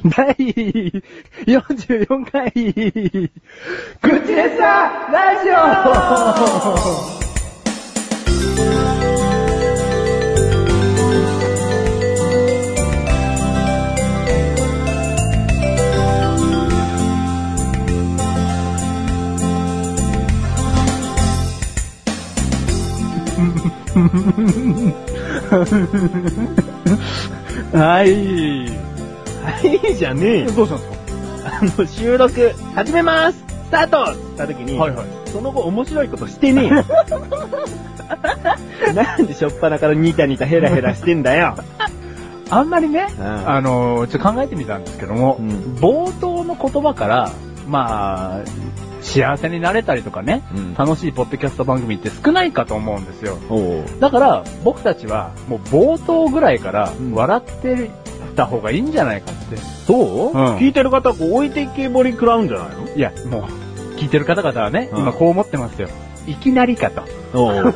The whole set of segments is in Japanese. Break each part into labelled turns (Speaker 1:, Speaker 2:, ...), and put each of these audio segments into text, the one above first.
Speaker 1: 第44回、口でさ、ラジオ はい。はい、じゃねえよ。
Speaker 2: どうしたんです
Speaker 1: あの、収録、始めますスタートって言った時に、
Speaker 2: かはい。
Speaker 1: その後面白いことしてねえよ。 なんでしょっぱなからニタニタヘラヘラしてんだ よ。
Speaker 2: あんまりね、
Speaker 1: うん
Speaker 2: あの、ちょっと考えてみたんですけども、
Speaker 1: うん
Speaker 2: 冒頭の言葉から、まあ、幸せになれたりとかね、
Speaker 1: うん
Speaker 2: 楽しいポッドキャスト番組って少ないかと思うんですよ。
Speaker 1: おう
Speaker 2: だから、僕たちは、もう冒頭ぐらいから
Speaker 1: うん、
Speaker 2: 笑ってた方がいいんじゃないかって。
Speaker 1: そ
Speaker 2: う
Speaker 1: う、
Speaker 2: ん
Speaker 1: 聞いてる方、こう置いてけぼり食らうんじゃないの
Speaker 2: いや、もう、聞いてる方々はね、
Speaker 1: うん
Speaker 2: 今こう思ってますよ。いきなりかと。
Speaker 1: お
Speaker 2: い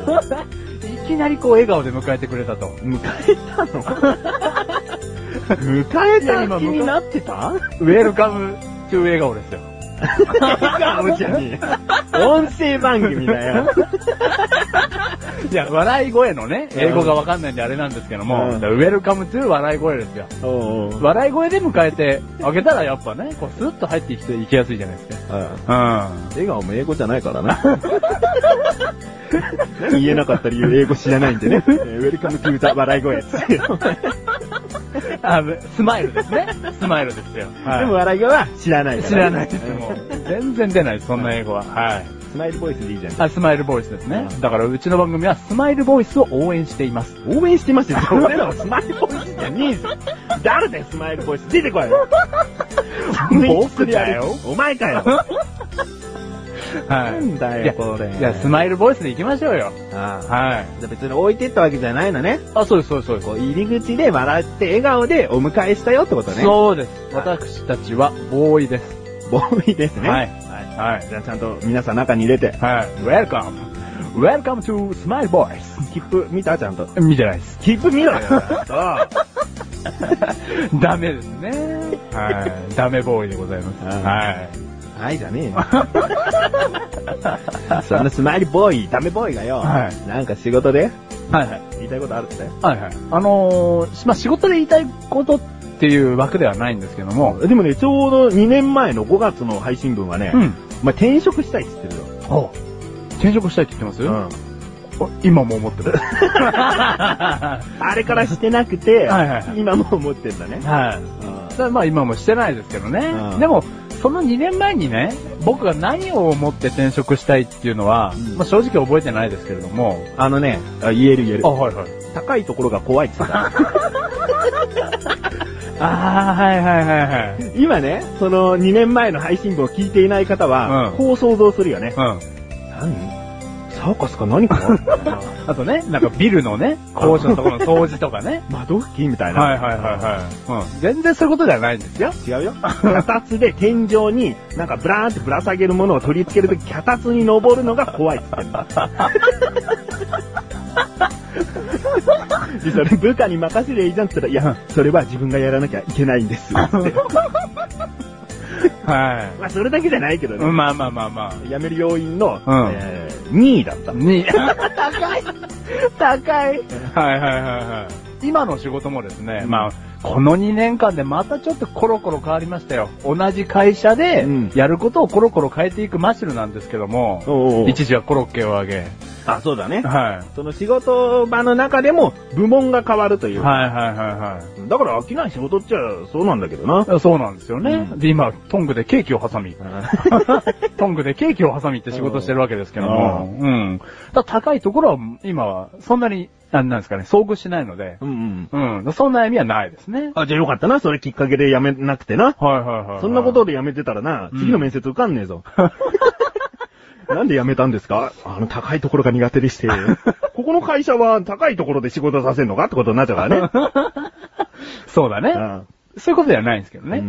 Speaker 2: きなりこう笑顔で迎えてくれたと。
Speaker 1: 迎えたの 迎え
Speaker 2: いや
Speaker 1: た
Speaker 2: 今
Speaker 1: 気になって た
Speaker 2: ウェルカム、トゥ笑顔ですよ。
Speaker 1: おじゃねえよ音声番組だよ。
Speaker 2: いや、笑い声のね、
Speaker 1: うん
Speaker 2: 英語がわかんないんであれなんですけども、
Speaker 1: うん
Speaker 2: ウェルカムトゥ笑い声ですよ。
Speaker 1: おうおう
Speaker 2: 笑い声で迎えてあげたらやっぱね、こうスッと入ってきていきやすいじゃないです
Speaker 1: 笑
Speaker 2: か。
Speaker 1: 顔も英語じゃないからな。 言えなかった理由、英語知らないんで ね。えーウェルカムトゥーザ笑い声っつって。
Speaker 2: うん。あスマイルですね。スマイルですよ。
Speaker 1: でも
Speaker 2: は
Speaker 1: 笑い声は知らない
Speaker 2: い、
Speaker 1: から。
Speaker 2: 知らないです。もう。全然出ないです、そんな英語は。はい。
Speaker 1: スマイルボイスでいいじゃん。
Speaker 2: あ、スマイルボイスですね
Speaker 1: う。ん
Speaker 2: だからうちの番組はスマイルボイスを応援しています。
Speaker 1: 応援してますよ。俺らはスマイルボイスじゃねえぞ。誰だよ、スマイルボイス。出て こい。
Speaker 2: 僕だよ。
Speaker 1: お前かよ。
Speaker 2: は。
Speaker 1: ないんだ
Speaker 2: いや
Speaker 1: よ、これ。
Speaker 2: じゃあスマイルボイスで行きましょうよ。
Speaker 1: ああ
Speaker 2: はい。
Speaker 1: じゃあ別に置いてったわけじゃないのね。
Speaker 2: あ、そうです、そうです、そうです
Speaker 1: こ。う入り口で笑って笑顔でお迎えしたよってことね。
Speaker 2: そうです。
Speaker 1: はい
Speaker 2: 私たちはボーイです。
Speaker 1: ボーイですね。
Speaker 2: はい
Speaker 1: は
Speaker 2: はい
Speaker 1: い。。じゃあちゃんと皆さん中に入れて。
Speaker 2: はい。Welcome. Welcome to Smile Boys.
Speaker 1: 切符見たちゃんと。
Speaker 2: 見てないです。
Speaker 1: 切符見ろよ。そう。
Speaker 2: ダメですね。はい。ダメボーイでございます。
Speaker 1: うん
Speaker 2: は
Speaker 1: はいじゃね えよ。そんなスマイルボーイ、ダメボーイがよ。
Speaker 2: はい
Speaker 1: なんか仕事で
Speaker 2: い。はいはい。
Speaker 1: 言いたいことあるって。
Speaker 2: はいはい。あのー、しまあ、仕事で言いたいことっていう枠ではないんですけども、
Speaker 1: でもね、ちょうど2年前の5月の配信分はね、
Speaker 2: うん。
Speaker 1: まあ、転職したいって言ってるよ。
Speaker 2: お転職したいって言ってます、お今も思って る。は
Speaker 1: あれからしてなくて、
Speaker 2: はいはいはい
Speaker 1: 今も思ってんだね
Speaker 2: い。。だからまあ今もしてないですけどね。
Speaker 1: うん
Speaker 2: でも、その2年前にね、僕が何を思って転職したいっていうのは、
Speaker 1: うん
Speaker 2: まあ正直覚えてないですけれども。
Speaker 1: あのね、あ言える言える。
Speaker 2: はいはい。
Speaker 1: 高いところが怖いって言って た。
Speaker 2: ああ、はいはいはい
Speaker 1: 今ね、その2年前の配信部を聞いていない方は、
Speaker 2: うん
Speaker 1: こう想像するよね。
Speaker 2: はい。
Speaker 1: 何サーカスか何かみたいな
Speaker 2: うん。あとね、なんかビルの ね、工事のところの掃除とかね。
Speaker 1: 窓拭きみたい な。
Speaker 2: はいはいはいはい。うん。全然そういうことではないんですよ。
Speaker 1: 違うよ。脚立で天井になんかブラーンってぶら下げるものを取り付けるとき、脚立に登るのが怖いって言ってんだ。で それ部下に任せりゃいいじゃんって言ったら、いや、それは自分がやらなきゃいけないんですって。
Speaker 2: は
Speaker 1: まあそれだけじゃないけど
Speaker 2: い。
Speaker 1: ね。
Speaker 2: まあまあまあま
Speaker 1: 辞める要因の、
Speaker 2: うん
Speaker 1: えー2位だっ た
Speaker 2: あ。。に、は
Speaker 1: 高い高い
Speaker 2: いはいはいはい。今の仕事もですね、まあ、この2年間でまたちょっとコロコロ変わりましたよ。同じ会社で
Speaker 1: うん、
Speaker 2: やることをコロコロ変えていくマシュルなんですけども、
Speaker 1: おうおう
Speaker 2: 一時はコロッケをあげ、
Speaker 1: あ、そうだね。
Speaker 2: は
Speaker 1: その仕事場の中でも部門が変わるとい
Speaker 2: い。
Speaker 1: う。
Speaker 2: はいはいはいはい。
Speaker 1: だから飽きない仕事っちゃそうなんだけ どな。
Speaker 2: そうなんですよね。
Speaker 1: うん
Speaker 2: で、今、トングでケーキを挟み、トングでケーキを挟みって仕事してるわけですけども、うん。だから高いところは、今は、そんなに、なんなんですかね、遭遇しないので、
Speaker 1: うんうん。
Speaker 2: うん。そんな悩みはないですね。
Speaker 1: あ、じゃあよかったな。それきっかけで辞めなくてな。
Speaker 2: はいはいはい。
Speaker 1: そんなことで辞めてたらな、
Speaker 2: うん
Speaker 1: 次の面接受かんねえぞ。なんで辞めたんですかあの、高いところが苦手でして。ここの会社は高いところで仕事させんのかってことになっちゃうからね。
Speaker 2: そうだね。そういうことではないんですけどね。
Speaker 1: う
Speaker 2: うん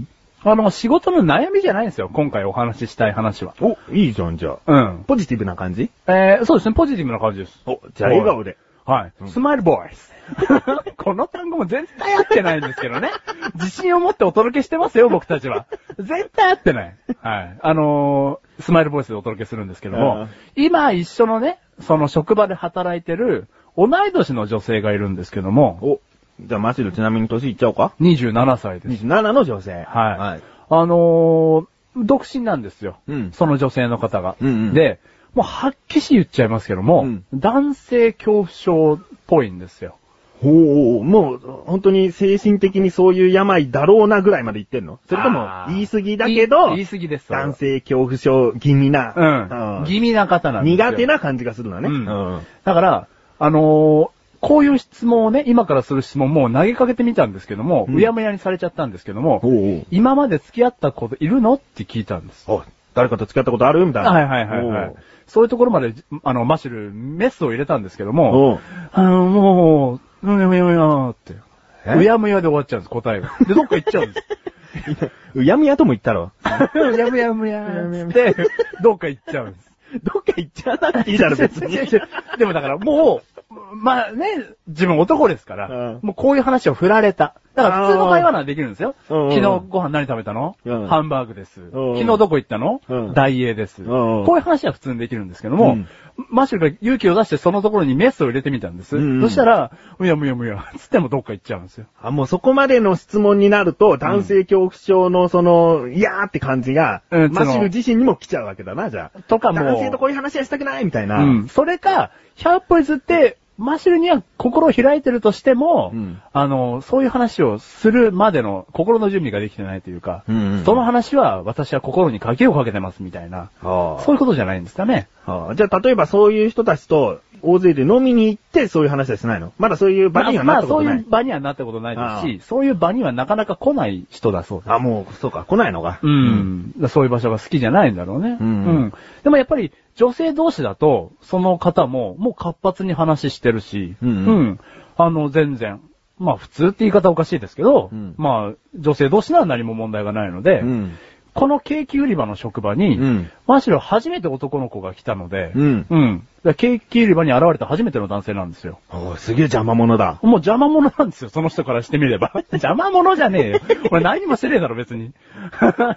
Speaker 2: ん。あの、仕事の悩みじゃないんですよ。今回お話ししたい話は。
Speaker 1: うんお、いいじゃん、じゃあ。
Speaker 2: うん。
Speaker 1: ポジティブな感じ
Speaker 2: えー、そうですね、ポジティブな感じです。
Speaker 1: お、じゃあ笑顔で。
Speaker 2: はい。スマイルボーイス。 この単語も絶対合ってないんですけどね。自信を持ってお届けしてますよ、僕たちは。絶対合ってない。はい。あのースマイルボイスでお届けするんですけど
Speaker 1: ああ
Speaker 2: も、今一緒のね、その職場で働いてる、同い年の女性がいるんですけども、
Speaker 1: お、じゃあマシルちなみに年いっちゃおうか。
Speaker 2: 27歳です。
Speaker 1: 27の女性。
Speaker 2: はい。
Speaker 1: はい。
Speaker 2: あのー独身なんですよ。
Speaker 1: うん
Speaker 2: その女性の方が。
Speaker 1: うんうん
Speaker 2: で、もうはっきし言っちゃいますけども、
Speaker 1: うん
Speaker 2: 男性恐怖症っぽいんですよ。
Speaker 1: ほう、もう、本当に精神的にそういう病だろうなぐらいまで言ってんのそれとも
Speaker 2: あ、ー
Speaker 1: 言い過ぎだけど、
Speaker 2: い言い過ぎです。それは
Speaker 1: 男性恐怖症気味な、
Speaker 2: うん。
Speaker 1: うん
Speaker 2: 気味な方なんですよ。
Speaker 1: 苦手な感じがするのね。
Speaker 2: うんだから、あのーこういう質問をね、今からする質問もう投げかけてみたんですけども、
Speaker 1: う
Speaker 2: うんやむやにされちゃったんですけども、
Speaker 1: ほうほう
Speaker 2: 今まで付き合った子いるのって聞いたんです。
Speaker 1: お誰かと付き合ったことあるみたいな。
Speaker 2: はいはいはいはい
Speaker 1: おう。
Speaker 2: そういうところまで、あの、マシル、メスを入れたんですけど
Speaker 1: お
Speaker 2: も
Speaker 1: う、
Speaker 2: あの、もう、うやむやむやって。
Speaker 1: え
Speaker 2: うやむやで終わっちゃうんです、答えが。で、どっか行っちゃうん です。
Speaker 1: うやむやとも言ったろ。
Speaker 2: うやむやむやーって、どっか行っちゃうんです。
Speaker 1: どっか行っちゃわな くていいだろ、別に。
Speaker 2: 違う違うでもだからもう、まあね、自分男ですから、
Speaker 1: うん
Speaker 2: もうこういう話を振られた。だから普通の会話ならできるんですよ。
Speaker 1: うんうん
Speaker 2: 昨日ご飯何食べたの、
Speaker 1: うん
Speaker 2: ハンバーグです。
Speaker 1: んうん
Speaker 2: 昨日どこ行ったの、
Speaker 1: うん
Speaker 2: ダイエーです、
Speaker 1: んうん
Speaker 2: こういう話は普通にできるんですけども、
Speaker 1: うん
Speaker 2: マシュルが勇気を出してそのところにメスを入れてみたんです。
Speaker 1: うんうん
Speaker 2: そしたら、むやむやむや、つってもどっか行っちゃうんですよ。
Speaker 1: あ、もうそこまでの質問になると、男性恐怖症のその、いやーって感じが、
Speaker 2: うん
Speaker 1: マシル自身にも来ちゃうわけだな、じゃあ。
Speaker 2: とかもう
Speaker 1: 男性とこういう話はしたくないみたいな。
Speaker 2: うん。それか、100歩譲って、マシュルには心を開いてるとしても、
Speaker 1: うん
Speaker 2: あの、そういう話をするまでの心の準備ができてないというか、
Speaker 1: うんうん
Speaker 2: その話は私は心に鍵をかけてますみたいな、
Speaker 1: はあ
Speaker 2: そういうことじゃないんですかね。
Speaker 1: はあじゃあ、例えばそういう人たちと、大勢で飲みに行って、そういう話はしないのまだそういう場にはなったこと
Speaker 2: まあ、まあそ
Speaker 1: な
Speaker 2: うい。
Speaker 1: いう
Speaker 2: 場にはなったことないですし、そういう場にはなかなか来ない人だそうです。
Speaker 1: あ、もう、そうか、来ないのか。
Speaker 2: うん。そういう場所が好きじゃないんだろうね。
Speaker 1: うん
Speaker 2: でもやっぱり女性同士だと、その方ももう活発に話してるし、
Speaker 1: うんうん
Speaker 2: あの、全然。まあ普通って言い方おかしいですけど、
Speaker 1: うん
Speaker 2: まあ女性同士なら何も問題がないので、
Speaker 1: うん。
Speaker 2: このケーキ売り場の職場に、
Speaker 1: うん
Speaker 2: マシロ初めて男の子が来たので、
Speaker 1: うん
Speaker 2: だからケーキ売り場に現れた初めての男性なんですよ。
Speaker 1: おうすげえ邪魔者だ。
Speaker 2: もう邪魔者なんですよ、その人からしてみれば。 邪魔者じゃねえよ。俺何もしてねえだろ、別に。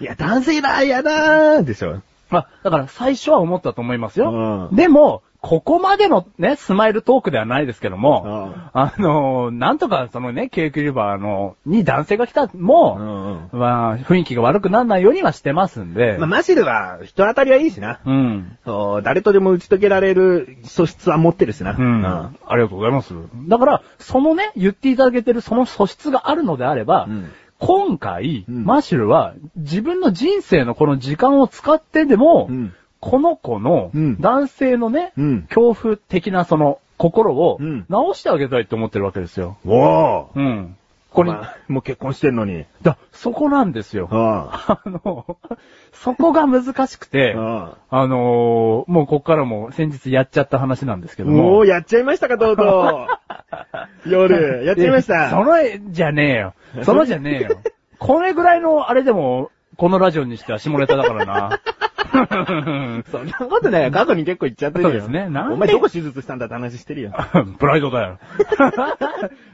Speaker 1: いや、男性だ、やだーでしょ。
Speaker 2: まあ、だから最初は思ったと思いますよ。
Speaker 1: うん
Speaker 2: でも、ここまでのね、スマイルトークではないですけども、
Speaker 1: うん
Speaker 2: あのーなんとかそのね、ケーキリバーの、に男性が来たも、
Speaker 1: ん。
Speaker 2: まあ、雰囲気が悪くならないようにはしてますんで、
Speaker 1: まあ、マシルは、人当たりはいいしな。
Speaker 2: うん。
Speaker 1: そう誰とでも打ち解けられる素質は持ってるしな。
Speaker 2: うん。ありがとうございます。だから、そのね、言っていただけてるその素質があるのであれば、
Speaker 1: うん
Speaker 2: 今回、
Speaker 1: うん
Speaker 2: マシュルは自分の人生のこの時間を使ってでも、
Speaker 1: うん
Speaker 2: この子の
Speaker 1: うん
Speaker 2: 男性のね、
Speaker 1: うん
Speaker 2: 恐怖的なその心を
Speaker 1: うん
Speaker 2: 直してあげたいと思ってるわけですよ。
Speaker 1: おー
Speaker 2: うん。これ、
Speaker 1: お前もう結婚してんのに。
Speaker 2: だ、そこなんですよ。
Speaker 1: あ
Speaker 2: あの、そこが難しくて、
Speaker 1: あ。
Speaker 2: あのーもうこっからも先日やっちゃった話なんですけども。
Speaker 1: もうやっちゃいましたか、とうとう。 夜、やっちゃいまし
Speaker 2: えそ
Speaker 1: た。
Speaker 2: の、じゃねえよ。そのじゃねえ よ。これぐらいの、あれでも、このラジオにしては下ネタだからな。
Speaker 1: そんなことないよ。過去に結構言っちゃってるよ。
Speaker 2: そうですねなんで
Speaker 1: お前どこ手術したんだって話してるよ。
Speaker 2: プライドだ よ。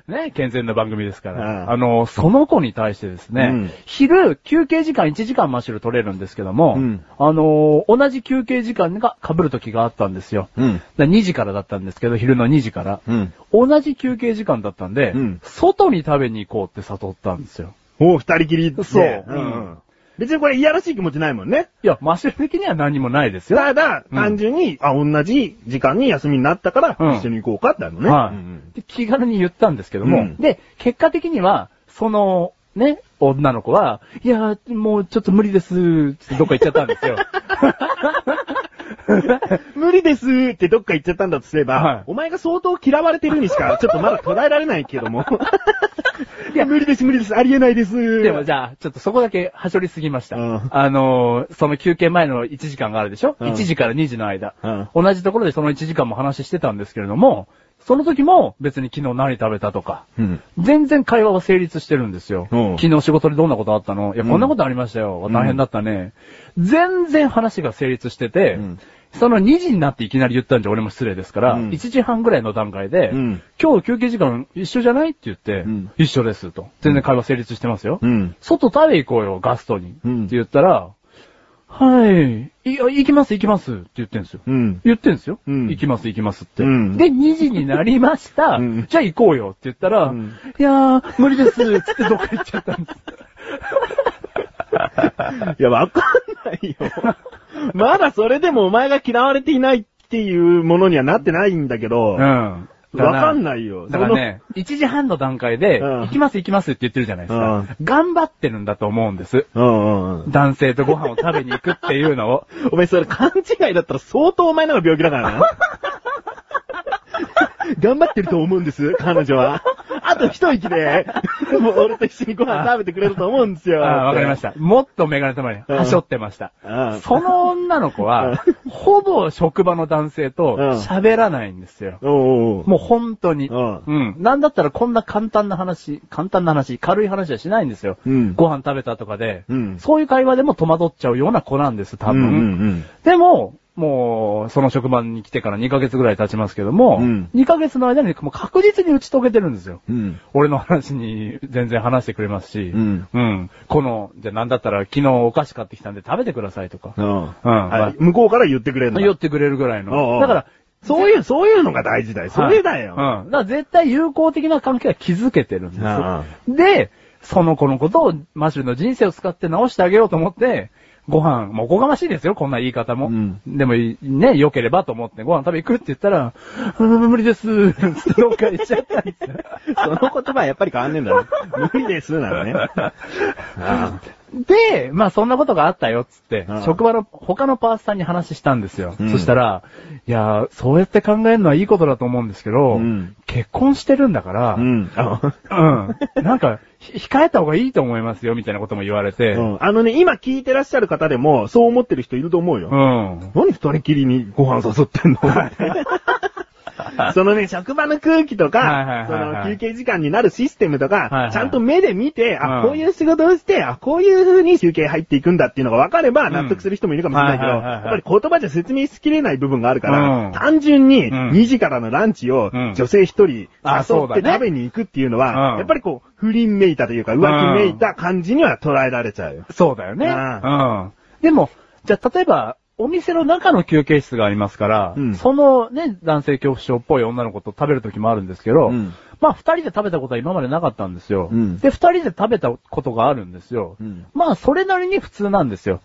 Speaker 2: ね、健全な番組ですから。
Speaker 1: うん
Speaker 2: あの、その子に対してですね、
Speaker 1: うん
Speaker 2: 昼、休憩時間1時間マッシュル取れるんですけども、
Speaker 1: うん
Speaker 2: あの、同じ休憩時間が被る時があったんですよ。
Speaker 1: うん。
Speaker 2: だ2時からだったんですけど、昼の2時から。
Speaker 1: うん。
Speaker 2: 同じ休憩時間だったんで、
Speaker 1: うん
Speaker 2: 外に食べに行こうって誘ったんですよ。
Speaker 1: おう二人きりって。
Speaker 2: そう
Speaker 1: うん。別にこれいやらしい気持ちないもんね。
Speaker 2: いや、マシュル的には何もないですよ。
Speaker 1: ただ、
Speaker 2: うん
Speaker 1: 単純に、あ、同じ時間に休みになったから
Speaker 2: うん、
Speaker 1: 一緒に行こうかってあるのね。
Speaker 2: はい、
Speaker 1: うん
Speaker 2: で気軽に言ったんですけども、
Speaker 1: うん
Speaker 2: で、結果的には、その、ね、女の子は、いやー、もうちょっと無理です、つってどっか行っちゃったんです よ。
Speaker 1: 無理ですってどっか行っちゃったんだとすれば、
Speaker 2: はい
Speaker 1: お前が相当嫌われてるにしか、ちょっとまだ捉えられないけども。 いや、無理です、無理です、ありえないです。
Speaker 2: でもじゃあ、ちょっとそこだけはしょりすぎました。
Speaker 1: うん
Speaker 2: あのーその休憩前の1時間があるでしょ、
Speaker 1: うん
Speaker 2: ?1 時から2時の間、
Speaker 1: うん
Speaker 2: 同じところでその1時間も話してたんですけれども、その時も別に昨日何食べたとか、
Speaker 1: うん。
Speaker 2: 全然会話は成立してるんですよ。
Speaker 1: うん
Speaker 2: 昨日仕事でどんなことあったのいや、
Speaker 1: うん
Speaker 2: こんなことありましたよ。
Speaker 1: うん
Speaker 2: 大変だったね。全然話が成立してて、
Speaker 1: うん
Speaker 2: その2時になっていきなり言ったんじゃ俺も失礼ですから、
Speaker 1: うん
Speaker 2: 1時半ぐらいの段階で、
Speaker 1: うん
Speaker 2: 今日休憩時間一緒じゃないって言って、
Speaker 1: うん
Speaker 2: 一緒ですと。全然会話成立してますよ。
Speaker 1: うん。
Speaker 2: 外食べ行こうよ、ガストに。
Speaker 1: うん
Speaker 2: って言ったら、はい、いや、行きます行きますって言ってんですよ。
Speaker 1: うん。
Speaker 2: 言ってんですよ。
Speaker 1: うん
Speaker 2: 行きます、行きますって。
Speaker 1: うん
Speaker 2: で、2時になりました。
Speaker 1: うん
Speaker 2: じゃあ行こうよって言ったら、
Speaker 1: うん
Speaker 2: いやー、無理です。つってどっか行っちゃったんです。
Speaker 1: いや、わかんないよ。 まだそれでもお前が嫌われていないっていうものにはなってないんだけど、わ、
Speaker 2: ん
Speaker 1: かん
Speaker 2: い。
Speaker 1: ないよ。
Speaker 2: だからね、1時半の段階で、
Speaker 1: うん
Speaker 2: 行きます行きますって言ってるじゃないですか。頑張ってるんだと思うんです。
Speaker 1: その、うんうんうん。
Speaker 2: 男性とご飯を食べに行くっていう のを。
Speaker 1: お前それ勘違いだったら相当お前のが病気 だからな。頑張ってると思うんです、彼女は。あと一息で、もう俺と一緒にご飯食べてくれると思うんですよ。。
Speaker 2: ああ、わかりましたた。もっとメガネたまに、はしょってました。
Speaker 1: うん
Speaker 2: その女の子は、ほぼ職場の男性と
Speaker 1: うん
Speaker 2: 喋らないんですよ。
Speaker 1: おうおう
Speaker 2: もう本当に。
Speaker 1: うん
Speaker 2: うん。なんだったらこんな簡単な話、簡単な話、軽い話はしないんですよ。
Speaker 1: うん
Speaker 2: ご飯食べたとかで、
Speaker 1: うん
Speaker 2: そういう会話でも戸惑っちゃうような子なんです、多分。
Speaker 1: うんうん
Speaker 2: でも、もう、その職場に来てから2ヶ月ぐらい経ちますけども、
Speaker 1: うん
Speaker 2: 2ヶ月の間にもう確実に打ち解けてるんですよ。
Speaker 1: うん。うん。
Speaker 2: 俺の話に全然話してくれますし、
Speaker 1: うん
Speaker 2: うんこの、じゃあなんだったら昨日お菓子買ってきたんで食べてくださいとか、うん
Speaker 1: あ向こうから言ってくれるの。
Speaker 2: 言ってくれるぐらい
Speaker 1: おうお
Speaker 2: の。
Speaker 1: う
Speaker 2: だから、
Speaker 1: そういう、そういうのが大事だよ。それだよ。
Speaker 2: はいうん。だから絶対友好的な関係は築けてるんです
Speaker 1: ああ
Speaker 2: よ。で、その子のことをマシュルの人生を使って直してあげようと思って、ご飯、もうおこがましいですよ、こんな言い方も。
Speaker 1: うん
Speaker 2: でもい、ね、良ければと思ってご飯食べ行くって言ったら、うーん無理です、つってどっか行っちゃったんです よ。
Speaker 1: その言葉はやっぱり変わんねえんだ ろ。無理です、なのね。ああ
Speaker 2: で、まあそんなことがあったよっつって
Speaker 1: うん、
Speaker 2: 職場の他のパーツさんに話したんですよ。
Speaker 1: うん
Speaker 2: そしたら、いやー、そうやって考えるのはいいことだと思うんですけど、
Speaker 1: うん
Speaker 2: 結婚してるんだから、
Speaker 1: うん。あ
Speaker 2: うん。なんか、ひ控えた方がいいと思いますよ、みたいなことも言われて。
Speaker 1: う
Speaker 2: うん。
Speaker 1: んあのね、今聞いてらっしゃる方でも、そう思ってる人いると思うよ。何二人きりにご飯誘ってんのそのね、職場の空気と
Speaker 2: はいはい
Speaker 1: か、そ
Speaker 2: はいはい
Speaker 1: の休憩時間になるシステムと
Speaker 2: はいは
Speaker 1: か
Speaker 2: い、
Speaker 1: ちゃんと目で見て、
Speaker 2: う
Speaker 1: あ、
Speaker 2: ん
Speaker 1: こういう仕事をして、あ、こういう風に休憩入っていくんだっていうのが分かれば
Speaker 2: ん
Speaker 1: 納得する人もいるかもしれないけど、
Speaker 2: はいはいはい
Speaker 1: や
Speaker 2: は
Speaker 1: っ
Speaker 2: い
Speaker 1: ぱり言葉じゃ説明しきれない部分があるか
Speaker 2: うん
Speaker 1: ら、単純に
Speaker 2: うん
Speaker 1: 2時からのランチを
Speaker 2: うん
Speaker 1: 女性一人誘
Speaker 2: あそう
Speaker 1: っ
Speaker 2: だ
Speaker 1: て
Speaker 2: ね
Speaker 1: 食べに行くっていうの
Speaker 2: う
Speaker 1: は
Speaker 2: ん、
Speaker 1: やっぱりこう、不倫めいたというか、浮気めいた感じには捉えられちゃうよ。
Speaker 2: そうだよね。
Speaker 1: う
Speaker 2: うん。でも、じゃあ例えば、お店の中の休憩室がありますから、
Speaker 1: うん
Speaker 2: そのね、男性恐怖症っぽい女の子と食べる時もあるんですけど、
Speaker 1: うん
Speaker 2: まあ二人で食べたことは今までなかったんですよ。
Speaker 1: うん
Speaker 2: で、二人で食べたことがあるんですよ。
Speaker 1: うん
Speaker 2: まあそれなりに普通なんですよ。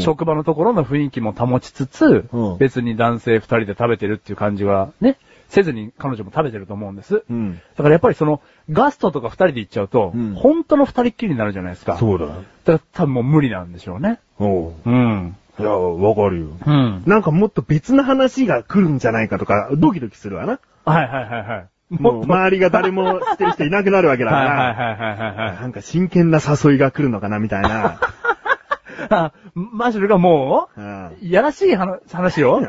Speaker 2: 職場のところの雰囲気も保ちつつ、
Speaker 1: うん
Speaker 2: 別に男性二人で食べてるっていう感じはね、せずに彼女も食べてると思うんです。
Speaker 1: うん
Speaker 2: だからやっぱりその、ガストとか二人で行っちゃうと、
Speaker 1: うん
Speaker 2: 本当の二人っきりになるじゃないですか。
Speaker 1: そうだ。
Speaker 2: だから多分もう無理なんでしょうね。
Speaker 1: おう
Speaker 2: うん。
Speaker 1: いや、わかるよ。
Speaker 2: うん。
Speaker 1: なんかもっと別の話が来るんじゃないかとか、ドキドキするわな。
Speaker 2: はいはいはいはい。
Speaker 1: もう周りが誰もしてる人いなくなるわけだか
Speaker 2: はいはい
Speaker 1: ら、
Speaker 2: はいはいはいはい。
Speaker 1: なんか真剣な誘いが来るのかなみたい な。
Speaker 2: あ、マジルがも
Speaker 1: う
Speaker 2: う、
Speaker 1: ん
Speaker 2: いやらしい話話を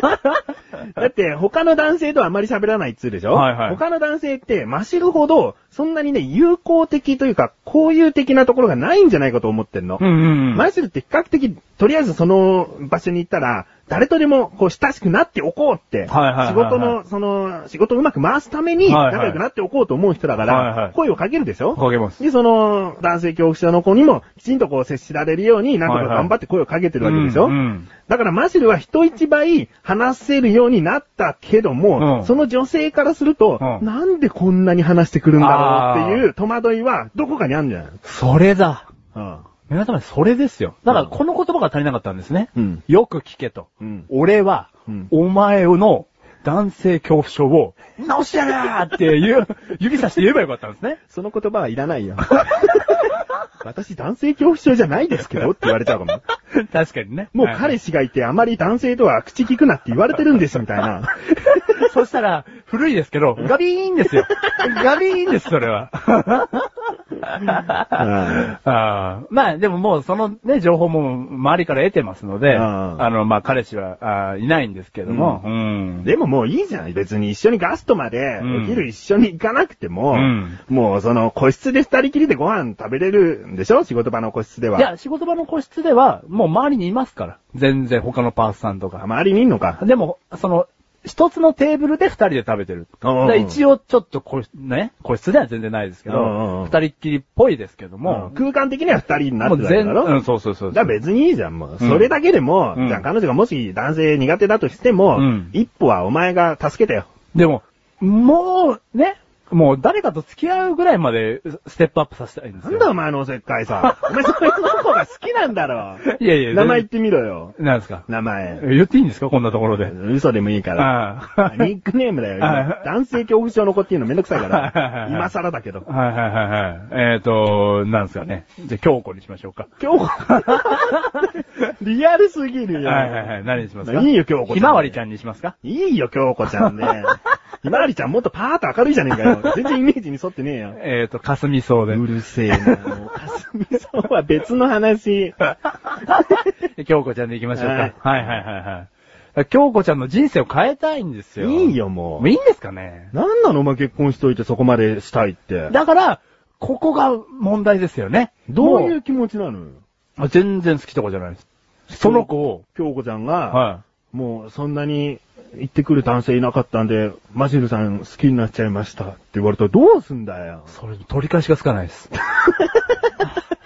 Speaker 1: だって他の男性とはあまり喋らないっつうでしょ、
Speaker 2: はいはい
Speaker 1: 他の男性ってマシルほど、そんなにね、友好的というか、交友的なところがないんじゃないかと思ってんの。
Speaker 2: うんうんうん。
Speaker 1: マシルって比較的、とりあえずその場所に行ったら、誰とでもこう親しくなっておこうっ
Speaker 2: は
Speaker 1: て、
Speaker 2: いはいはいはい
Speaker 1: 仕事の、その、仕事をうまく回すために
Speaker 2: はいはい
Speaker 1: 仲良くなっておこうと思う人だから、
Speaker 2: はいはい
Speaker 1: 声をかけるでしょ
Speaker 2: かけます。
Speaker 1: で、その、男性恐怖症の子にも、きちんとこう接しられるように、なんとか頑張って声をかけてるわけでしょ、
Speaker 2: うんうん
Speaker 1: だからマシルは人一倍話せるようになったけども、
Speaker 2: うん
Speaker 1: その女性からすると、
Speaker 2: うん
Speaker 1: なんでこんなに話してくるんだろうっていう戸惑いは、どこかにあるんじゃない
Speaker 2: それだ。
Speaker 1: うん
Speaker 2: 皆様、それですよ。だから、この言葉が足りなかったんですね。
Speaker 1: うん
Speaker 2: よく聞けと。
Speaker 1: うん
Speaker 2: 俺は、
Speaker 1: うん
Speaker 2: お前の男性恐怖症を、直してやらーっていう、指さして言えばよかったんですね。
Speaker 1: その言葉はいらないよ。 私男性恐怖症じゃないですけどって言われちゃうかも。
Speaker 2: 確かにね。
Speaker 1: もう
Speaker 2: はい
Speaker 1: 彼氏がいてあまり男性とは口聞くなって言われてるんですみたいな。
Speaker 2: そした ら、古いですけど、ガビーンですよ。ガビーンです、それは。
Speaker 1: はい
Speaker 2: ああまあでももうそのね、情報も周りから得てますので、
Speaker 1: ああ
Speaker 2: あの、まあ彼氏はああいないんですけども、うん
Speaker 1: でももういいじゃん。別に一緒にガストまで、
Speaker 2: うん
Speaker 1: お昼一緒に行かなくても、
Speaker 2: うん
Speaker 1: もうその個室で二人きりでご飯食べれるんでしょ仕事場の個室では。
Speaker 2: いや、仕事場の個室では、もう周りにいますから。全然他のパーツさんとか。
Speaker 1: 周りにいんのか。
Speaker 2: でも、その、一つのテーブルで二人で食べてる。
Speaker 1: うんうん
Speaker 2: で一応ちょっと個室、ね、個室では全然ないですけ
Speaker 1: うんうんう
Speaker 2: ど、
Speaker 1: ん
Speaker 2: 二人っきりっぽいですけども
Speaker 1: うん、空間的には二人になってるだけだろ
Speaker 2: もう全うんそうそうそうそう
Speaker 1: だから別にいいじゃん、もう。
Speaker 2: うん
Speaker 1: それだけでも、
Speaker 2: うん
Speaker 1: じゃあ彼女がもし男性苦手だとしても、
Speaker 2: うん
Speaker 1: 一歩はお前が助けてよ。
Speaker 2: でも、もう、ね、もう誰かと付き合うぐらいまでステップアップさせたいんです
Speaker 1: な
Speaker 2: よ。
Speaker 1: んだお前のおせっかいさ。お前そいつの方が好きなんだろ。
Speaker 2: いやいや、
Speaker 1: 名前言ってみろよ。
Speaker 2: なんですか
Speaker 1: 名前。
Speaker 2: 言っていいんですかこんなところで。
Speaker 1: 嘘でもいいから。
Speaker 2: ああはい
Speaker 1: ニックネームだよ。
Speaker 2: は
Speaker 1: 今
Speaker 2: い
Speaker 1: 男性恐怖症の子っていうのめんどくさい
Speaker 2: は
Speaker 1: か
Speaker 2: いはい
Speaker 1: ら
Speaker 2: は。い
Speaker 1: 今更だけど。
Speaker 2: はいはいはい。えっ、ー、と、なんですかね。じゃあ、京子にしましょうか。
Speaker 1: 今日、リアルすぎるよ。
Speaker 2: はいはいはい。何にしますか
Speaker 1: いいよ京子ちゃん
Speaker 2: ひまわりちゃんにしますか
Speaker 1: いいよ、京子ちゃんね。ひまわりちゃんもっとパーッと明るいじゃねえかよ。全然イメージに沿ってねえよ。
Speaker 2: えっ、ー、と、かすみそうで。
Speaker 1: うるせえな。もうかすみさんは別 の話。
Speaker 2: 京子ちゃんで行きましょうか。
Speaker 1: は
Speaker 2: はいいはいはいはい。京子ちゃんの人生を変えたいんですよ。
Speaker 1: いい。よ、
Speaker 2: も
Speaker 1: も
Speaker 2: ういいんですかね
Speaker 1: う。なんなの、お前結婚しといてそこまでしたいって。
Speaker 2: だから、ここが問題ですよね。
Speaker 1: どういう
Speaker 2: う
Speaker 1: 気持ちなの
Speaker 2: 全然好きとかじゃないです。その子を、
Speaker 1: 京子ちゃんが、
Speaker 2: は
Speaker 1: もうそんなに行ってくる男性いなかったんで、マシルさん好きになっちゃいましたって言われたらどうすんだよ
Speaker 2: い。。それ、取り返しがつかない です。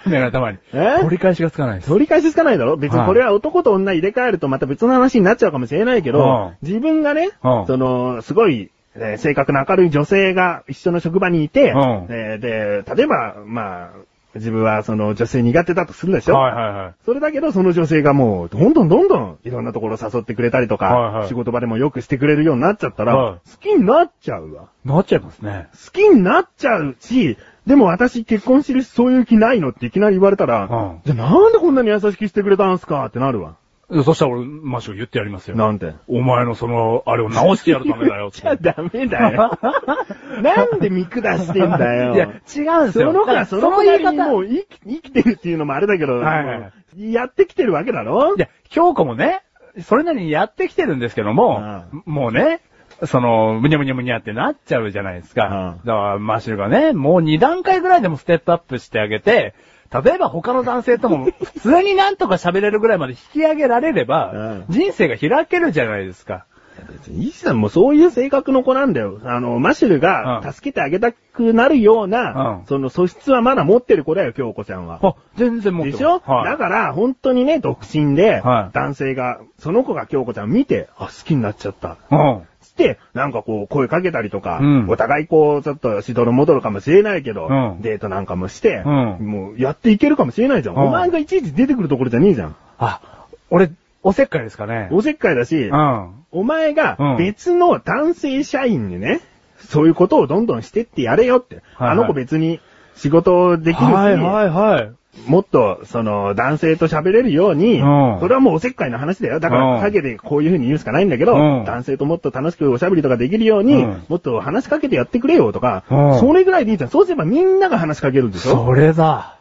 Speaker 2: ねえ、たまに。
Speaker 1: え
Speaker 2: 取り返しがつかないです。
Speaker 1: 取り返しつかないだろ別に
Speaker 2: はい
Speaker 1: これは男と女入れ替えるとまた別の話になっちゃうかもしれないけど、
Speaker 2: う
Speaker 1: 自分がね、
Speaker 2: うん
Speaker 1: その、すごい、えー性格の明るい女性が一緒の職場にいて、
Speaker 2: うん
Speaker 1: えーで、例えば、まあ、自分はその女性苦手だとするでしょ、
Speaker 2: はいはいはい。
Speaker 1: それだけど、その女性がもう、どんどんどんどん、いろんなところ誘ってくれたりとか、
Speaker 2: はいはい
Speaker 1: 仕事場でもよくしてくれるようになっちゃったら、
Speaker 2: は
Speaker 1: 好きになっちゃうわ。
Speaker 2: なっちゃいますね。
Speaker 1: 好きになっちゃうし、でも私結婚してるしそういう気ないのっていきなり言われたら、
Speaker 2: うん
Speaker 1: じゃあなんでこんなに優しくしてくれたんすかってなるわ。
Speaker 2: そしたら俺、マシュ言ってやりますよ。
Speaker 1: なんて。
Speaker 2: お前のその、あれを直してやるためだ よって。
Speaker 1: じゃあダメ だよ。なんで見下してんだよ。
Speaker 2: いや、違うんです
Speaker 1: そ
Speaker 2: よ。
Speaker 1: の子はその子なりにも
Speaker 2: いう
Speaker 1: 生き生きてるっていうのもあれだけど、
Speaker 2: はいはいは
Speaker 1: やってきてるわけだろ
Speaker 2: や、京子もね、それなりにやってきてるんですけども、もうね、その、むにゃむにゃむにゃってなっちゃうじゃないですか。
Speaker 1: うん
Speaker 2: だから、マシュルがね、もう2段階ぐらいでもステップアップしてあげて、例えば他の男性と も普通になんとか喋れるぐらいまで引き上げられれば、
Speaker 1: う
Speaker 2: 人生が開けるじゃないですか。
Speaker 1: 別にいいじゃん、もうそういう性格の子なんだよ。あの、マシュルが
Speaker 2: うん
Speaker 1: 助けてあげたくなるような、
Speaker 2: うん
Speaker 1: その素質はまだ持ってる子だよ、京子ちゃんは。
Speaker 2: あ、全然も
Speaker 1: でしょ、だから、本当にね、独身で、
Speaker 2: はい
Speaker 1: 男性が、その子が京子ちゃん見て、あ、好きになっちゃった。
Speaker 2: うん。
Speaker 1: つって、なんかこう、声かけたりとか、
Speaker 2: うん
Speaker 1: お互いこう、ちょっとしどろもどろかもしれないけど、
Speaker 2: うん
Speaker 1: デートなんかもして、
Speaker 2: うん
Speaker 1: もう、やっていけるかもしれないじゃん。
Speaker 2: うん
Speaker 1: お前がいちいち出てくるところじゃねえじゃん。
Speaker 2: あ、俺、おせっかいですかね。
Speaker 1: おせっかいだし、
Speaker 2: うん。
Speaker 1: お前
Speaker 2: う
Speaker 1: が
Speaker 2: ん
Speaker 1: 別の男性社員にね、そういうことをどんどんしてってやれよって。
Speaker 2: はいはい
Speaker 1: あの子別に仕事できるし、
Speaker 2: はいはいはい。
Speaker 1: もっと、その、男性と喋れるように、
Speaker 2: うん
Speaker 1: それはもうおせっかいな話だよ。だか
Speaker 2: う
Speaker 1: ら、
Speaker 2: ん
Speaker 1: 陰でこういう風に言うしかないんだけど、
Speaker 2: うん
Speaker 1: 男性ともっと楽しくおしゃべりとかできるように、
Speaker 2: うん
Speaker 1: もっと話しかけてやってくれよとか、
Speaker 2: うん
Speaker 1: それぐらいでいいじゃん。そうすればみんなが話しかけるでしょ
Speaker 2: それだ。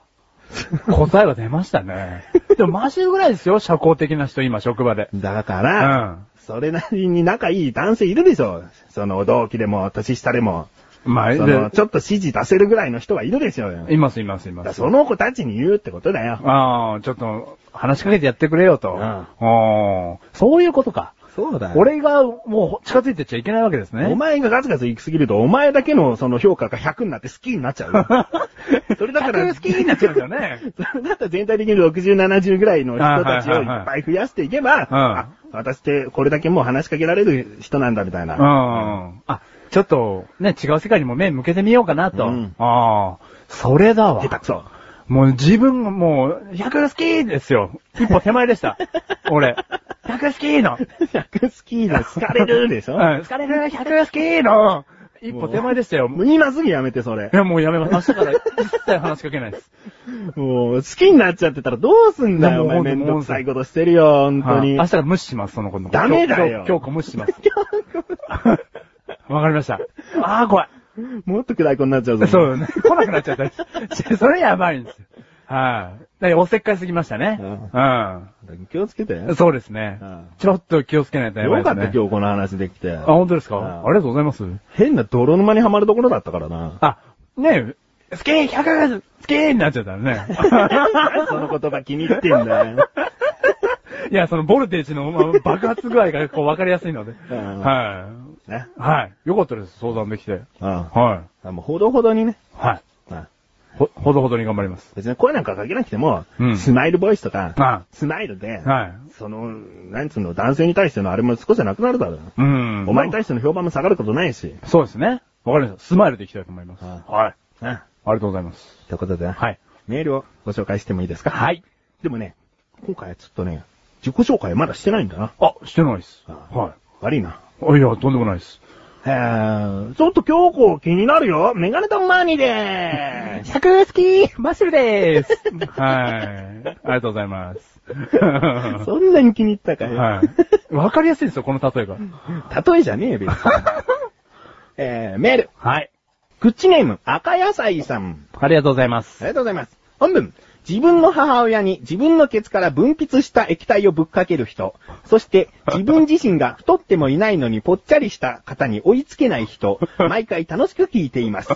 Speaker 2: 答えが出ましたね。でもマシぐらいですよ、社交的な人、今、職場で。
Speaker 1: だか
Speaker 2: う
Speaker 1: ら、
Speaker 2: ん。
Speaker 1: それなりに仲いい男性いるでしょその、同期でも、年下でも、
Speaker 2: まあ、
Speaker 1: そ
Speaker 2: で
Speaker 1: の、ちょっと指示出せるぐらいの人はいるでしょうよ。
Speaker 2: いますいますい
Speaker 1: だ
Speaker 2: ま
Speaker 1: から
Speaker 2: す。
Speaker 1: その子たちに言うってことだよ。
Speaker 2: ああ、ちょっと、話しかけてやってくれよと。
Speaker 1: うん
Speaker 2: あーそういうことか。
Speaker 1: そうだ
Speaker 2: 俺
Speaker 1: 俺、
Speaker 2: がもう近づいてっちゃいけないわけです
Speaker 1: お
Speaker 2: ね。
Speaker 1: 前がガツガツ行きすぎると、お前だけのその評価が100になって好きになっちゃうよ。 それだから、
Speaker 2: 100好きになっちゃうんだよね。
Speaker 1: それだったら全体的に60、70ぐらいの人たちをいっぱい増やしていけば、
Speaker 2: うん
Speaker 1: あ、私ってこれだけもう話しかけられる人なんだみた いうな。
Speaker 2: ん。あ、ちょっと、ね、違う世界にも目向けてみようかなと。
Speaker 1: うん
Speaker 2: ああ、それだわ
Speaker 1: 下。手くそ。
Speaker 2: もう自分がもう、100好きですよ。一歩手前で した。俺。100好きの。
Speaker 1: 100好きの好かれるでし
Speaker 2: う
Speaker 1: ょ
Speaker 2: ん、疲れる100好きの。一歩手前でしたよ。
Speaker 1: もう今すぐやめて、それ
Speaker 2: い。や、もうやめます。明日から一切話しかけないです。
Speaker 1: もう、好きになっちゃってたらどうすんだよ、お
Speaker 2: いやも
Speaker 1: 前
Speaker 2: う
Speaker 1: めんどくさい
Speaker 2: も
Speaker 1: ことしてるよ、本当
Speaker 2: はい
Speaker 1: に
Speaker 2: 明。日から無視します、その子のこと。
Speaker 1: ダメだよ
Speaker 2: 今日今日今日子無視します。わかりました。ああ、怖い。
Speaker 1: もっと暗い子になっちゃうぞ。
Speaker 2: そうよね。来なくなっちゃったんです。それやばいんですよ。はい、だからおせっかいすぎましたね。う
Speaker 1: 気をつけて。
Speaker 2: ん。そうですね
Speaker 1: うん。
Speaker 2: ちょっと気をつけないとやばいで
Speaker 1: よか
Speaker 2: す
Speaker 1: っ
Speaker 2: ね。
Speaker 1: た、今日この話できて。
Speaker 2: あ、本当ですか、
Speaker 1: うん
Speaker 2: ありがとうございます。
Speaker 1: 変な泥沼にはまるところだったか らな。
Speaker 2: あ、ねえ、スケー100、スケーになっちゃったね。
Speaker 1: その言葉気に入ってんだよ。
Speaker 2: いや、そのボルテージのまあ爆発具合がこう分かりやすいので。
Speaker 1: ん
Speaker 2: はい。
Speaker 1: ね。
Speaker 2: はい。よかったです、相談できて。
Speaker 1: うん。
Speaker 2: はい。
Speaker 1: あもうほどほどにね。
Speaker 2: はい。
Speaker 1: うん
Speaker 2: ほ、ほどほどに頑張ります。
Speaker 1: 別に声なんかかけなくても、
Speaker 2: うん
Speaker 1: スマイルボイスとか、
Speaker 2: は
Speaker 1: スマイルで、
Speaker 2: い。はい。
Speaker 1: その、なんつうの、男性に対してのあれも少しはなくなるだろう。
Speaker 2: うん。
Speaker 1: お前に対しての評判も下がることないし。
Speaker 2: そうですね。わかりました。スマイルでいきたいと思います。
Speaker 1: はい
Speaker 2: はい。
Speaker 1: うん。
Speaker 2: ありがとうございます。
Speaker 1: ということで、
Speaker 2: はい。
Speaker 1: メールをご紹介してもいいですか
Speaker 2: はい。
Speaker 1: でもね、今回はちょっとね、自己紹介まだしてないんだな。
Speaker 2: あ、してないです。
Speaker 1: あ
Speaker 2: は
Speaker 1: 悪いな。
Speaker 2: い。あいや、とんでもないです。
Speaker 1: えー、ちょっと京子気になるよ。メガネとマーニーでー す。
Speaker 2: 100好きマッシュルでーす。はい。ありがとうござい ます。は
Speaker 1: そんなに気に入ったかよ。
Speaker 2: い。わかりやすいですよ、この例えが。
Speaker 1: 例えじゃねえよ、 別に。えー、メール。
Speaker 2: はい。
Speaker 1: グッチネーム、赤野菜さん。
Speaker 2: ありがとうございま
Speaker 1: あ
Speaker 2: す。
Speaker 1: りがとうございます。本文。自分の母親に自分のケツから分泌した液体をぶっかける人。そして、自分自身が太ってもいないのにぽっちゃりした方に追いつけない人。毎回楽しく聞いています。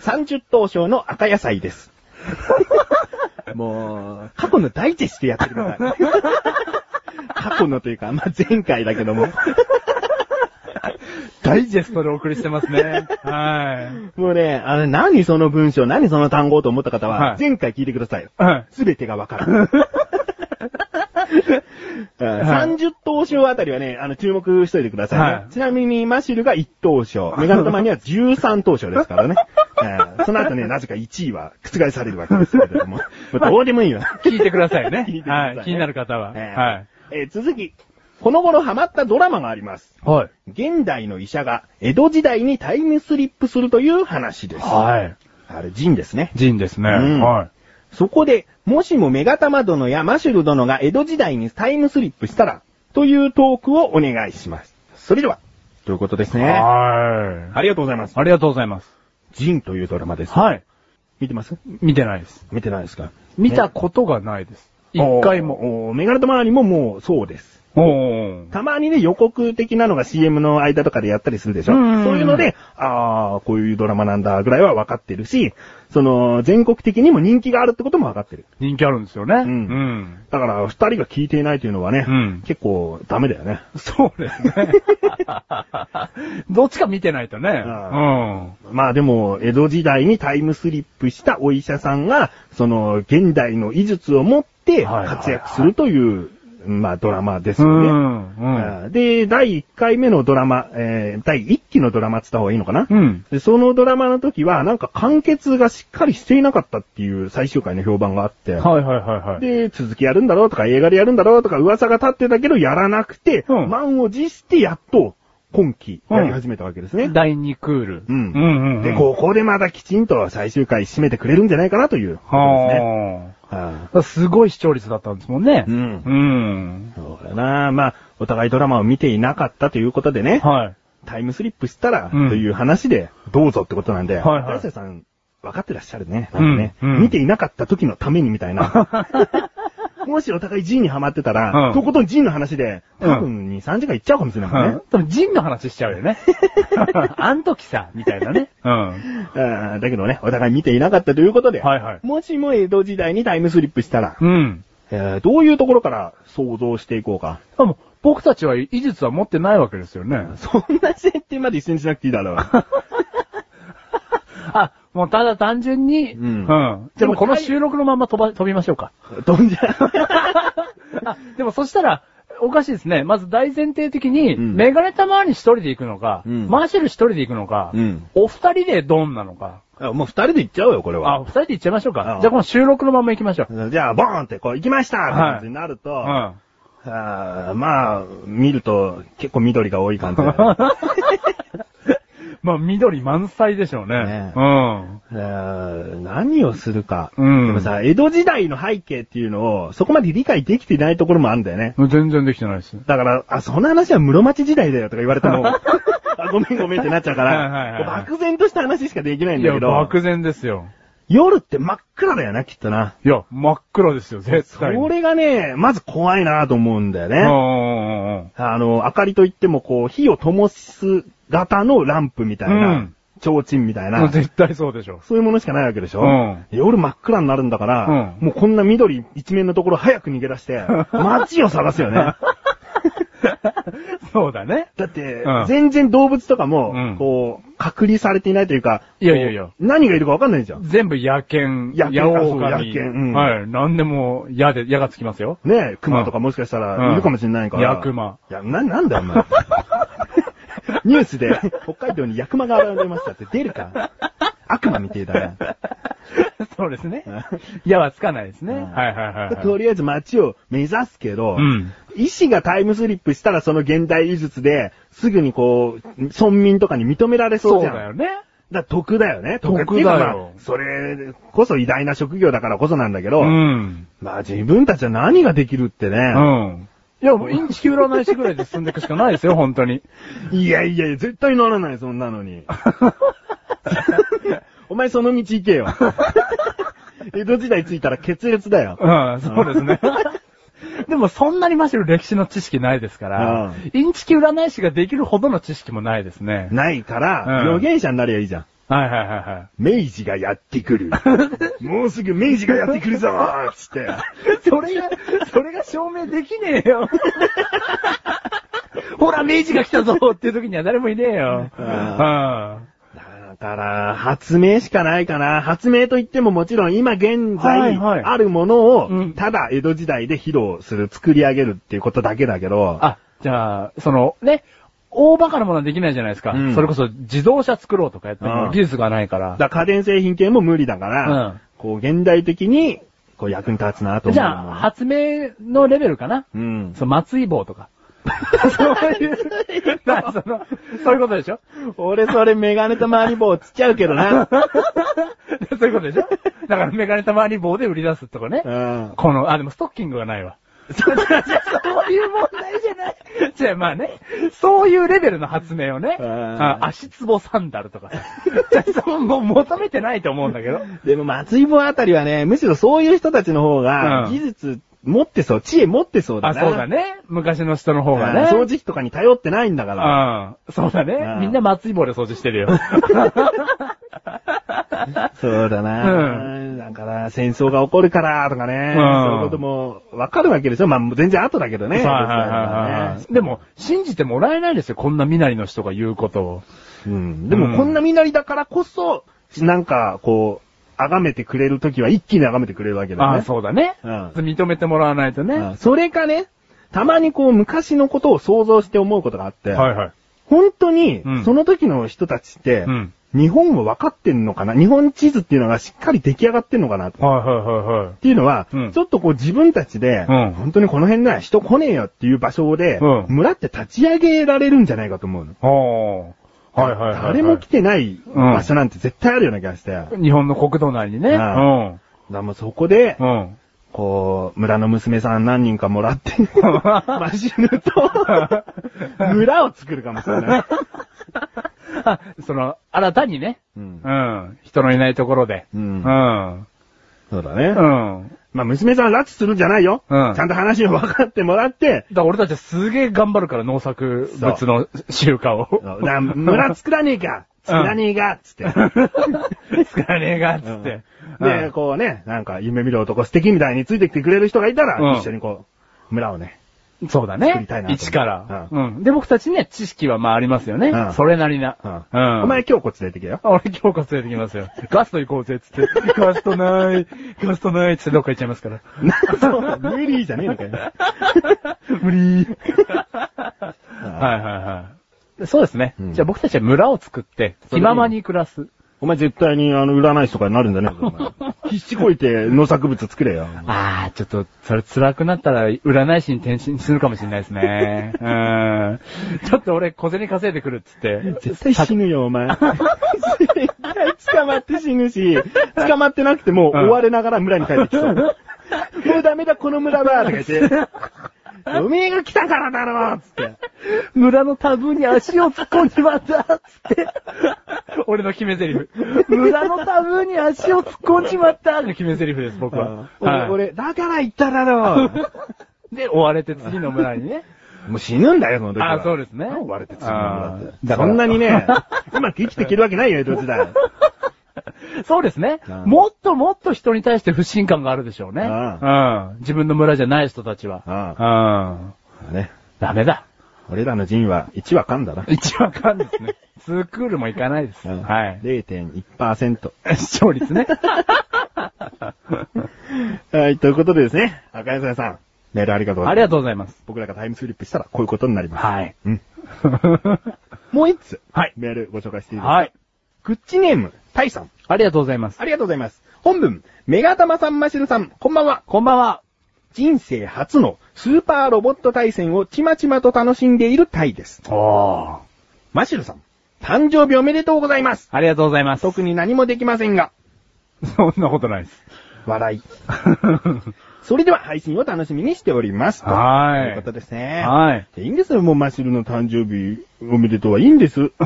Speaker 1: 30頭章の赤野菜です。 もう、過去の大事してやってください。過去のというか、まあ、前回だけども。
Speaker 2: ダイジェストでお送りしてますね。は
Speaker 1: もうね、あの、何その文章、何その単語と思った方
Speaker 2: は
Speaker 1: は、
Speaker 2: い
Speaker 1: 前回聞いてください。
Speaker 2: い。はい。
Speaker 1: すべてがわか る。30等賞あたりはね、あの、注目しといてくださいね。
Speaker 2: はい
Speaker 1: ちなみに、マシルが1等賞、メガネ玉には13等賞ですか らね。えーその後ね、なぜか1位は覆されるわけですけ れども。もうどうでもいいわ。
Speaker 2: 聞いてくださいね。
Speaker 1: 聞いてくださ
Speaker 2: はいい。気になる方は。
Speaker 1: えー
Speaker 2: はい。
Speaker 1: えー続き。この頃ハマったドラマがあります。
Speaker 2: はい。
Speaker 1: 現代の医者が江戸時代にタイムスリップするという話です。
Speaker 2: はい。
Speaker 1: あれ、ジンですね。
Speaker 2: ジンですね。
Speaker 1: うん
Speaker 2: はい。
Speaker 1: そこで、もしもメガタマ殿やマシュル殿が江戸時代にタイムスリップしたら、というトークをお願いします。それでは、ということですね。
Speaker 2: は
Speaker 1: ありがとうございます
Speaker 2: い。。ありがとうございます。
Speaker 1: ジンというドラマです。
Speaker 2: はい。
Speaker 1: 見てます
Speaker 2: 見てないです。
Speaker 1: 見てないですか
Speaker 2: 見たことがないです。一回も。。
Speaker 1: おーおーメガネタマにももうそうです。
Speaker 2: おー。
Speaker 1: たまにね、予告的なのが CM の間とかでやったりするでしょ
Speaker 2: うん
Speaker 1: そういうので、あー、こういうドラマなんだぐらいは分かってるし、その、全国的にも人気があるってことも分かってる。
Speaker 2: 人気あるんですよね。うん
Speaker 1: だから、二人が聞いていないというのはね、
Speaker 2: うん
Speaker 1: 結構ダメだよね。
Speaker 2: そうです ね。どっちか見てないとね。う
Speaker 1: あ
Speaker 2: ん。
Speaker 1: まあでも、江戸時代にタイムスリップしたお医者さんが、その、現代の医術を持って
Speaker 2: はいはいはい
Speaker 1: 活躍するという、まあドラマです
Speaker 2: う
Speaker 1: よね。
Speaker 2: ん。うん。
Speaker 1: あで、第1回目のドラマ、えー第1期のドラマって言った方がいいのかな、
Speaker 2: うん。
Speaker 1: でそのドラマの時は、なんか完結がしっかりしていなかったっていう最終回の評判があって、
Speaker 2: はいはいはいはい。
Speaker 1: で、続きやるんだろうとか、映画でやるんだろうとか、噂が立ってたけど、やらなくて、
Speaker 2: うん
Speaker 1: 満を持してやっと、今期、やり始めたわけですね。
Speaker 2: 第2クール。
Speaker 1: うん
Speaker 2: うんうん。
Speaker 1: で、ここでまたきちんと最終回締めてくれるんじゃないかなというこ
Speaker 2: うん。
Speaker 1: とですね。
Speaker 2: は
Speaker 1: はあ
Speaker 2: あ。すごい視聴率だったんですもんね。
Speaker 1: うん
Speaker 2: うん。
Speaker 1: そうだなまあ、お互いドラマを見ていなかったということでね、
Speaker 2: はい。
Speaker 1: タイムスリップしたら、
Speaker 2: うん
Speaker 1: という話で、どうぞってことなんで、
Speaker 2: はいはい
Speaker 1: 大瀬さん、分かってらっしゃるね。なんかね、
Speaker 2: うんうん
Speaker 1: 見ていなかった時のためにみた いな。もしお互い G にハマってたら、
Speaker 2: うん
Speaker 1: とことん G の話で、多分2、3時間いっちゃうかもしれないもんね。
Speaker 2: 多分、ジンの話しちゃうよ ね。あん時さ、みたいなね。うん。
Speaker 1: あーだけどね、お互い見ていなかったということで、
Speaker 2: はいはい。
Speaker 1: もしも江戸時代にタイムスリップしたら、
Speaker 2: うん。
Speaker 1: えーどういうところから想像していこうか。
Speaker 2: でも、僕たちは医術は持ってないわけですよね。
Speaker 1: そんな設定まで一緒にしなくていいだろう。
Speaker 2: あ、もうただ単純に、
Speaker 1: うん
Speaker 2: うん。でもこの収録のまま飛ば、飛びましょうか。
Speaker 1: 飛んじゃう。
Speaker 2: あ、でもそしたら、おかしいですね。まず大前提的に、
Speaker 1: うん
Speaker 2: メガネたまわりに一人で行くのか、
Speaker 1: うん
Speaker 2: マーシェル一人で行くのか、
Speaker 1: うん
Speaker 2: お二人でドンなのか。
Speaker 1: あもう二人で行っちゃおうよ、これ
Speaker 2: あ、
Speaker 1: は
Speaker 2: お。二人で行っちゃいましょう
Speaker 1: う
Speaker 2: か
Speaker 1: ん。
Speaker 2: じゃあこの収録のまま行きましょう。
Speaker 1: じゃあ、ボーンってこう、行きましたって
Speaker 2: はい
Speaker 1: 感じになると、
Speaker 2: うん。 あ
Speaker 1: あーまあ、見ると結構緑が多い感 じだよね
Speaker 2: まあ、緑満載でしょうね。
Speaker 1: ね
Speaker 2: うん。
Speaker 1: えー何をするか。
Speaker 2: うん
Speaker 1: でもさ、江戸時代の背景っていうのを、そこまで理解できてないところもあるんだよね。
Speaker 2: もう全然できてないです。
Speaker 1: だから、あ、その話は室町時代だよとか言われても、あごめんごめんってなっちゃうか
Speaker 2: はいはいはい
Speaker 1: ら、漠然とした話しかできないん
Speaker 2: い
Speaker 1: だ
Speaker 2: や、
Speaker 1: けど、
Speaker 2: 漠然ですよ。
Speaker 1: 夜って真っ暗だよな、きっとな。
Speaker 2: いや、真っ暗ですよ、絶
Speaker 1: そ
Speaker 2: 対に。
Speaker 1: れがね、まず怖いなと思うんだよ
Speaker 2: うんう
Speaker 1: ね。
Speaker 2: んうんうん。、
Speaker 1: あの、明かりといってもこう、火を灯す型のランプみたいうなん提灯みたい
Speaker 2: もう
Speaker 1: な、
Speaker 2: 絶対そうでしょ。
Speaker 1: そういうものしかないわけでしょ
Speaker 2: うん
Speaker 1: 夜真っ暗になるんだから、
Speaker 2: うん
Speaker 1: もうこんな緑一面のところ早く逃げ出 して、街を探すよね。
Speaker 2: そうだね。
Speaker 1: だって
Speaker 2: うん、
Speaker 1: 全然動物とか
Speaker 2: うん
Speaker 1: も、こう、隔離されていないというか、
Speaker 2: いやいやいや
Speaker 1: こう何がいるかわかんないじゃん。
Speaker 2: 全部野犬、
Speaker 1: 野犬
Speaker 2: オオカ
Speaker 1: そう野犬うん
Speaker 2: はい、なんでも矢で、矢がつきますよ。
Speaker 1: ねえ、熊とかもしかした
Speaker 2: うん
Speaker 1: ら、いるかもしれないから。
Speaker 2: ヤクマ。
Speaker 1: いや、な、なんだよ、お前。 ニュースで、北海道にヤクマが現れましたって出るか。悪魔みてえだね。
Speaker 2: そうですね
Speaker 1: うん。
Speaker 2: 矢はつかないですね。
Speaker 1: うん
Speaker 2: はいはいはいはい。
Speaker 1: とりあえず街を目指すけど、
Speaker 2: うん
Speaker 1: 医師がタイムスリップしたらその現代技術で、すぐにこう、村民とかに認められそう
Speaker 2: そう
Speaker 1: じゃん。
Speaker 2: だよね。
Speaker 1: だから得だよね。
Speaker 2: 得だよ
Speaker 1: っていうかまあそれこそ偉大な職業だからこそなんだけど、
Speaker 2: うん。
Speaker 1: まあ自分たちは何ができるって
Speaker 2: う
Speaker 1: ね。
Speaker 2: ん。いや、もうインチキ占い師ぐらいで進んでいくしかないですよ、本当に。
Speaker 1: いやいやいや、絶対ならない、そんな のに。お前その道行けよ。江戸時代着いたら血裂だよ。
Speaker 2: うん、そうです ね。でもそんなにマシュル歴史の知識ないですから、インチキ占い師ができるほどの知識もないですね。
Speaker 1: ないから、
Speaker 2: うん
Speaker 1: 預言者になりゃいいじゃん。
Speaker 2: はいはいはいはい。
Speaker 1: 明治がやって くる。もうすぐ明治がやってくるぞーつって。
Speaker 2: それが、それが証明できねえよ。 ほら、明治が来たぞっていう時には誰もいねえよ。う
Speaker 1: うん
Speaker 2: ん。
Speaker 1: だから、発明しかないかな。発明といってももちろん今現
Speaker 2: はい
Speaker 1: 在
Speaker 2: はい
Speaker 1: あるものを
Speaker 2: うん、
Speaker 1: ただ江戸時代で披露する、作り上げるっていうことだけだけど、
Speaker 2: あ、じゃあ、その、ね、大バカなものはできないじゃないですか。
Speaker 1: うん
Speaker 2: それこそ自動車作ろうとかやっても
Speaker 1: うん
Speaker 2: 技術がないから。
Speaker 1: だから家電製品系も無理だから、
Speaker 2: うん
Speaker 1: こう現代的にこう役に立つなと思う。
Speaker 2: じゃあ、発明のレベルかな。
Speaker 1: うん。
Speaker 2: その松井棒と か。そういう、だからそのそういうことでしょ
Speaker 1: 俺それメガネとマリボーつっちゃうけ どな。
Speaker 2: そういうことでしょだからメガネたまり棒で売り出すとかね。
Speaker 1: うん。
Speaker 2: この、あ、でもストッキングがないわ。 そういう問題じゃない。 じゃあまあね、そういうレベルの発明をね、
Speaker 1: うん
Speaker 2: あ足つぼサンダルとかさ。じゃあそうもう求めてないと思うんだけど。
Speaker 1: でも松井坊あたりはね、むしろそういう人たちの方が
Speaker 2: うん
Speaker 1: 技術持ってそう、知恵持ってそうだ
Speaker 2: あ、
Speaker 1: な。
Speaker 2: そうだね。昔の人の
Speaker 1: う
Speaker 2: 方
Speaker 1: ん。
Speaker 2: がね。
Speaker 1: 掃除機とかに頼ってないんだから。
Speaker 2: うん。そうだね
Speaker 1: う。ん
Speaker 2: みんな松井棒で掃除して るよ。
Speaker 1: そうだな。だから、戦争が起こるから、とかね。
Speaker 2: うん
Speaker 1: そういうことも、わかるわけでしょまあ、全然後だけどね。
Speaker 2: はいはいはいはい
Speaker 1: ね
Speaker 2: でも、信じてもらえないですよ。こんな身なりの人が言うことを。
Speaker 1: うん。でも、こんな身なりだからこそ、なんか、こう、崇めてくれるときは一気に崇めてくれるわけだよ
Speaker 2: あ
Speaker 1: ね。
Speaker 2: あ、そうだね。
Speaker 1: うん
Speaker 2: 認めてもらわないとね。
Speaker 1: うんそれかね、たまにこう昔のことを想像して思うことがあって、
Speaker 2: はいはい。
Speaker 1: 本当に
Speaker 2: うん
Speaker 1: その時の人たちって、
Speaker 2: うん
Speaker 1: 日本を分かってんのかな日本地図っていうのがしっかり出来上がってんのかなと。っ
Speaker 2: はいはいはいはい。
Speaker 1: ていうのは、
Speaker 2: うん
Speaker 1: ちょっとこう自分たちで、
Speaker 2: うん
Speaker 1: 本当にこの辺なら人来ねえよっていう場所で、
Speaker 2: うん
Speaker 1: 村って立ち上げられるんじゃないかと思うの。
Speaker 2: はあ。はいはいはいはい。
Speaker 1: 誰も来てない
Speaker 2: うん
Speaker 1: 場所なんて絶対あるような気がして。だか
Speaker 2: 日本の国土内にね。
Speaker 1: うん
Speaker 2: うん。
Speaker 1: らもうそこで、
Speaker 2: うん。
Speaker 1: こう、村の娘さん何人かもら って、マシヌ と、村を作るかもしれない。
Speaker 2: あその、新たにね。
Speaker 1: う
Speaker 2: うんん。人のいないところで。
Speaker 1: うん
Speaker 2: うん。
Speaker 1: そうだ
Speaker 2: う
Speaker 1: ね。
Speaker 2: ん。
Speaker 1: まあ、娘さん拉致するんじゃないよ。
Speaker 2: うん
Speaker 1: ちゃんと話を分かってもらって、
Speaker 2: だから俺たちはすげえ頑張るから、農作物の集荷を。
Speaker 1: な村作らねえか作らねえがつって。
Speaker 2: 使わねえが、つ
Speaker 1: うん
Speaker 2: って。
Speaker 1: で、こうね、なんか夢見る男素敵みたいについてきてくれる人がいた
Speaker 2: うん
Speaker 1: ら、一緒にこう、村をね。
Speaker 2: うんそうだ
Speaker 1: 作
Speaker 2: ね
Speaker 1: りたいな。と思う
Speaker 2: 一から。
Speaker 1: う
Speaker 2: うん。で、僕たちね、知識はまあありますよね
Speaker 1: う。ん
Speaker 2: それなり
Speaker 1: う
Speaker 2: な。うんん。
Speaker 1: お前今日こっち連れてけ よ。
Speaker 2: 俺今日こそ連れてきますよ。 ガスト行こうぜ、つって。 ガストない、ガストない、つってどっか行っちゃいますから。
Speaker 1: そう無理じゃねえのかよ。
Speaker 2: 無理はいはいはい。そうですね。
Speaker 1: うん
Speaker 2: じゃあ僕たちは村を作って、気ままに暮らす。
Speaker 1: お前絶対にあの、占い師とかになるんじ ゃねえぞ、お前必死こいて農作物作れよ。
Speaker 2: ああ、ちょっと、それ辛くなったら、占い師に転身するかもしれないです ね。うん。ちょっと俺、小銭稼いでくるっつって。
Speaker 1: 絶対死ぬよ、お前。 絶対捕まって死ぬし、捕まってなくても
Speaker 2: うん
Speaker 1: 追われながら村に帰ってきそう。もうダメだ、この村はとか言って。嫁が来たからだろつって。
Speaker 2: 村のタブーに足を突っ込んでまったつって。俺の決め台詞。村のタブーに足を突っ込んじまったの決め台詞です、僕は。
Speaker 1: 俺、
Speaker 2: はい、
Speaker 1: 俺、だから言っただろ
Speaker 2: で、追われて次の村にね。
Speaker 1: もう死ぬんだよ、その時は。
Speaker 2: あそうですね
Speaker 1: 追われて死ぬん
Speaker 2: あ
Speaker 1: だ
Speaker 2: ー
Speaker 1: って。そんなにね、うまく生きていけるわけないよ、江戸 時代。
Speaker 2: そうですね
Speaker 1: うん。
Speaker 2: もっともっと人に対して不信感があるでしょうね。
Speaker 1: うん
Speaker 2: うん自分の村じゃない人たちは。うん
Speaker 1: ね。
Speaker 2: ダメだ。
Speaker 1: 俺らの人は1はんだな。
Speaker 2: 一番かんです ね。ツークールもいかないです。
Speaker 1: うん
Speaker 2: はい。
Speaker 1: 0.1%。
Speaker 2: 視聴率 ね。
Speaker 1: はい、ということでですね、赤安さん、メールありがとうござ
Speaker 2: あ
Speaker 1: い
Speaker 2: りが
Speaker 1: ます。
Speaker 2: とうございます。
Speaker 1: 僕らがタイムスリップしたらこういうことになりま す。
Speaker 2: はい。
Speaker 1: うん。もう一つ、
Speaker 2: はい
Speaker 1: メールご紹介していいですか
Speaker 2: はい。
Speaker 1: グッチネーム、タイさん。
Speaker 2: ありがとうございます。
Speaker 1: ありがとうございます。本文、メガタマさんマシルさん、こんばんは。
Speaker 2: こんばんは。
Speaker 1: 人生初のスーパーロボット対戦をちまちまと楽しんでいるタイです。
Speaker 2: おー。
Speaker 1: マシルさん、誕生日おめでとうございます。
Speaker 2: ありがとうございます。
Speaker 1: 特に何もできませんが、
Speaker 2: そんなことない です。
Speaker 1: 笑い。それでは配信を楽しみにしております。と
Speaker 2: はい
Speaker 1: いうことですね。
Speaker 2: はい。
Speaker 1: いいんですよ、もうマシルの誕生日おめでとうはいいんです。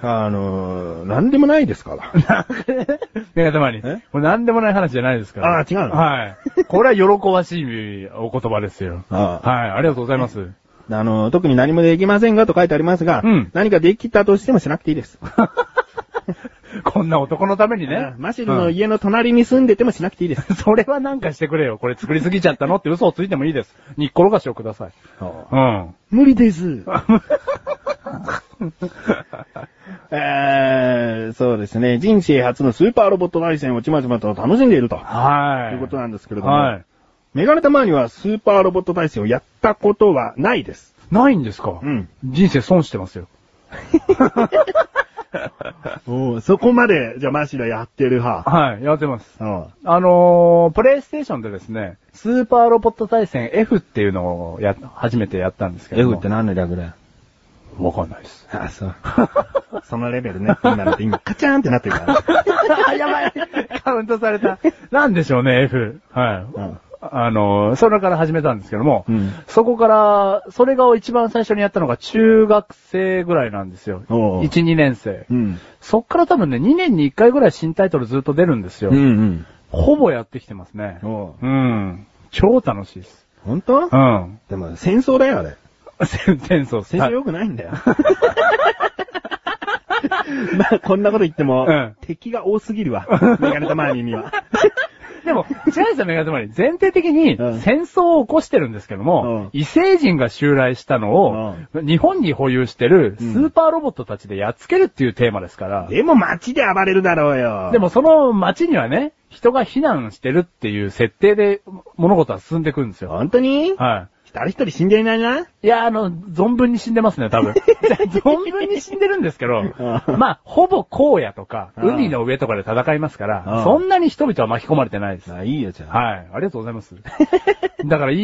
Speaker 1: あのー、なんでもないですから。
Speaker 2: メガたまに。
Speaker 1: え
Speaker 2: もう何でもない話じゃないですから。
Speaker 1: あー違うの
Speaker 2: はい。これは喜ばしいお言葉ですよ。
Speaker 1: ああ
Speaker 2: はい。ありがとうございます。
Speaker 1: あのー、特に何もできませんがと書いてありますが、
Speaker 2: うん
Speaker 1: 何かできたとしてもしなくていい です。
Speaker 2: こんな男のためにね
Speaker 1: あ。マシルの家の隣に住んでてもしなくていいです。
Speaker 2: それはなんかしてくれよ。これ作りすぎちゃったのって嘘をついてもいいです。にっころがしをください。うん。
Speaker 1: 無理です。 えー、そうですね。人生初のスーパーロボット対戦をちまちまと楽しんでいると。
Speaker 2: はい。
Speaker 1: ということなんですけれども。
Speaker 2: はい。
Speaker 1: メガネたまにはスーパーロボット対戦をやったことはないです。
Speaker 2: ないんですか
Speaker 1: うん
Speaker 2: 人生損してますよ。
Speaker 1: そこまで、じゃあマシルはやってる派。
Speaker 2: はい、やってます。
Speaker 1: うん
Speaker 2: あのー、プレイステーションでですね、スーパーロボット対戦 F っていうのをや、初めてやったんですけども。
Speaker 1: 何の略だよ。
Speaker 2: わかんないです。
Speaker 1: あ、そう。 そのレベルね。今なって 今、カチャーンってなってるから。
Speaker 2: やばいカウントされた。なんでしょうね、F。はい。
Speaker 1: ん
Speaker 2: あのー、それから始めたんですけども、
Speaker 1: うん
Speaker 2: そこから、それが一番最初にやったのが中学生ぐらいなんですよ。
Speaker 1: おう
Speaker 2: 1、2年生。
Speaker 1: うん。
Speaker 2: そっから多分ね、2年に1回ぐらい新タイトルずっと出るんですよ。
Speaker 1: ん
Speaker 2: ほぼやってきてますね。
Speaker 1: おう
Speaker 2: うん。超楽しいです。
Speaker 1: 本
Speaker 2: う
Speaker 1: 当
Speaker 2: ん。
Speaker 1: でも、戦争だよ、あれ。
Speaker 2: 戦争、
Speaker 1: 戦争良くないんだよ。 まあ、こんなこと言っても、
Speaker 2: うん
Speaker 1: 敵が多すぎるわ。メガネたまにに は。
Speaker 2: でも、違うんですよ、メガネまり。前提的に
Speaker 1: うん
Speaker 2: 戦争を起こしてるんですけども、
Speaker 1: う
Speaker 2: 異星人が襲来したのを、日本に保有してるスーパーロボットたちでやっつけるっていうテーマですから、
Speaker 1: でも街で暴れるだろうよ。
Speaker 2: でもその街にはね、人が避難してるっていう設定で物事は進んでいくんですよ。
Speaker 1: 本当に
Speaker 2: は。
Speaker 1: 誰一人死んでいないない
Speaker 2: いや、あの、存分に死んでますね、 多分。存分に死んでるんですけど、
Speaker 1: ん
Speaker 2: まあ、ほぼ荒野とか、
Speaker 1: うん
Speaker 2: 海の上とかで戦いますか
Speaker 1: うん
Speaker 2: ら、そんなに人々は巻き込まれてないです。
Speaker 1: あ、いいよ、じゃあ。
Speaker 2: はい。ありがとうございます。 だから、い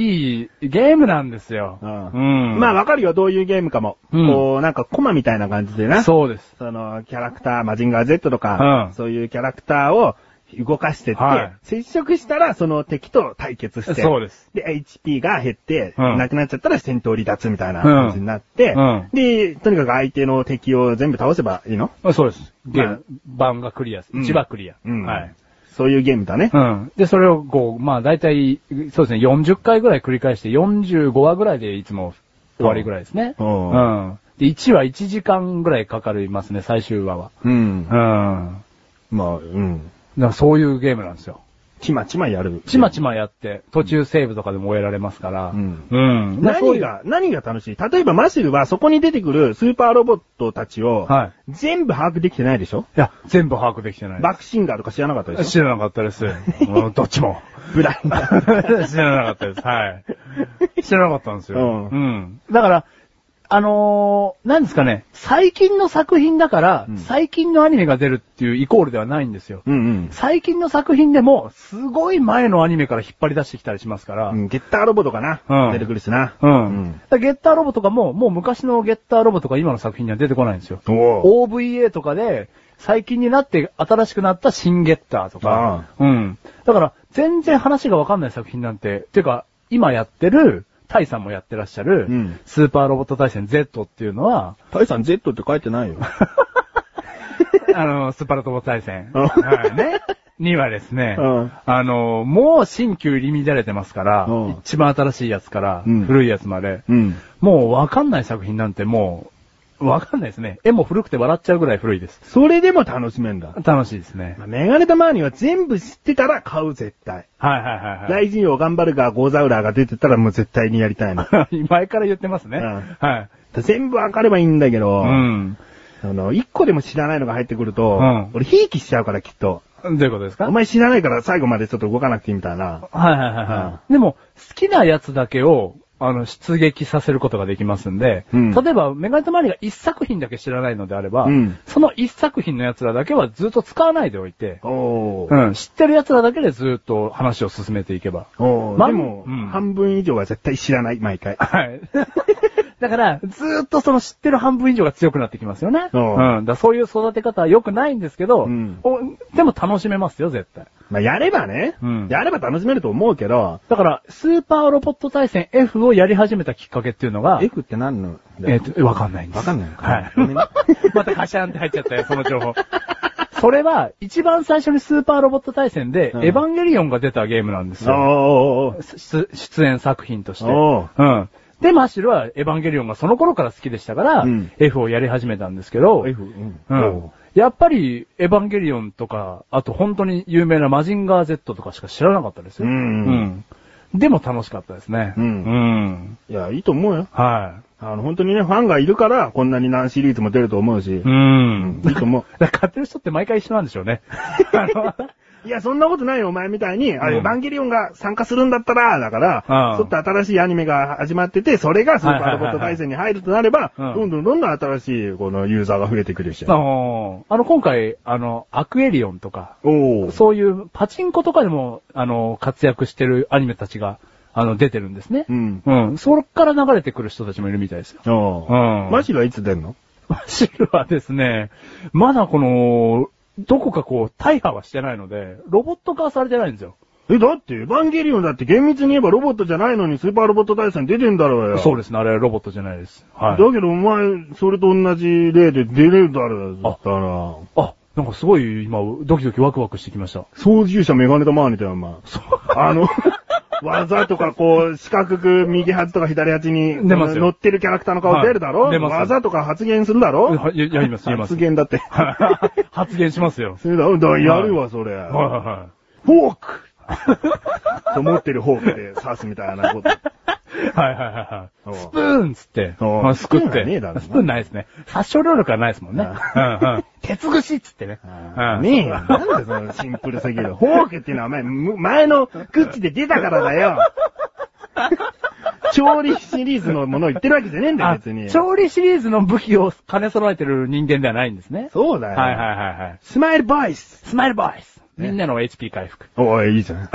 Speaker 2: いゲームなんですよ。うん。
Speaker 1: まあ、わかるよ、どういうゲームかも。
Speaker 2: うん
Speaker 1: こう、なんかコマみたいな感じでな。
Speaker 2: そうです。
Speaker 1: その、キャラクター、マジンガー Z とか、
Speaker 2: うん
Speaker 1: そういうキャラクターを動かしてって、
Speaker 2: はい
Speaker 1: 接触したらその敵と対決して、
Speaker 2: そうです。
Speaker 1: で、HP が減って、
Speaker 2: うん
Speaker 1: なくなっちゃったら戦闘離脱みたいな感じになって、
Speaker 2: うん
Speaker 1: で、とにかく相手の敵を全部倒せばいいの
Speaker 2: あそうです。ゲー
Speaker 1: まあ
Speaker 2: ム、版がクリアす、
Speaker 1: うん
Speaker 2: 一番クリア。
Speaker 1: うん
Speaker 2: はい。
Speaker 1: そういうゲームだね。
Speaker 2: うん。で、それをこう、まあ、だいたい、そうですね、40回ぐらい繰り返して、45話ぐらいでいつも終わりぐらいですね。
Speaker 1: うん
Speaker 2: うん。で、1話1時間ぐらいかかりますね、最終話は。
Speaker 1: うん
Speaker 2: う。ん。
Speaker 1: まあ、うん。
Speaker 2: だからそういうゲームなんですよ。
Speaker 1: ちまちまやる。
Speaker 2: ちまちまやって、途中セーブとかでも終えられますから。
Speaker 1: うん
Speaker 2: うん。だからそうい
Speaker 1: 何
Speaker 2: う
Speaker 1: が、何が楽しい例えばマシルはそこに出てくるスーパーロボットたちを、
Speaker 2: はい
Speaker 1: 全部把握できてないでしょ
Speaker 2: いや、全部把握できてない。
Speaker 1: バックシンガーとか知らなかったでし
Speaker 2: 知らなかった です。もうどっちも。
Speaker 1: ょブラインダ
Speaker 2: 知
Speaker 1: ー。
Speaker 2: らなかったです。はい。知らなかったんですよ。
Speaker 1: う
Speaker 2: うん。だから、あのー、なんですかね、最近の作品だから、
Speaker 1: うん
Speaker 2: 最近のアニメが出るっていうイコールではないんですよ。
Speaker 1: うん
Speaker 2: 最近の作品でも、すごい前のアニメから引っ張り出してきたりしますから、
Speaker 1: うん。ゲッターロボとかな、
Speaker 2: うん
Speaker 1: 出てくるしな。
Speaker 2: うん。だからゲッターロボとかも、もう昔のゲッターロボとか今の作品には出てこないんですよ。
Speaker 1: うんお
Speaker 2: OVA とかで、最近になって新しくなった新ゲッターとか。うん。だから、全然話がわかんない作品なんて、ていうか、今やってるタイさんもやってらっしゃる、
Speaker 1: うん
Speaker 2: スーパーロボット大戦 Z っていうの は、
Speaker 1: タイさん Z って書いてないよ。
Speaker 2: あの、スーパーロボット大戦。
Speaker 1: うん
Speaker 2: はいね。にはですね、
Speaker 1: うん
Speaker 2: あの、もう新旧入り乱れてますから、
Speaker 1: うん
Speaker 2: 一番新しいやつから、
Speaker 1: うん
Speaker 2: 古いやつまで、
Speaker 1: うん。
Speaker 2: もうわかんない作品なんてもう、わかんないですね。絵も古くて笑っちゃうぐらい古いです。
Speaker 1: それでも楽しめんだ。
Speaker 2: 楽しいですね。
Speaker 1: まあメガネたまーには全部知ってたら買う、絶対。
Speaker 2: はいはいはい、はい。
Speaker 1: 大臣を頑張るが、ゴーザウラーが出てたらもう絶対にやりたいな。
Speaker 2: 前から言ってますね。
Speaker 1: うん
Speaker 2: はい。
Speaker 1: 全部わかればいいんだけど、
Speaker 2: うん。
Speaker 1: あの、一個でも知らないのが入ってくると、
Speaker 2: うん
Speaker 1: 俺、ひいきしちゃうからきっと。
Speaker 2: どういうことですか
Speaker 1: お前知らないから最後までちょっと動かなくていいみたいな。
Speaker 2: はいはいはいはい。でも、好きなやつだけを、あの、出撃させることができますんで、
Speaker 1: うん
Speaker 2: 例えば、メガネとマリが一作品だけ知らないのであれば、
Speaker 1: うん
Speaker 2: その一作品のやつらだけはずっと使わないでおいて、
Speaker 1: おー。
Speaker 2: うん、知ってるやつらだけでずっと話を進めていけば。
Speaker 1: おー。
Speaker 2: ま
Speaker 1: でも、
Speaker 2: うん
Speaker 1: 半分以上は絶対知らない、毎回。
Speaker 2: はい。 だから、ずっとその知ってる半分以上が強くなってきますよね。
Speaker 1: うん
Speaker 2: うん。だからそういう育て方は良くないんですけど、
Speaker 1: うん
Speaker 2: おでも楽しめますよ、絶対。
Speaker 1: まあ、やればね、
Speaker 2: うん
Speaker 1: やれば楽しめると思うけど、
Speaker 2: だから、スーパーロボット対戦 F をやり始めたきっかけっていうのが、
Speaker 1: F って何の
Speaker 2: えっ、と、わかんないんです。
Speaker 1: わかんないのか
Speaker 2: はい
Speaker 1: ごめ んね。
Speaker 2: またカシャンって入っちゃったよ、その情報。それは、一番最初にスーパーロボット対戦で、
Speaker 1: うん
Speaker 2: エヴァンゲリオンが出たゲームなんですよ。
Speaker 1: おー。
Speaker 2: す出演作品として。
Speaker 1: お
Speaker 2: うん。で、マッシュルは、エヴァンゲリオンがその頃から好きでしたから、
Speaker 1: うん
Speaker 2: F をやり始めたんですけど、
Speaker 1: F、うん。
Speaker 2: う
Speaker 1: お
Speaker 2: ん
Speaker 1: ー。
Speaker 2: やっぱり、エヴァンゲリオンとか、あと本当に有名なマジンガー Z とかしか知らなかったですよ。
Speaker 1: うん
Speaker 2: うんでも楽しかったですね。
Speaker 1: うん
Speaker 2: うん
Speaker 1: いや、いいと思うよ。
Speaker 2: は
Speaker 1: あの、本当にね、ファンがいるから、こんなに何シリーズも出ると思うし
Speaker 2: い。う。ん。
Speaker 1: いいと思う。
Speaker 2: だから買ってる人って毎回一緒なんでしょうね。あの
Speaker 1: いや、そんなことないよ、お前みたいに。あ
Speaker 2: うん
Speaker 1: エヴァンゲリオンが参加するんだったら、だから
Speaker 2: う、ん
Speaker 1: ちょっと新しいアニメが始まってて、それがスーパーロボット対戦に入るとなれば、
Speaker 2: いはいはい
Speaker 1: どんどんどんどん新しい、このユーザーが増えてくるし
Speaker 2: あ。のあの、今回、あの、アクエリオンとか、
Speaker 1: おお。
Speaker 2: そういうパチンコとかでも、あの、活躍してるアニメたちが、あの、出てるんですね。
Speaker 1: うん。
Speaker 2: うん。そっから流れてくる人たちもいるみたいですよ。
Speaker 1: お
Speaker 2: う
Speaker 1: ー
Speaker 2: ん
Speaker 1: マシルはいつ出んの
Speaker 2: マシルはですね、まだこの、どこかこう、大破はしてないので、ロボット化はされてないんですよ。
Speaker 1: え、だって、エヴァンゲリオンだって厳密に言えばロボットじゃないのにスーパーロボット対戦出てんだろうよ。
Speaker 2: そう
Speaker 1: で
Speaker 2: ですね、あれはロボットじゃないです。は
Speaker 1: だ
Speaker 2: い
Speaker 1: け。ど、お前、それと同じ例で出れるだろうよ。だ
Speaker 2: あ
Speaker 1: ったら、
Speaker 2: あ、なんかすごい今、ドキドキワクワクしてきました。
Speaker 1: 操縦者メガネ玉みたいな、お前。あの、技とかこう、四角く右端とか左端に、
Speaker 2: 出ますよ
Speaker 1: 乗ってるキャラクターの顔出るだろ、
Speaker 2: はい出ますよ
Speaker 1: 技とか発言するだろ
Speaker 2: はいややりますやります
Speaker 1: 発言だって。
Speaker 2: 発言しますよ。
Speaker 1: それだろ、だやるわ、それ。
Speaker 2: はいはいはい。
Speaker 1: フォーク と持ってるフォークで刺すみたいなこと。
Speaker 2: はいはいはいはい。
Speaker 1: そう
Speaker 2: スプーンっつって、
Speaker 1: そう
Speaker 2: まあすくって。
Speaker 1: スプーンはねえだろうな
Speaker 2: スプーンないですね。殺傷能力はないですもんね。
Speaker 1: うん
Speaker 2: うんうん 鉄串っつってね。うん
Speaker 1: ねえよ。なんでそのシンプルすぎる。フォークっていうのはお前、む前のグッチで出たからだ よ。調理シリーズのものを言ってるわけじゃねえんだよ、
Speaker 2: あ
Speaker 1: 別に。
Speaker 2: 調理シリーズの武器を兼ね備えてる人間ではないんですね。
Speaker 1: そうだよ。
Speaker 2: はいはいはいはい。
Speaker 1: スマイルボイス
Speaker 2: スマイルボーイス。
Speaker 1: ね
Speaker 2: みんなの HP 回復。
Speaker 1: おい、いいじゃん。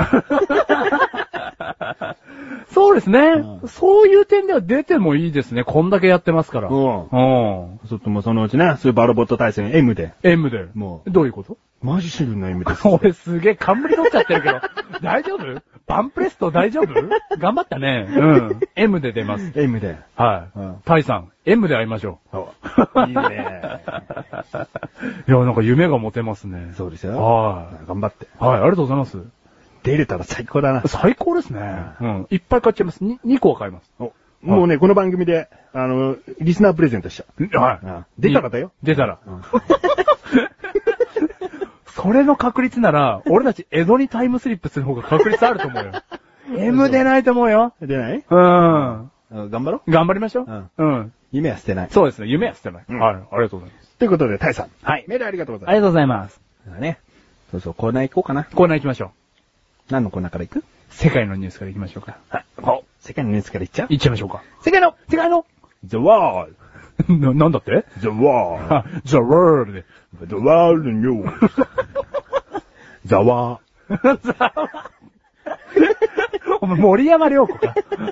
Speaker 2: そうですね、
Speaker 1: う
Speaker 2: そういう点では出てもいいですね。こんだけやってますから。
Speaker 1: うん
Speaker 2: うん。
Speaker 1: ちょっともうそのうちね、スーパーロボット対戦 M で。
Speaker 2: M で。
Speaker 1: もう
Speaker 2: どういうこと
Speaker 1: マジシルの M です。
Speaker 2: 俺すげえ冠取っちゃってるけど。大丈夫バンプレスト大丈夫頑張ったね。うん。M で出ます。
Speaker 1: M で。
Speaker 2: はい。
Speaker 1: うん
Speaker 2: タイさん、M で会いましょ
Speaker 1: そう。 いいね。
Speaker 2: う。いや、なんか夢が持てますね。
Speaker 1: そうですよ。
Speaker 2: は
Speaker 1: 頑張って。
Speaker 2: い。はい、ありがとうございます。
Speaker 1: 出れたら最高だな。
Speaker 2: 最高ですね。うん。いっぱい買っちゃいます。に2個は買います。
Speaker 1: おもうね、この番組で、あの、リスナープレゼントした。うん
Speaker 2: はい。
Speaker 1: 出たらだよ。
Speaker 2: 出たら。
Speaker 1: うん
Speaker 2: それの確率なら、俺たち江戸にタイムスリップする方が確率あると思う よ。M 出ないと思うよ。
Speaker 1: 出ない
Speaker 2: うん。頑
Speaker 1: うん頑張ろう。
Speaker 2: 張りましょ
Speaker 1: うん
Speaker 2: う。うん。
Speaker 1: 夢は捨てない。
Speaker 2: そうですね。夢は捨てない。
Speaker 1: うん
Speaker 2: はい。ありがとうございます。
Speaker 1: ということで、タイさん。
Speaker 2: はい
Speaker 1: メールありがとうご
Speaker 2: あ
Speaker 1: ざい
Speaker 2: りがとうございます。
Speaker 1: ます。ね。そうそう、コーナー行こうかな。
Speaker 2: コーナー行きましょう。
Speaker 1: 何のコーナーから行く
Speaker 2: 世界のニュースから行きましょうか。
Speaker 1: はい。お世界のニュースから行っちゃう
Speaker 2: 行っちゃいましょうか。
Speaker 1: 世界の
Speaker 2: 世界の
Speaker 1: !The World!
Speaker 2: な、なんだって
Speaker 1: The World!
Speaker 2: あ、The World で。
Speaker 1: The world news. ザワ
Speaker 2: お前、森山良子か。
Speaker 1: ー。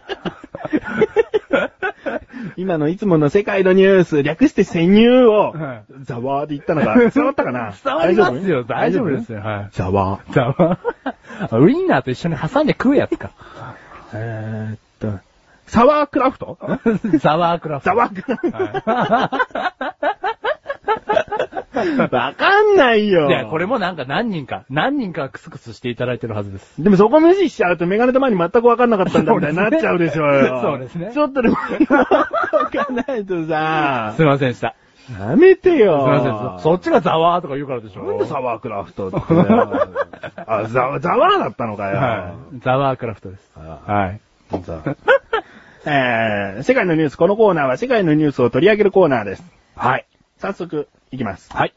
Speaker 1: 今のいつもの世界のニュース、略して潜入を
Speaker 2: は、
Speaker 1: ザワーで言ったの が伝わったかな
Speaker 2: 伝わりますよ。大丈夫です。よ。はい。
Speaker 1: ザワー。
Speaker 2: ざわ。ウィンナーと一緒に挟んで食うやつか。
Speaker 1: えーっと、サワークラフトん
Speaker 2: ザワークラフト。
Speaker 1: ザワークラ フ
Speaker 2: は
Speaker 1: ト。わかんない
Speaker 2: い。
Speaker 1: よ。
Speaker 2: いや、これ。もなんか何人か、何人かクスクスしていただいてるはずです。
Speaker 1: でもそこ無視しちゃうとメガネ玉に全くわかんなかったんだみたいになっちゃうでしょう よ。
Speaker 2: そうですね
Speaker 1: ちょっとでも、わかんないとさ
Speaker 2: す、いませんでした。
Speaker 1: やめて
Speaker 2: すい
Speaker 1: よ。
Speaker 2: ませんでした。そっちがザワーとか言うからでしょ。
Speaker 1: なんでサワークラフトって言うんだ よ。あ、ザ、ザワーだったのかよ。
Speaker 2: はい。ザワークラフトです。
Speaker 1: あ
Speaker 2: はい。
Speaker 1: ザえー、世界のニュース、このコーナーは世界のニュースを取り上げるコーナーです。
Speaker 2: はい。
Speaker 1: 早速、いきます。
Speaker 2: はい。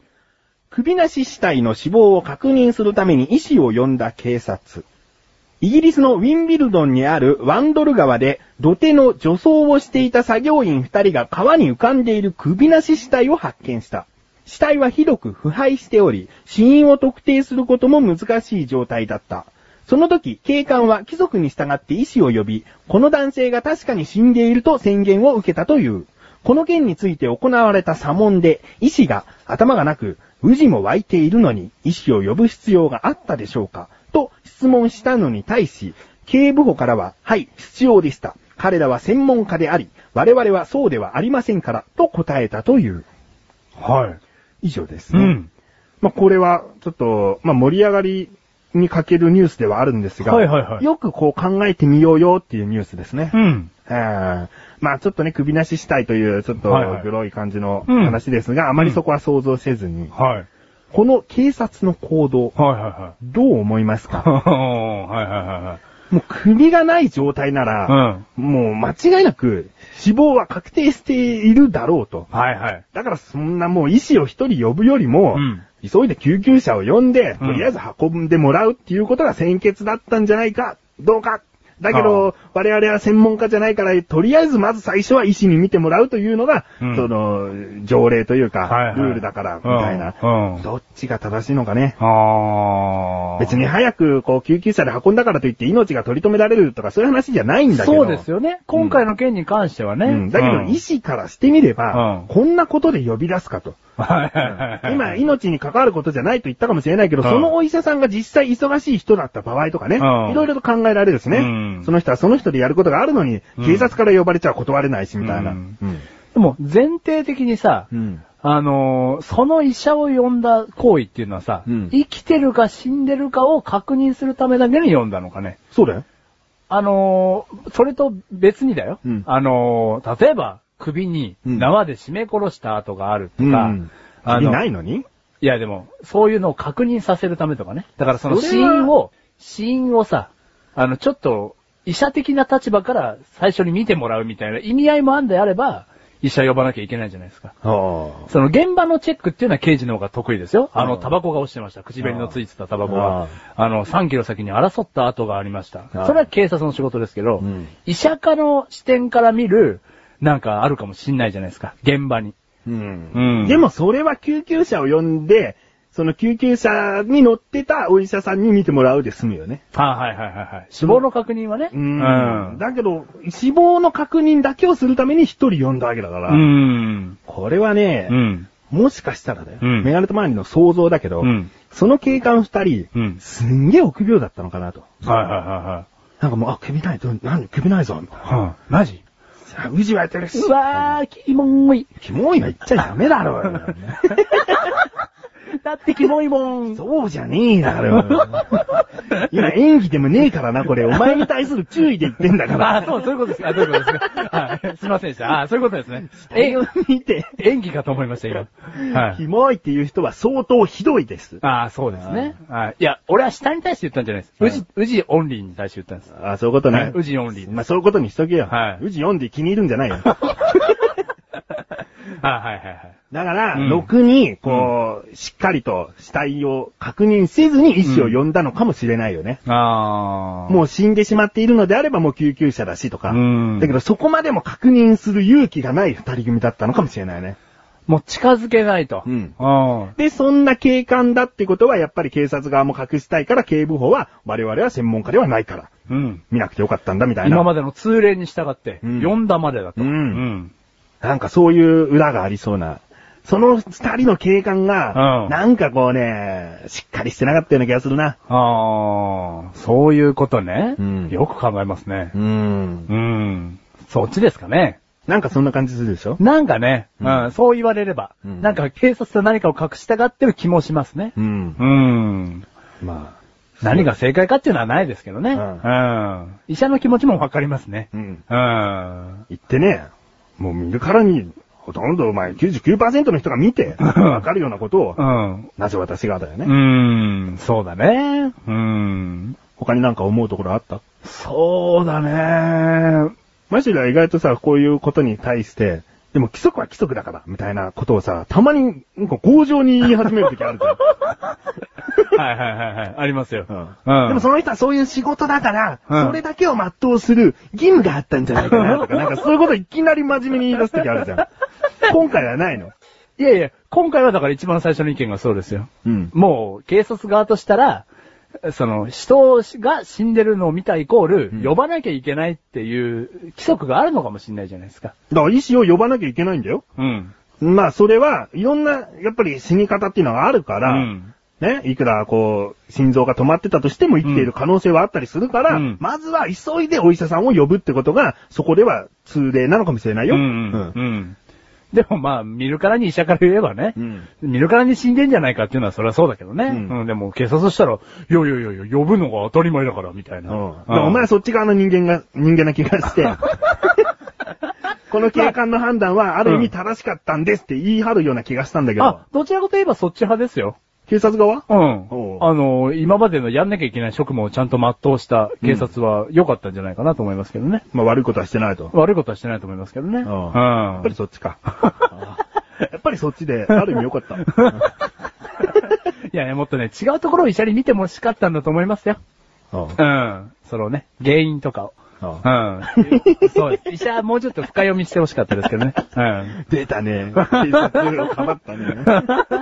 Speaker 1: 首なし死体の死亡を確認するために医師を呼んだ警察。イギリスのウィンビルドンにあるワンドル川で土手の除草をしていた作業員二人が川に浮かんでいる首なし死体を発見した。死体はひどく腐敗しており、死因を特定することも難しい状態だった。その時、警官は貴族に従って医師を呼び、この男性が確かに死んでいると宣言を受けたという。この件について行われた査問で、医師が頭がなく、宇治も湧いているのに、医師を呼ぶ必要があったでしょうかと質問したのに対し、警部補からは、はい、必要でした。彼らは専門家であり、我々はそうではありませんから、と答えたという。
Speaker 2: は
Speaker 1: 以上です
Speaker 2: う
Speaker 1: ね。
Speaker 2: ん。
Speaker 1: まあ、これは、ちょっと、まあ、盛り上がりに欠けるニュースではあるんですが、
Speaker 2: はいはいはい
Speaker 1: よくこう考えてみようよっていうニュースですね。
Speaker 2: うん。
Speaker 1: えーまあちょっとね、首なししたいという、ちょっと
Speaker 2: はいはい
Speaker 1: グロい感じの
Speaker 2: うん
Speaker 1: 話ですが、あまりそこは想像せずに、
Speaker 2: はい。
Speaker 1: この警察の行動、
Speaker 2: はいは
Speaker 1: どう思います
Speaker 2: い
Speaker 1: か
Speaker 2: はい。はいはいは
Speaker 1: もう首がない状態ないら、
Speaker 2: はい。うん。
Speaker 1: もう間違いなく死亡は確定しているだろうと。
Speaker 2: はいはい。
Speaker 1: だからそんなもう医師を一人呼ぶよりも、
Speaker 2: うん
Speaker 1: 急いで救急車を呼んで、
Speaker 2: うん
Speaker 1: とりあえず運んでもらうっていうことが先決だったんじゃないか、どうか。だけど、我々は専門家じゃないから、とりあえずまず最初は医師に見てもらうというのが、
Speaker 2: うん
Speaker 1: その、条例というか、
Speaker 2: はいはい
Speaker 1: ルールだから、みたいな、
Speaker 2: うんうん
Speaker 1: どっちが正しいのかね。
Speaker 2: あー。
Speaker 1: 別に早く、こう、救急車で運んだからといって命が取り留められるとか、そういう話じゃないんだけ
Speaker 2: そ
Speaker 1: ど。
Speaker 2: うですよね。今回の件に関してはね。
Speaker 1: うん、だけど、医
Speaker 2: 師。
Speaker 1: 師からしてみれば、
Speaker 2: うん
Speaker 1: こんなことで呼び出すかと。
Speaker 2: はいはいはい。
Speaker 1: 今、命に関わることじゃないと言ったかもしれないけど、
Speaker 2: うん
Speaker 1: そのお医者さんが実際忙しい人だった場合とかね、い
Speaker 2: うん
Speaker 1: ろいろと考えられるですね、
Speaker 2: うん
Speaker 1: その人はその人でやることがあるのに、
Speaker 2: うん
Speaker 1: 警察から呼ばれちゃ断れないし、みたいな。
Speaker 2: うんでも、前提的にさ、
Speaker 1: うん
Speaker 2: あのーその医者を呼んだ行為っていうのはさ、
Speaker 1: うん
Speaker 2: 生きてるか死んでるかを確認するためだけに呼んだのかね。
Speaker 1: そうだよ。
Speaker 2: あのーそれと別にだよ。
Speaker 1: うん
Speaker 2: あのー例えば、首に
Speaker 1: うん
Speaker 2: 縄で絞め殺した跡があると
Speaker 1: うん
Speaker 2: か、あ
Speaker 1: いないいのに
Speaker 2: いやでも、そういうのを確認させるためとかね。だからその
Speaker 1: そ
Speaker 2: 死
Speaker 1: れは
Speaker 2: 因を、死因をさ、あの、ちょっと、医者的な立場から最初に見てもらうみたいな意味合いもあんであれば、医者呼ばなきゃいけないじゃないですか。
Speaker 1: あ
Speaker 2: その現場のチェックっていうのは刑事の方が得意ですよ。あ
Speaker 1: う
Speaker 2: の、
Speaker 1: ん
Speaker 2: タバコが落ちてました。口紅のついてたタバコ
Speaker 1: うん
Speaker 2: が。あの、3キロ先に争った跡がありました。
Speaker 1: うん
Speaker 2: それは警察の仕事ですけど
Speaker 1: うん、
Speaker 2: 医者科の視点から見る、なんかあるかもしんないじゃないですか。現場に。
Speaker 1: うん
Speaker 2: うん
Speaker 1: でも、それは救急車を呼んで、その救急車に乗ってたお医者さんに見てもらうで済むよね。
Speaker 2: あはいはいはいはい。死亡の確認はね。
Speaker 1: うんだけど、死亡の確認だけをするために一人呼んだわけだから、
Speaker 2: うん。
Speaker 1: これはね、
Speaker 2: うん。
Speaker 1: もしかしたらだよ。
Speaker 2: うん
Speaker 1: メガネと周りの想像だけど、
Speaker 2: うん
Speaker 1: その警官二人、
Speaker 2: うん
Speaker 1: すんげえ臆病だったのかなと。
Speaker 2: はいはいは
Speaker 1: なんかもう、あ、首ない、どなん首ないぞ。
Speaker 2: いはい。うん。マジ
Speaker 1: さあ、宇治はやってるし。
Speaker 2: うわー、キモい。
Speaker 1: キモいの言っちゃダメだろうよ。
Speaker 2: だってキモいもん。
Speaker 1: そうじゃねえだ ろ。今演技でもねえからな、これ。お前に対する注意で言ってんだか
Speaker 2: ああ、
Speaker 1: ら。
Speaker 2: そう、そういうことですか。あそういうことですか。はい。すいませんでした。ああ、そういうことですね。え
Speaker 1: 映画見て、
Speaker 2: 演技かと思いました、今。は
Speaker 1: キ
Speaker 2: い。
Speaker 1: モいっていう人は相当ひどいです。
Speaker 2: ああ、そうですね。はい。いや、俺は下に対して言ったんじゃないです。
Speaker 1: はいう
Speaker 2: じ、うじオンリーに対して言ったんです。
Speaker 1: あ、そういうこと
Speaker 2: は
Speaker 1: ね
Speaker 2: い。宇治オンリー。
Speaker 1: まあ、そういうことにしとけよ。
Speaker 2: はい
Speaker 1: 宇治読んで気に入るんじゃないよ。
Speaker 2: ああはいはいはい。
Speaker 1: だから、
Speaker 2: うん
Speaker 1: ろくに、こう、しっかりと死体を確認せずに医師を呼んだのかもしれないよね。
Speaker 2: ああ。う、
Speaker 1: もう死んでしまっているのであればもう救急車だしとか。
Speaker 2: うん
Speaker 1: だけどそこまでも確認する勇気がない二人組だったのかもしれないね。
Speaker 2: もう近づけないと。
Speaker 1: うん
Speaker 2: あ
Speaker 1: で、そんな警官だってことはやっぱり警察側も隠したいから警部補は我々は専門家ではないから。
Speaker 2: あ。うん。
Speaker 1: 見なくてよかったんだみたいな。
Speaker 2: 今までの通例に従って、
Speaker 1: うん
Speaker 2: 読んだまでだと。
Speaker 1: うん
Speaker 2: うん。
Speaker 1: なんかそういう裏がありそうな。その二人の警官が、
Speaker 2: うん
Speaker 1: なんかこうね、しっかりしてなかったような気がするな。
Speaker 2: ああ、そういうことね
Speaker 1: うん。
Speaker 2: よく考えますね
Speaker 1: う。ん
Speaker 2: うん。そっちですかね。
Speaker 1: なんかそんな感じするでしょ
Speaker 2: なんかね、う
Speaker 1: うん
Speaker 2: ん、そう言われれば、
Speaker 1: うん
Speaker 2: なんか警察と何かを隠したがってる気もしますね。
Speaker 1: うん。
Speaker 2: うん。
Speaker 1: ま
Speaker 2: 何が正解かっていうのはないですけどね。う
Speaker 1: うん
Speaker 2: ん。医者の気持ちもわかりますね
Speaker 1: あ、。うん。
Speaker 2: うん。
Speaker 1: 言ってね、もう見るからに、ほとんどお前99%の人が見て、わかるようなことを
Speaker 2: う、ん。
Speaker 1: なぜ私がだよね。
Speaker 2: うん。そうだね。うん。
Speaker 1: 他になんか思うところあった
Speaker 2: そうだね。
Speaker 1: マジで意外とさ、こういうことに対して、でも規則は規則だから、みたいなことをさ、たまに、なんか強情に言い始める時あるじゃん。
Speaker 2: はいはいはいはい。ありますよ。
Speaker 1: うんでもその人はそういう仕事だから、
Speaker 2: うん
Speaker 1: それだけを全うする義務があったんじゃないかなとか、なんかそういうこといきなり真面目に言い出す時あるじ ゃん。今回はないの。
Speaker 2: いやいや、今回はだから一番最初の意見がそうですよ。
Speaker 1: うん。
Speaker 2: もう、警察側としたら、その、人が死んでるのを見たイコール、
Speaker 1: うん
Speaker 2: 呼ばなきゃいけないっていう規則があるのかもしれないじゃないですか。
Speaker 1: だから医師を呼ばなきゃいけないんだよ。
Speaker 2: うん。
Speaker 1: まあそれはいろんな、やっぱり死に方っていうのがあるから、
Speaker 2: うん
Speaker 1: ね、いくらこう、心臓が止まってたとしても生きている可能性はあったりするから、
Speaker 2: うん
Speaker 1: まずは急いでお医者さんを呼ぶってことが、そこでは通例なのかもしれないよ。
Speaker 2: うん。うん。でもまあ、見るからに医者から言えばね、
Speaker 1: うん
Speaker 2: 見るからに死んでんじゃないかっていうのはそれはそうだけどね。
Speaker 1: うん
Speaker 2: でも警察としたら、いやいやいやいや、呼ぶのが当たり前だから、みたいな。
Speaker 1: うんだからお前はそっち側の人間が、人間な気 がして、この警官の判断はある意味正しかったんですって言い張るような気がしたんだけど、
Speaker 2: あ、どちらかといえばそっち派ですよ。
Speaker 1: 警察側
Speaker 2: うん
Speaker 1: おう。
Speaker 2: あの、今までのやんなきゃいけない職務をちゃんと全うした警察は良かったんじゃないかなと思いますけどね。
Speaker 1: まあ悪いことはしてないと。
Speaker 2: 悪いことはしてないと思いますけどね。うん。
Speaker 1: うんやっ
Speaker 2: や
Speaker 1: ぱりそっちか。やっぱりそっちで、ある意味良かった。う
Speaker 2: いやね、もっとね、違うところを医者に見ても欲しかったんだと思いますよ。
Speaker 1: ん
Speaker 2: うん。そのね、原因とかを。
Speaker 1: う
Speaker 2: う
Speaker 1: ん
Speaker 2: ん。 そうです。医者はもうちょっと深読みして欲しかったですけどね。うん。
Speaker 1: 出たね。警察をかばったね。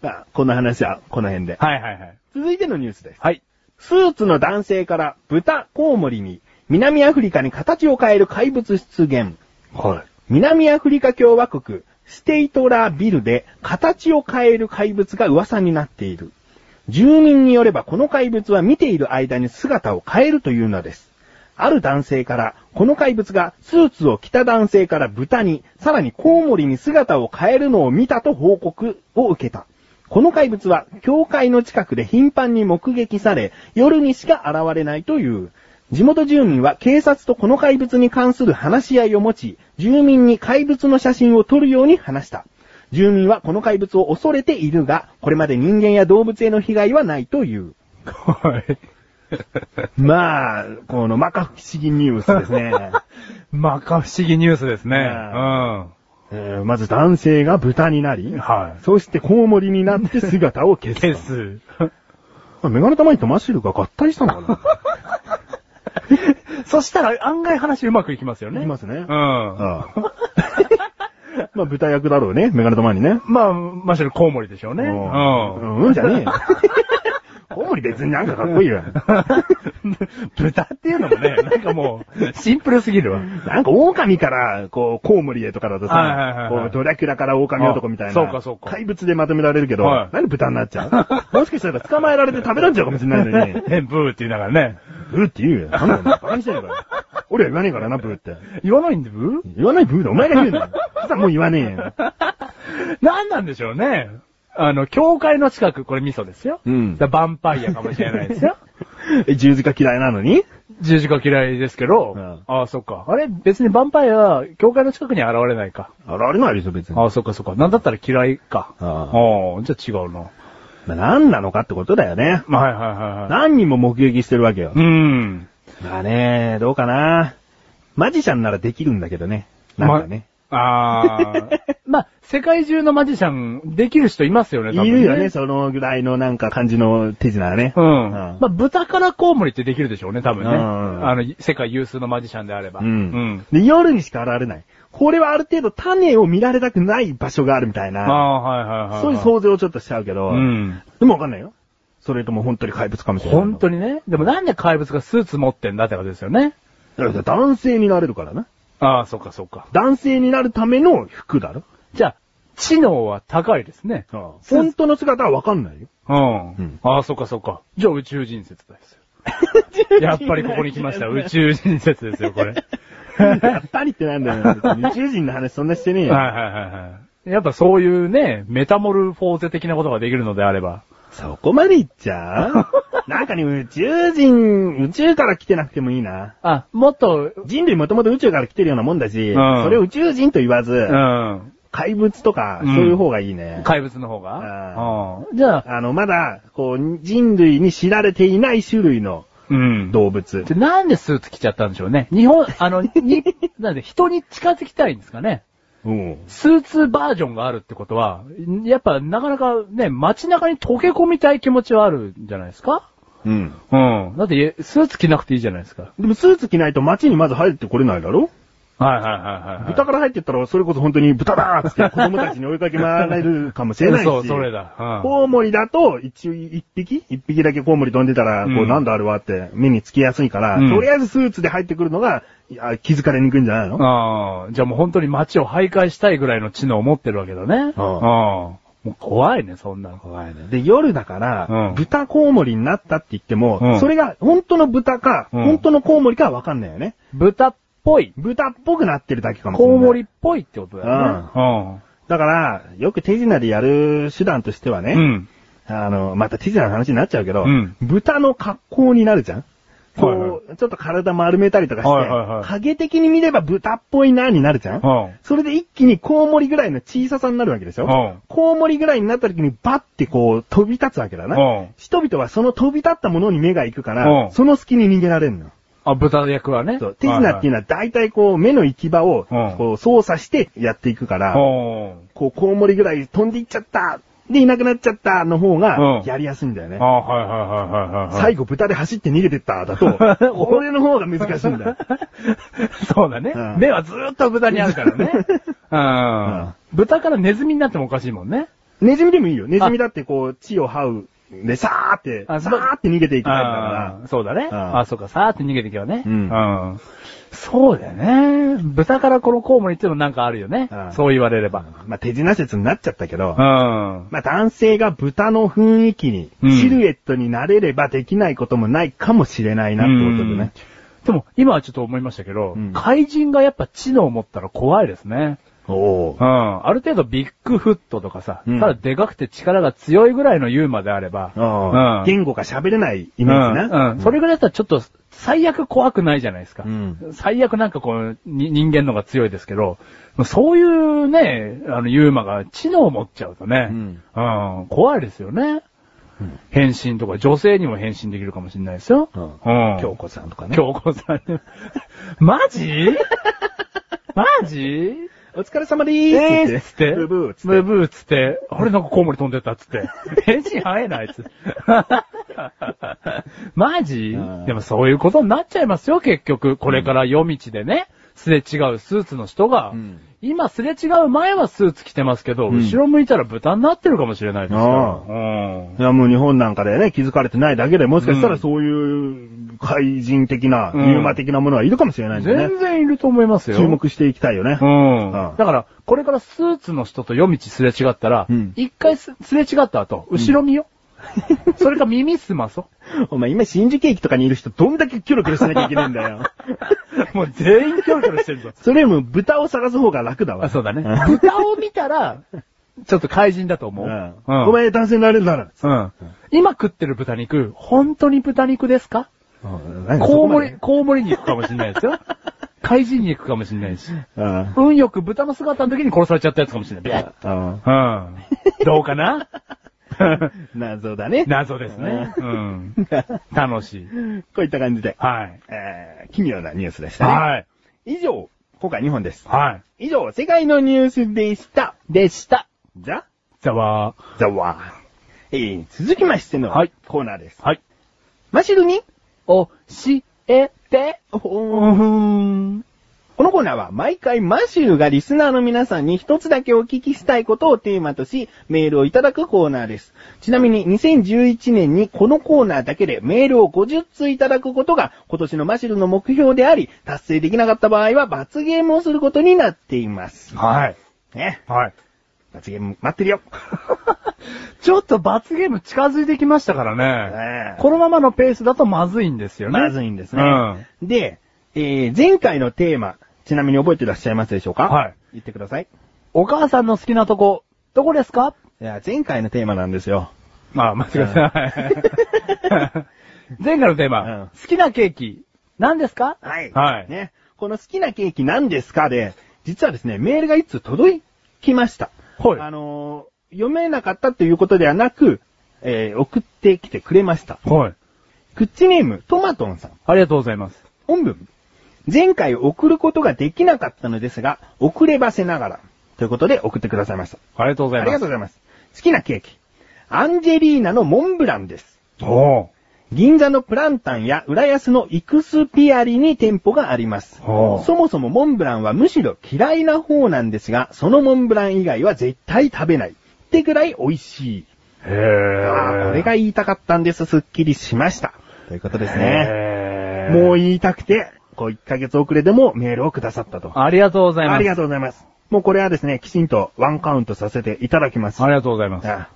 Speaker 1: まあ、この話はこの辺で。
Speaker 2: はいはいはい。
Speaker 1: 続いてのニュースです。
Speaker 2: はい。
Speaker 1: スーツの男性から豚、コウモリに、南アフリカに形を変える怪物出現。
Speaker 2: はい。
Speaker 1: 南アフリカ共和国、ステイトラビルで形を変える怪物が噂になっている。住民によればこの怪物は見ている間に姿を変えるというのです。ある男性から、この怪物がスーツを着た男性から豚に、さらにコウモリに姿を変えるのを見たと報告を受けた。この怪物は教会の近くで頻繁に目撃され、夜にしか現れないという。地元住民は警察とこの怪物に関する話し合いを持ち、住民に怪物の写真を撮るように話した。住民はこの怪物を恐れているが、これまで人間や動物への被害はないという。
Speaker 2: はい。
Speaker 1: まあ、この摩訶不思議ニュースですね。
Speaker 2: まか不思議ニュースですね。
Speaker 1: う
Speaker 2: うんん。
Speaker 1: えーまず男性が豚になり、
Speaker 2: はい
Speaker 1: そしてコウモリになって姿を消す。
Speaker 2: ケース。
Speaker 1: あメガネ玉にとマシルが合体したのか
Speaker 2: そしたら案外話うまくいきますよ
Speaker 1: な
Speaker 2: ね。
Speaker 1: いますね。
Speaker 2: う
Speaker 1: あ
Speaker 2: ん。
Speaker 1: あ まあ豚役だろうね、メガネ玉にね。
Speaker 2: まあ、ましろコウモリでしょうね。
Speaker 1: うん
Speaker 2: うん。。
Speaker 1: うん、じゃねえよ。コウモリ別になんかかっこいいよ。
Speaker 2: 豚っていうのもね、なんかもう、シンプルすぎるわ。
Speaker 1: なんか狼から、こう、コウモリへとかだと
Speaker 2: はいはいはい
Speaker 1: さ
Speaker 2: は、い
Speaker 1: こうドラキュラから狼男みたいな。
Speaker 2: あそうかそうか
Speaker 1: 怪物でまとめられるけど、
Speaker 2: はい
Speaker 1: なんで豚になっちゃう もしかしたら捕まえられて食べられちゃうかもしれないのに。
Speaker 2: ね、ブーって言いながらね。
Speaker 1: ブーって言 うよ。なんだよ、バカにしてんのかよ。俺は言わねえからな、ブーって。
Speaker 2: 言わないんでブー
Speaker 1: 言わないブーだ、お前が言うんだよ。さもう言わねえよ。
Speaker 2: なんなんでしょうね。あの、教会の近く、これミソですよ。
Speaker 1: うん
Speaker 2: だからヴァンパイアかもしれないですよ。
Speaker 1: え十字架嫌いなのに
Speaker 2: 十字架嫌いですけど、
Speaker 1: うん
Speaker 2: ああ、そっか。あれ、別にヴァンパイアは、教会の近くには現れないか。
Speaker 1: 現れないでしょ、別に。
Speaker 2: ああ、そっかそっか。なんだったら嫌いか。
Speaker 1: あ
Speaker 2: あ
Speaker 1: あ
Speaker 2: あ、じゃあ違うな。
Speaker 1: まあ何なのかってことだよね。
Speaker 2: まあはいはいはいはい。
Speaker 1: 何人も目撃してるわけよ
Speaker 2: う。ん。
Speaker 1: まあね、どうかな。マジシャンならできるんだけどね。なんかね。
Speaker 2: あ あ。まあ、世界中のマジシャン、できる人いますよね、
Speaker 1: い
Speaker 2: 多分
Speaker 1: るよね、そのぐらいのなんか感じの手品はね。
Speaker 2: うん。
Speaker 1: う
Speaker 2: ま
Speaker 1: ん
Speaker 2: あ、豚からコウモリってできるでしょうね、多分ね。
Speaker 1: うん
Speaker 2: あの、世界有数のマジシャンであれば。
Speaker 1: うん。で、夜にしか現れない。これはある程度種を見られたくない場所があるみたい
Speaker 2: あ
Speaker 1: な。
Speaker 2: あ、はいはいはいはい。
Speaker 1: そういう想像をちょっとしちゃうけど。
Speaker 2: うん。
Speaker 1: でもわかんないよ。それとも本当に怪物かもしれない。
Speaker 2: 本当にね。でもなんで怪物がスーツ持ってんだってことですよね。
Speaker 1: だから男性になれるからな。
Speaker 2: ああ、そっかそっか。
Speaker 1: 男性になるための服だろ。
Speaker 2: じゃあ、知能は高いですね。スー
Speaker 1: 本
Speaker 2: ツ
Speaker 1: 当の姿はわかんないよ。
Speaker 2: うん。
Speaker 1: うん
Speaker 2: ああ、そっかそっか。じ ゃあ宇宙人説ですよ。やっぱりここに来ました。宇宙人説ですよ、これ。
Speaker 1: やっぱりってなんだよ。別に 宇宙人の話そんなしてねえよ。
Speaker 2: はいはいはいはい。やっぱそういうね、メタモルフォーゼ的なことができるのであれば。
Speaker 1: そこまで言っちゃ うなんかね、宇宙人、宇宙から来てなくてもいいな。
Speaker 2: あ、もっと、
Speaker 1: 人類もともと宇宙から来てるようなもんだし、
Speaker 2: うん
Speaker 1: それを宇宙人と言わず、
Speaker 2: うん。
Speaker 1: 怪物とか、そういう方がいいね。
Speaker 2: 怪物の方
Speaker 1: あ
Speaker 2: がうん。じゃあ、
Speaker 1: あの、まだ、こう、人類に知られていない種類の
Speaker 2: うん。
Speaker 1: 動物。
Speaker 2: でなんでスーツ着ちゃったんでしょうね。日本、 あの、に、なんで人に近づきたいんですかね。
Speaker 1: うん。
Speaker 2: スーツバージョンがあるってことは、やっぱなかなかね、街中に溶け込みたい気持ちはあるんじゃないですか
Speaker 1: うん。
Speaker 2: うん。だって、スーツ着なくていいじゃないですか。
Speaker 1: でもスーツ着ないと街にまず入ってこれないだろ、
Speaker 2: はいはいはいはい、
Speaker 1: 豚から入ってったら、それこそ本当に豚だ ーっつって子供たちに追いかけ回られるかもしれないし。
Speaker 2: そう、それだ。うん。
Speaker 1: コウモリだと、一応一匹一匹だけコウモリ飛んでたら、こ
Speaker 2: う
Speaker 1: うんなんだあれはって目につきやすいから、
Speaker 2: うん
Speaker 1: とりあえずスーツで入ってくるのが、いや気づかれにくいんじゃないの
Speaker 2: ああ、じゃあもう本当に街を徘徊したいぐらいの知能を持ってるわけだね。
Speaker 1: う
Speaker 2: うんん。もう怖いね、そんなの。
Speaker 1: 怖いね。で、夜だから、
Speaker 2: うん
Speaker 1: 豚コウモリになったって言っても、
Speaker 2: うん
Speaker 1: それが本当の豚か、
Speaker 2: うん
Speaker 1: 本当のコウモリかはわかんないよね。
Speaker 2: 豚っぽい。
Speaker 1: 豚っぽくなってるだけかもしれな
Speaker 2: コ
Speaker 1: い。
Speaker 2: ウモリっぽいってことだよね。
Speaker 1: だから、よく手品でやる手段としてはね、
Speaker 2: うん。うん。
Speaker 1: あの、また手品の話になっちゃうけど、
Speaker 2: うん
Speaker 1: 豚の格好になるじゃんこう、
Speaker 2: はいは
Speaker 1: ちょっと体丸めたりとかして、
Speaker 2: はいはいはい
Speaker 1: 影的に見れば豚っぽいなになるじゃん、
Speaker 2: うん。
Speaker 1: それで一気にコウモリぐらいの小ささになるわけでしょ、
Speaker 2: うん
Speaker 1: コウモリぐらいになった時にバッてこう飛び立つわけだな。
Speaker 2: うん
Speaker 1: 人々はその飛び立ったものに目が行くから、
Speaker 2: うん
Speaker 1: その隙に逃げられるの。
Speaker 2: あ、豚役はね。
Speaker 1: そう手品っていう
Speaker 2: の
Speaker 1: のは大体こう目の行き場を
Speaker 2: うん
Speaker 1: こう操作してやっていくから、
Speaker 2: は
Speaker 1: こう、コウモリぐらい飛んでいっちゃったで、いなくなっちゃったの方が
Speaker 2: う、ん
Speaker 1: やりやすいんだよね
Speaker 2: い。あはいはいはいはいはい。
Speaker 1: 最後、豚で走って逃げてっただと、俺の方が難しいん だよ。
Speaker 2: そうだね
Speaker 1: うん。
Speaker 2: 目はずーっと豚にあるから ね。うん。豚からネズミになってもおかしいもんね。
Speaker 1: ネズミでもいいよ。ネズミだってこう、血を這う。で、さーって、さ
Speaker 2: あそう
Speaker 1: ーって逃げていくタイプだか
Speaker 2: あーそうだね。
Speaker 1: うん
Speaker 2: あ、そうか、さーって逃げていけばね。
Speaker 1: うん
Speaker 2: んそうだよね。豚からこのコウモリっていうのもなんかあるよね
Speaker 1: うん。
Speaker 2: そう言われれば。
Speaker 1: ら、まあ、手品説になっちゃったけ
Speaker 2: う、
Speaker 1: ど
Speaker 2: ん。
Speaker 1: まあ、男性が豚の雰囲気に、
Speaker 2: うん
Speaker 1: シルエットになれればできないこともないかもしれないなってことでね。
Speaker 2: でも、今はちょっと思いましたけど
Speaker 1: うん、
Speaker 2: 怪人がやっぱ知能を持ったら怖いですね。
Speaker 1: お
Speaker 2: う
Speaker 1: ー
Speaker 2: ん。ある程度ビッグフットとかさ、
Speaker 1: うん
Speaker 2: ただでかくて力が強いぐらいのユーマであれば、
Speaker 1: あー
Speaker 2: うん
Speaker 1: 言語が喋れないイメージ
Speaker 2: うん
Speaker 1: な。
Speaker 2: うん。それぐらいだったらちょっと、最悪怖くないじゃないですか。
Speaker 1: うん
Speaker 2: 最悪なんかこう、に人間のが強いですけど、そういうね、あの、ユーマが知能を持っちゃうとね、
Speaker 1: うん
Speaker 2: うん怖いですよね。
Speaker 1: うん
Speaker 2: 変身とか、女性にも変身できるかもしれないですよ。
Speaker 1: うん京子さんとかね。
Speaker 2: 京子さん。 マジ マジ
Speaker 1: お疲れ様でーす
Speaker 2: えーっつって。
Speaker 1: ブーブーっつって。
Speaker 2: ブーブーっつって。あれなんかコウモリ飛んでったっつ って。返信早いな、あいつ。 マジ
Speaker 1: うん
Speaker 2: でもそういうことになっちゃいますよ、結局。これから夜道でね、すれ違うスーツの人が。
Speaker 1: うん
Speaker 2: 今すれ違う前はスーツ着てますけど、
Speaker 1: うん
Speaker 2: 後ろ向いたら豚になってるかもしれないです
Speaker 1: あ
Speaker 2: よ。
Speaker 1: あ
Speaker 2: うん
Speaker 1: いや、もう日本なんかでね、気づかれてないだけで、もしかした
Speaker 2: う
Speaker 1: ら
Speaker 2: ん
Speaker 1: そういう怪人的な、
Speaker 2: うん
Speaker 1: ユーマ的なものはいるかもしれないんでね。
Speaker 2: 全然いると思いますよ。
Speaker 1: 注目していきたいよね
Speaker 2: う。ん。
Speaker 1: う
Speaker 2: だ
Speaker 1: ん
Speaker 2: から、これからスーツの人と夜道すれ違ったら
Speaker 1: うん、
Speaker 2: 一、回すすれ違った後、後ろ見よ。それか耳すまそ。
Speaker 1: お前今新宿駅とかにいる人どんだけキョロキョロしなきゃいけないんだ よ。
Speaker 2: もう全員キョロキョロしてるぞ。
Speaker 1: それよりも豚を探す方が楽だわ。
Speaker 2: あ、そうだね。
Speaker 1: ん
Speaker 2: 豚を見たら、ちょっと怪人だと思う。
Speaker 1: うん
Speaker 2: うん
Speaker 1: お前男性になれるなら。
Speaker 2: うん。今食ってる豚肉、本当に豚肉ですか
Speaker 1: なんかそ
Speaker 2: コ
Speaker 1: こ
Speaker 2: ウモ
Speaker 1: ま
Speaker 2: リ、
Speaker 1: で
Speaker 2: コウモリ肉かもしれないです よ。怪人肉かもしれないし。
Speaker 1: うん
Speaker 2: 運よく豚の姿の時に殺されちゃったやつかもしれない。
Speaker 1: うん
Speaker 2: うん。どうか な
Speaker 1: 謎だ ね。
Speaker 2: 謎ですね。うん。楽しい。
Speaker 1: こういった感じで、
Speaker 2: はい。
Speaker 1: えー奇妙なニュースでしたね。
Speaker 2: はい。
Speaker 1: 以上、今回2本です。
Speaker 2: はい。
Speaker 1: 以上、世界のニュースでした。
Speaker 2: でした。
Speaker 1: ザ
Speaker 2: じゃあは、
Speaker 1: ザワー。えー、続きましての
Speaker 2: はい
Speaker 1: コーナーです。
Speaker 2: はい。
Speaker 1: マシルに、
Speaker 2: 教えて。
Speaker 1: こ
Speaker 2: ん。
Speaker 1: のコーナーは毎回マシルがリスナーの皆さんに一つだけお聞きしたいことをテーマとし、メールをいただくコーナーです。ちなみに2011年にこのコーナーだけでメールを50通いただくことが今年のマシルの目標であり、達成できなかった場合は罰ゲームをすることになっています。
Speaker 2: はい。
Speaker 1: ね。
Speaker 2: はい。
Speaker 1: 罰ゲーム待って るよ。
Speaker 2: ちょっと罰ゲーム近づいてきましたからね。
Speaker 1: ね
Speaker 2: このままのペースだとまずいんですよね。
Speaker 1: まずいんですね。
Speaker 2: うん
Speaker 1: で、えー前回のテーマ、ちなみに覚えてらっしゃいますでしょうか
Speaker 2: はい。
Speaker 1: 言ってください。
Speaker 2: お母さんの好きなとこ、どこですか
Speaker 1: いや、前回のテーマなんですよ。
Speaker 2: まあ、間違えた。 はい前回のテーマ、
Speaker 1: うん
Speaker 2: 好きなケーキ、何ですか
Speaker 1: はい。
Speaker 2: はい
Speaker 1: ね。この好きなケーキ何ですかで、実はですね、メールが一通届きました。
Speaker 2: はい
Speaker 1: あのー読めなかったということではなく、えー送ってきてくれました。
Speaker 2: はい。
Speaker 1: クッチネーム、トマトンさん。
Speaker 2: ありがとうございます。
Speaker 1: 本文。前回送ることができなかったのですが、遅ればせながら。ということで送ってくださいました。
Speaker 2: ありがとうござ
Speaker 1: あ
Speaker 2: い
Speaker 1: り
Speaker 2: ま
Speaker 1: がと
Speaker 2: す。
Speaker 1: うございます。好きなケーキ。アンジェリーナのモンブランです。
Speaker 2: お
Speaker 1: 銀座のプランタンや浦安のイクスピアリに店舗があります。
Speaker 2: おう
Speaker 1: そもそもモンブランはむしろ嫌いな方なんですが、そのモンブラン以外は絶対食べない。ってぐらい美味しい。
Speaker 2: へえ。
Speaker 1: ああ、これが
Speaker 2: いい
Speaker 1: 言いたかったんです。すっきりしました。ということで
Speaker 2: です
Speaker 1: ね。
Speaker 2: ね
Speaker 1: もう
Speaker 2: い。
Speaker 1: 言いたくて、こう1ヶ月遅れでもメールをくださったと。
Speaker 2: ありがとうございます。
Speaker 1: ありがとうございます。もうこれはですね、きちんとワンカウントさせていただきます。
Speaker 2: ありがとうございます。
Speaker 1: ああ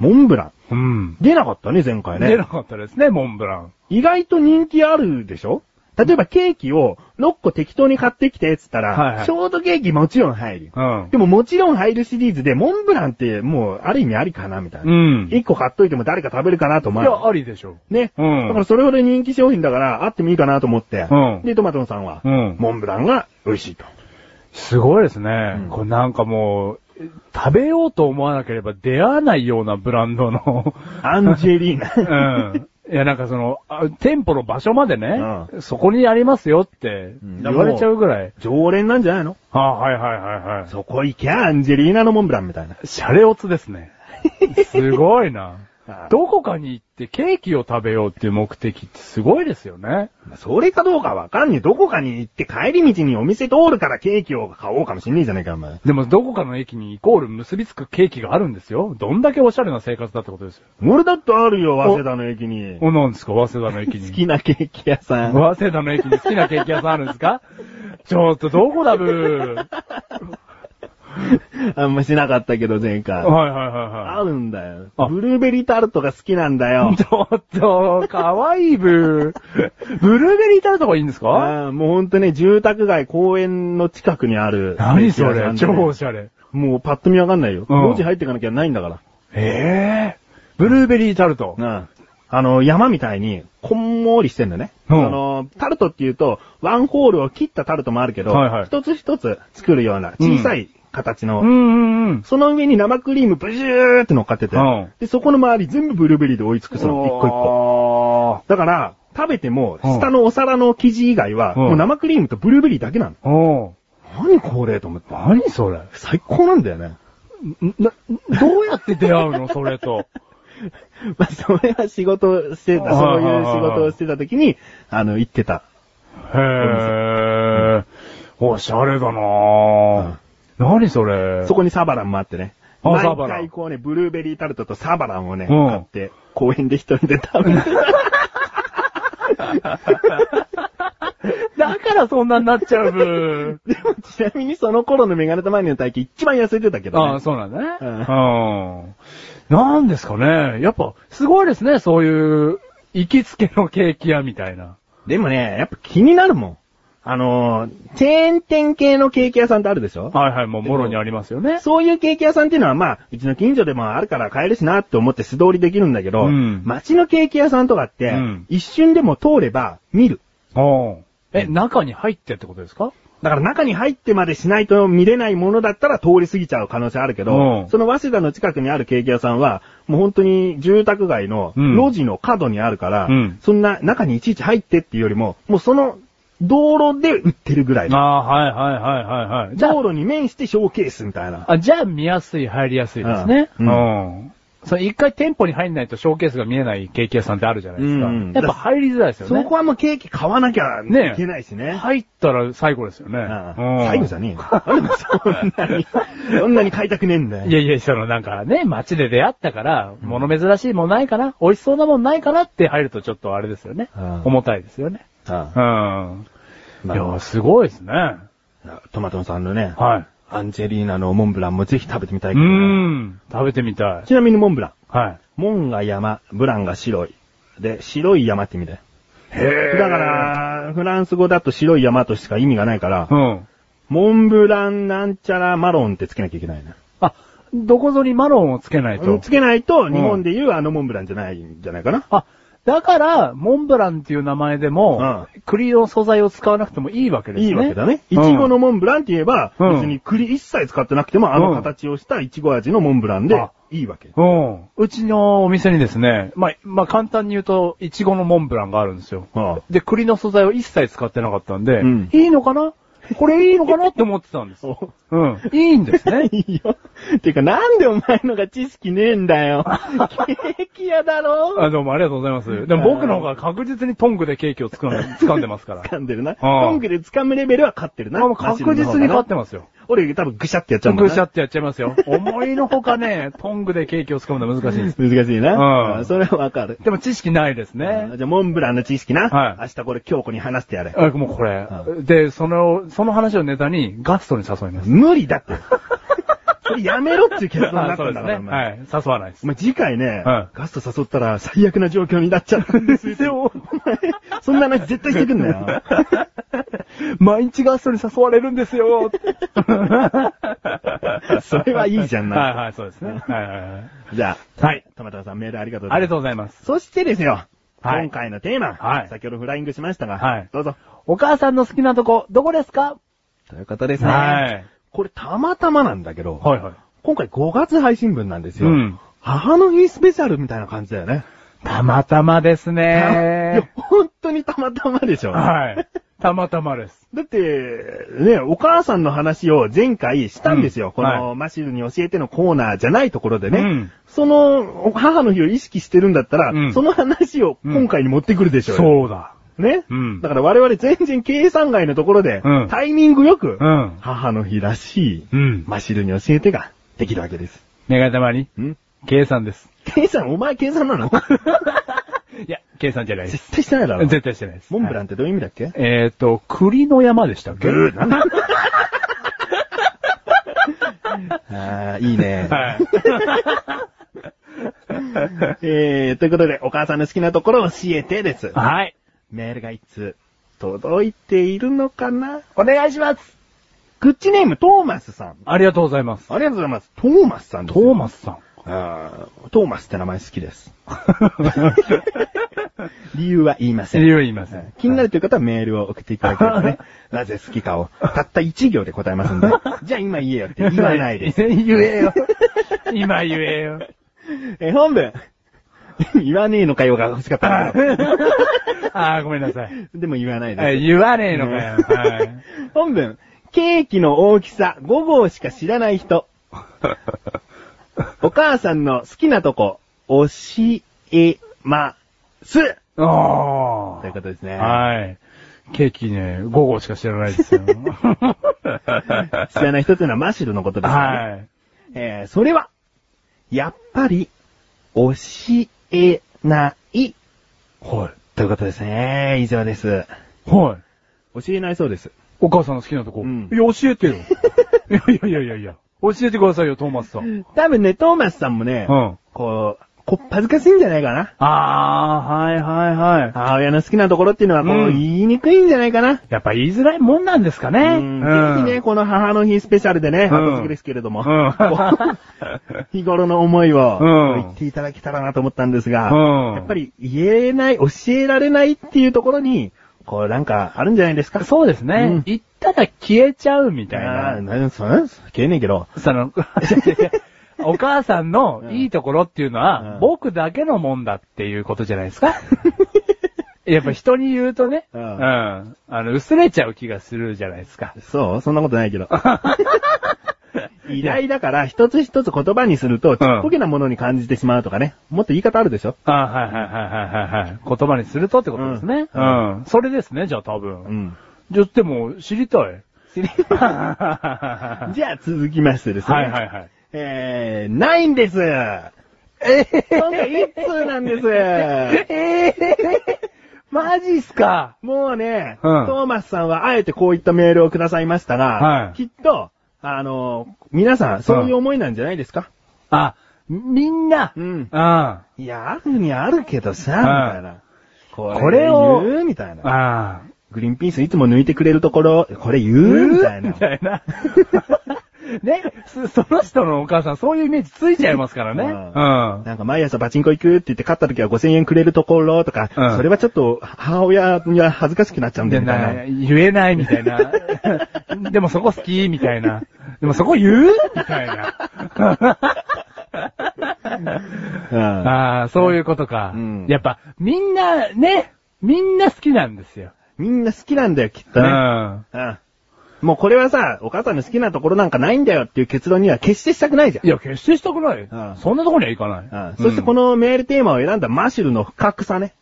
Speaker 1: モンブラン。
Speaker 2: うん。
Speaker 1: 出なかったね、前回ね。
Speaker 2: 出なかったですね、モンブラン。
Speaker 1: 意外と人気あるでしょ例えばケーキを6個適当に買ってきて、つったら、
Speaker 2: はいはい
Speaker 1: ショートケーキもちろん入る。
Speaker 2: うん
Speaker 1: で。ももちろん入るシリーズで、モンブランってもうある意味ありかな、みたいな。
Speaker 2: うん。い
Speaker 1: 1個買っといても誰か食べるかなと思わない
Speaker 2: や、ありでしょ。
Speaker 1: ね。
Speaker 2: うん
Speaker 1: だからそれほど人気商品だから、あってもいいかなと思って。
Speaker 2: うん
Speaker 1: で、トマトンさんは、
Speaker 2: うん
Speaker 1: モンブランが美味しいと。
Speaker 2: すごいですね。
Speaker 1: ん
Speaker 2: これなんかもう、食べようと思わなければ出会わないようなブランド の。
Speaker 1: アンジェリーナ。
Speaker 2: うん。いや、なんかその、あ店舗の場所までね、
Speaker 1: う
Speaker 2: そこにありますよって
Speaker 1: うん
Speaker 2: 言われちゃうぐらい。
Speaker 1: 常連なんじゃないの
Speaker 2: あはいはいはいはい。
Speaker 1: そこ行けアンジェリーナのモンブランみたいな。
Speaker 2: シャレオツです ね。すごいな。
Speaker 1: ど
Speaker 2: どこかに行ってケーキを食べようっていう目的ってすごいですよね。
Speaker 1: それかどうかわかんねえ。どこかに行って帰り道にお店通るからケーキを買おうかもしんねえじゃねえか、お前。
Speaker 2: でもどこかの駅にイコール結びつくケーキがあるんですよ。どんだけオシャレな生活だってことですよ。
Speaker 1: 俺だってあるよ、早稲田の駅に。
Speaker 2: お、なんですか早稲田の駅に。
Speaker 1: 好きなケーキ屋さん。
Speaker 2: 早稲田の駅に好きなケーキ屋さんあるんですかちょっとどこだブー。はい
Speaker 1: あんましなかったけど、前回。
Speaker 2: はいはい
Speaker 1: あるんだよ。
Speaker 2: あ
Speaker 1: ブルーベリータルトが好きなんだ
Speaker 2: は
Speaker 1: よ
Speaker 2: い。。ちょっと、かわいいブー。ブルーベリータルトがいいんですか
Speaker 1: あーもうほんとね、住宅街公園の近くにある。
Speaker 2: 何そ
Speaker 1: ケ
Speaker 2: れ
Speaker 1: ーキ屋さんで
Speaker 2: 超
Speaker 1: ね
Speaker 2: オシャレ。
Speaker 1: もうパッと見わかんないよ。
Speaker 2: うん
Speaker 1: 路地入っていかなきゃないんだから。
Speaker 2: ええブルーベリータルト。
Speaker 1: うん。あの、山みたいに、こんもりしてんだね。
Speaker 2: うん
Speaker 1: あの、タルトっていうと、ワンホールを切ったタルトもあるけど、
Speaker 2: はいはい
Speaker 1: 一つ一つ作るような小さい形の、
Speaker 2: うんうんうん。
Speaker 1: その上に生クリームブジューって乗っかってて、
Speaker 2: うん
Speaker 1: で、そこの周り全部ブルーベリーで覆い尽くすの、一個一個。
Speaker 2: 個
Speaker 1: だから、食べても、
Speaker 2: うん
Speaker 1: 下のお皿の生地以外は、
Speaker 2: うん
Speaker 1: もう生クリームとブルーベリーだけなの。
Speaker 2: 一個。おー
Speaker 1: 何これと思って。
Speaker 2: 何それ
Speaker 1: 最高なんだよね。
Speaker 2: な、どうやって出会うのそれと。
Speaker 1: まあ、それは仕事してた、そういう仕事をしてた時に、あの、行ってた。
Speaker 2: へー。おしゃれだな
Speaker 1: うん
Speaker 2: ぁ。何それ
Speaker 1: そこにサバランもあってね。
Speaker 2: あ
Speaker 1: 毎
Speaker 2: サバラ
Speaker 1: 回
Speaker 2: ン
Speaker 1: こうね、ブルーベリータルトとサバランをね、
Speaker 2: うん
Speaker 1: 買って、公園で一人で食 べる。
Speaker 2: だからそんなになっちゃうブ
Speaker 1: でもちなみにその頃のメガネとマニアの体型一番痩せてたけ
Speaker 2: ー。 あ
Speaker 1: ど
Speaker 2: あ、
Speaker 1: ね。
Speaker 2: そうなんだね。
Speaker 1: う
Speaker 2: うん。なんですかね。やっぱ、すごいですね。そういう、行きつけのケーキ屋みたいな。
Speaker 1: でもね、やっぱ気になるもん。あのー、チェーン店系のケーキ屋さんってあるでしょ
Speaker 2: はいはい、もう、もろにありますよね。
Speaker 1: そういうケーキ屋さんっていうのはまあ、うちの近所でもあるから買えるしなって思って素通りできるんだけど、
Speaker 2: うん
Speaker 1: 街のケーキ屋さんとかって、
Speaker 2: うん
Speaker 1: 一瞬でも通れば見る。
Speaker 2: うん。え、中に入ってってことですか
Speaker 1: だから中に入ってまでしないと見れないものだったら通り過ぎちゃう可能性あるけど、
Speaker 2: うん
Speaker 1: その早稲田の近くにあるケーキ屋さんは、もう本当に住宅街の
Speaker 2: うん
Speaker 1: 路地の角にあるから、
Speaker 2: うん
Speaker 1: そんな中にいちいち入ってっていうよりも、もうその道路で売ってるぐらい
Speaker 2: あ
Speaker 1: の。
Speaker 2: あ、はいはいはいはいはい。じゃあ
Speaker 1: 道路に面してショーケースみたいな。
Speaker 2: あ、じゃあ見やすい、入りやすいですね。
Speaker 1: う
Speaker 2: うんん。それ一回店舗に入んないとショーケースが見えないケーキ屋さんってあるじゃないですか。
Speaker 1: うん
Speaker 2: やっぱ入りづらいですよ
Speaker 1: そ
Speaker 2: ね。
Speaker 1: こはもうケーキ買わなきゃ
Speaker 2: ね
Speaker 1: いけないしね。
Speaker 2: 入ったら最後ですよね。
Speaker 1: うん
Speaker 2: うん
Speaker 1: 最後じゃねえよ。 なんでそんなに、そんなに買いたくねえんだよ。
Speaker 2: いやいや、そのなんかね、街で出会ったから、物珍しいもんないかな、美味しそうなもんないかなって入るとちょっとあれですよね。
Speaker 1: うん
Speaker 2: 重たいですよね。
Speaker 1: あ
Speaker 2: う
Speaker 1: あ
Speaker 2: ん。い
Speaker 1: まあ
Speaker 2: や、すごいですね。は
Speaker 1: トマトンさんのね、
Speaker 2: い。
Speaker 1: アンジェリーナのモンブランもぜひ食べてみたいうけどね
Speaker 2: ん。食べてみたい。
Speaker 1: ちなみにモンブラン。
Speaker 2: はい。
Speaker 1: モンが山、ブランが白い。で、白い山って意味だよ。
Speaker 2: へ
Speaker 1: だか、ら、フランス語だと白い山としか意味がないから、
Speaker 2: うん。
Speaker 1: モンブランなんちゃらマロンってつけなきゃいけないな。
Speaker 2: あ、どこぞにマロンをつけないと。
Speaker 1: つけないと、
Speaker 2: ん
Speaker 1: 日本でいうあのモンブランじゃないんじゃないかな。
Speaker 2: あ、だから、モンブランっていう名前でも、栗の素材を使わなくてもいいわけですね。
Speaker 1: いいわけだね。
Speaker 2: う
Speaker 1: い
Speaker 2: ん
Speaker 1: ちごのモンブランって言えば、
Speaker 2: うん
Speaker 1: 別に栗一切使ってなくても、あの形をしたいちご味のモンブランで
Speaker 2: あ
Speaker 1: いいわけ。
Speaker 2: うん。うちのお店にですね、まあ、まあ、簡単に言うと、いちごのモンブランがあるんですよ。
Speaker 1: ああ
Speaker 2: で、栗の素材を一切使ってなかったんで、
Speaker 1: うん
Speaker 2: いいのかなこれいいのか なって思ってたんです。
Speaker 1: お
Speaker 2: うん。いいんですね。
Speaker 1: いいよ。てか、なんでお前のが知識ねえん だよ。ケーキ屋だろ
Speaker 2: あ、どうもありがとうございます。でも僕の方が確実にトングでケーキをつかん掴んで ますから。
Speaker 1: 掴んでるな。
Speaker 2: ああ
Speaker 1: トングで掴むレベルは勝ってるな。
Speaker 2: あもう確実に勝ってますよ。
Speaker 1: 俺多分ぐしゃってやっちゃうもん
Speaker 2: ぐ
Speaker 1: な。
Speaker 2: しゃってやっちゃいますよ。思いのほかね、トングでケーキを掴むのは難しいです。
Speaker 1: 難しいな。
Speaker 2: うん
Speaker 1: あそれはわかる。
Speaker 2: でも知識ないですね
Speaker 1: あ。じゃあ、モンブランの知識な。
Speaker 2: はい
Speaker 1: 明日これ京子に話してやれ。
Speaker 2: あもうこれ。で、その、その話をネタにガストに誘います。
Speaker 1: 無理 だって。それやめろっていう結論になったんだから、お前
Speaker 2: はい。誘わないです
Speaker 1: お。前次回ね、
Speaker 2: は
Speaker 1: ガスト誘ったら最悪な状況になっちゃうんですよ。お前そんな話絶対してくん なよ。
Speaker 2: 毎日ガストに誘われるんですよ。
Speaker 1: それはいいじゃんな
Speaker 2: はいはい、そうですね。はいはいはい。
Speaker 1: じゃあ、
Speaker 2: はい。
Speaker 1: トマトさんメールありがとうござ
Speaker 2: あ
Speaker 1: い
Speaker 2: りが
Speaker 1: ます。
Speaker 2: とうございます。
Speaker 1: そしてですよ、
Speaker 2: はい
Speaker 1: 今回のテーマ、
Speaker 2: はい
Speaker 1: 先ほどフライングしましたが、
Speaker 2: はい
Speaker 1: どうぞ。
Speaker 2: お母さんの好きなとこ、どこですか
Speaker 1: ということですね。
Speaker 2: はい。
Speaker 1: これたまたまなんだけど、
Speaker 2: はいはい。
Speaker 1: 今回5月配信分なんですよ。
Speaker 2: うん
Speaker 1: 母の日スペシャルみたいな感じだよね。
Speaker 2: たまたまです
Speaker 1: いや
Speaker 2: ね、。
Speaker 1: 本当にたまたまでしょ。
Speaker 2: はい。たまたまです。
Speaker 1: だって、ね、お母さんの話を前回したんですよ。
Speaker 2: うん
Speaker 1: この、
Speaker 2: は
Speaker 1: マシルに教えてのコーナーじゃないところでね。
Speaker 2: うん
Speaker 1: その、母の日を意識してるんだったら、
Speaker 2: うん
Speaker 1: その話を今回に持ってくるでしょうよ。
Speaker 2: そうだ。
Speaker 1: ね、
Speaker 2: うん
Speaker 1: だから我々全然計算外のところで、
Speaker 2: うん
Speaker 1: タイミングよく、
Speaker 2: うん。
Speaker 1: 母の日らしい、
Speaker 2: うん。
Speaker 1: マシルに教えてができるわけです。
Speaker 2: 願い玉に、
Speaker 1: ん
Speaker 2: 計算です。
Speaker 1: 計算、お前計算なの
Speaker 2: いや、計算じゃないです。
Speaker 1: 絶対してないだろ。
Speaker 2: 絶対してないです。
Speaker 1: モンブラ
Speaker 2: ン。
Speaker 1: ンってどういう意味だっけ、
Speaker 2: えっと、栗の山でしたっけ
Speaker 1: ぐ ーなんだあーいいね。
Speaker 2: はい。
Speaker 1: えー、ということで、お母さんの好きなところを教えてです。
Speaker 2: はい。
Speaker 1: メールが一通、届いているのかな
Speaker 2: お願いします。
Speaker 1: グッチネーム、トーマスさん。あ
Speaker 2: ありがとうございます。
Speaker 1: りがとうございます。トーマスさんで
Speaker 2: ト
Speaker 1: す。
Speaker 2: ーマスさん。
Speaker 1: あートーマスって名前好 きです。理由は言いませ
Speaker 2: 理
Speaker 1: ん。
Speaker 2: 由言いません。
Speaker 1: 気になるという方はメールを送っていただければね。 なぜ好きかを、 たった1行で答えますんで。 じゃあ今言えよって言わないです。
Speaker 2: 言えよ。今言えよ。
Speaker 1: えー、本 文言わねえのかよが欲しかったな。
Speaker 2: ああ、ごめんなさい。
Speaker 1: でも言わないです。
Speaker 2: え言わねえのかよ。はい。
Speaker 1: 本文、ケーキの大きさ5号しか知らない 人。お母さんの好きなとこ、教えます。
Speaker 2: ああ。
Speaker 1: ということですね。
Speaker 2: はい。ケーキね、5号しか知らない ですよ。
Speaker 1: 知らない人というのはマシルのことです、ね。
Speaker 2: はい。
Speaker 1: えー、それは、やっぱり、教えない。
Speaker 2: は
Speaker 1: ということですね。以上です。
Speaker 2: い。はい。
Speaker 1: 教えないそうです。
Speaker 2: お母さんの好きなとこ。
Speaker 1: うん
Speaker 2: いや、教えてよ。いやいやいやいや。教えてくださいよ、トーマスさん。うん。
Speaker 1: 多分ね、トーマスさんもね、
Speaker 2: あ
Speaker 1: こう、こっ恥ずかしいんじゃないかな。
Speaker 2: あー、はいはいはい。
Speaker 1: 母親の好きなところっていうのは、こう、
Speaker 2: うん
Speaker 1: 言いにくいんじゃないかな。
Speaker 2: やっぱ言いづらいもんなんですかね。
Speaker 1: うんぜひね、この母の日スペシャルでね、
Speaker 2: うん
Speaker 1: 後付けですけれども、
Speaker 2: うん
Speaker 1: こう日頃の思いを
Speaker 2: うん
Speaker 1: 言っていただけたらなと思ったんですが、
Speaker 2: うん
Speaker 1: やっぱり言えない、教えられないっていうところに、こうなんかあるんじゃないです か
Speaker 2: そうです
Speaker 1: う
Speaker 2: ね
Speaker 1: ん。
Speaker 2: 言ったら消えちゃうみたい
Speaker 1: あー
Speaker 2: な。
Speaker 1: なんそん消えねえけど。
Speaker 2: そ の、お母さんのいいところっていうの
Speaker 1: うん
Speaker 2: は、僕だけのもんだっていうことじゃないです か。やっぱ人に言うとね、
Speaker 1: う
Speaker 2: うんん。あの、薄れちゃう気がするじゃないですか。
Speaker 1: そうそんなことない けど。依頼だから、一つ一つ言葉にすると、ちっぽけなものに感じてしまうとかね。もっと言い方あるでしょ
Speaker 2: あはいはいはいはいはいはい。言葉にするとってことですね。
Speaker 1: う
Speaker 2: うんん。それですね、じゃあ多
Speaker 1: う
Speaker 2: 分。
Speaker 1: ん。
Speaker 2: じゃ、でも、知りたい。
Speaker 1: 知り
Speaker 2: は
Speaker 1: じゃあ続きましてで
Speaker 2: い
Speaker 1: すね。
Speaker 2: はいはい。
Speaker 1: えー、ないんです。えー、今回一通なんです。
Speaker 2: ええマジっすか
Speaker 1: もうね、
Speaker 2: うん
Speaker 1: トーマスさんはあえてこういったメールをくださいましたが、
Speaker 2: はい
Speaker 1: きっと、あの皆さん、そういう思いなんじゃないですか、
Speaker 2: あ、みんな、
Speaker 1: うん
Speaker 2: あ
Speaker 1: いや、あるにはあるけどさ、み
Speaker 2: うん
Speaker 1: たいな。こ
Speaker 2: これを
Speaker 1: 言うみたいな。
Speaker 2: あ、
Speaker 1: グリーンピースいつも抜いてくれるところ、これ言うみたいな
Speaker 2: み。たいな。ね、そその人のお母さん、そういうイメージついちゃいますからね。うん。
Speaker 1: なんか毎朝パチンコ行くって言って勝った時は5000円くれるところとか、
Speaker 2: うん
Speaker 1: それはちょっと母親には恥ずかしくなっちゃうんだ
Speaker 2: で
Speaker 1: よみたい
Speaker 2: な
Speaker 1: な。
Speaker 2: 言えないみたいな。 でもそこ好きみたいな。でもそこ言うみたいな。
Speaker 1: うん
Speaker 2: ああ、そういうことか。
Speaker 1: うん
Speaker 2: やっぱ、みんな、ね、みんな好きなんですよ。
Speaker 1: みんな好きなんだよ、きっ
Speaker 2: う
Speaker 1: とね。
Speaker 2: ん。
Speaker 1: うんもうこれはさ、お母さんの好きなところなんかないんだよっていう結論には決してしたくないじゃん
Speaker 2: い。や、決してしたくない。
Speaker 1: うん
Speaker 2: そんなとこにはいかない。
Speaker 1: うんそしてこ
Speaker 2: の、
Speaker 1: のメールテーマを選んだマシュルの不覚 さね。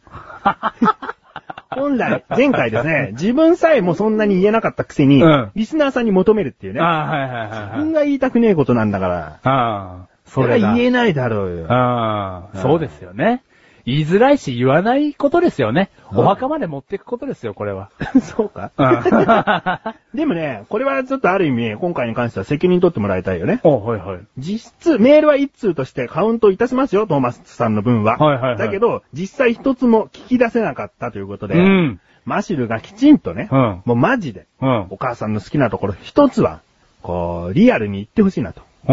Speaker 1: 本来、前回ですね、自分さえもそんなに言えなかったくせに、
Speaker 2: うん
Speaker 1: リスナーさんに求めるっていうね。
Speaker 2: ああ、はいはい
Speaker 1: 自
Speaker 2: はい、
Speaker 1: 分
Speaker 2: はい。
Speaker 1: が言いたくねえことなんだから。
Speaker 2: ああ、そ
Speaker 1: そ
Speaker 2: れ
Speaker 1: れ
Speaker 2: だ
Speaker 1: は。言えないだろうよ。
Speaker 2: ああ、
Speaker 1: うん
Speaker 2: そうですよね。言いづらいし言わないことですよね。
Speaker 1: うん
Speaker 2: お墓まで持っていくことですよ、こ れは。
Speaker 1: そうか
Speaker 2: うん
Speaker 1: でもね、これはちょっとある意味、今回に関しては責任取ってもらいたいよね。
Speaker 2: お、はいはい。
Speaker 1: 実質、メールは一通としてカウントいたしますよ、トーマスさんの分は。
Speaker 2: はいはいはい
Speaker 1: だけど、実際一つも聞き出せなかったということで、
Speaker 2: うん。
Speaker 1: マシルがきちんとね、
Speaker 2: うん
Speaker 1: もうマジで、
Speaker 2: うん。
Speaker 1: お母さんの好きなところ一つは、こう、リアルに言ってほしいなと。
Speaker 2: お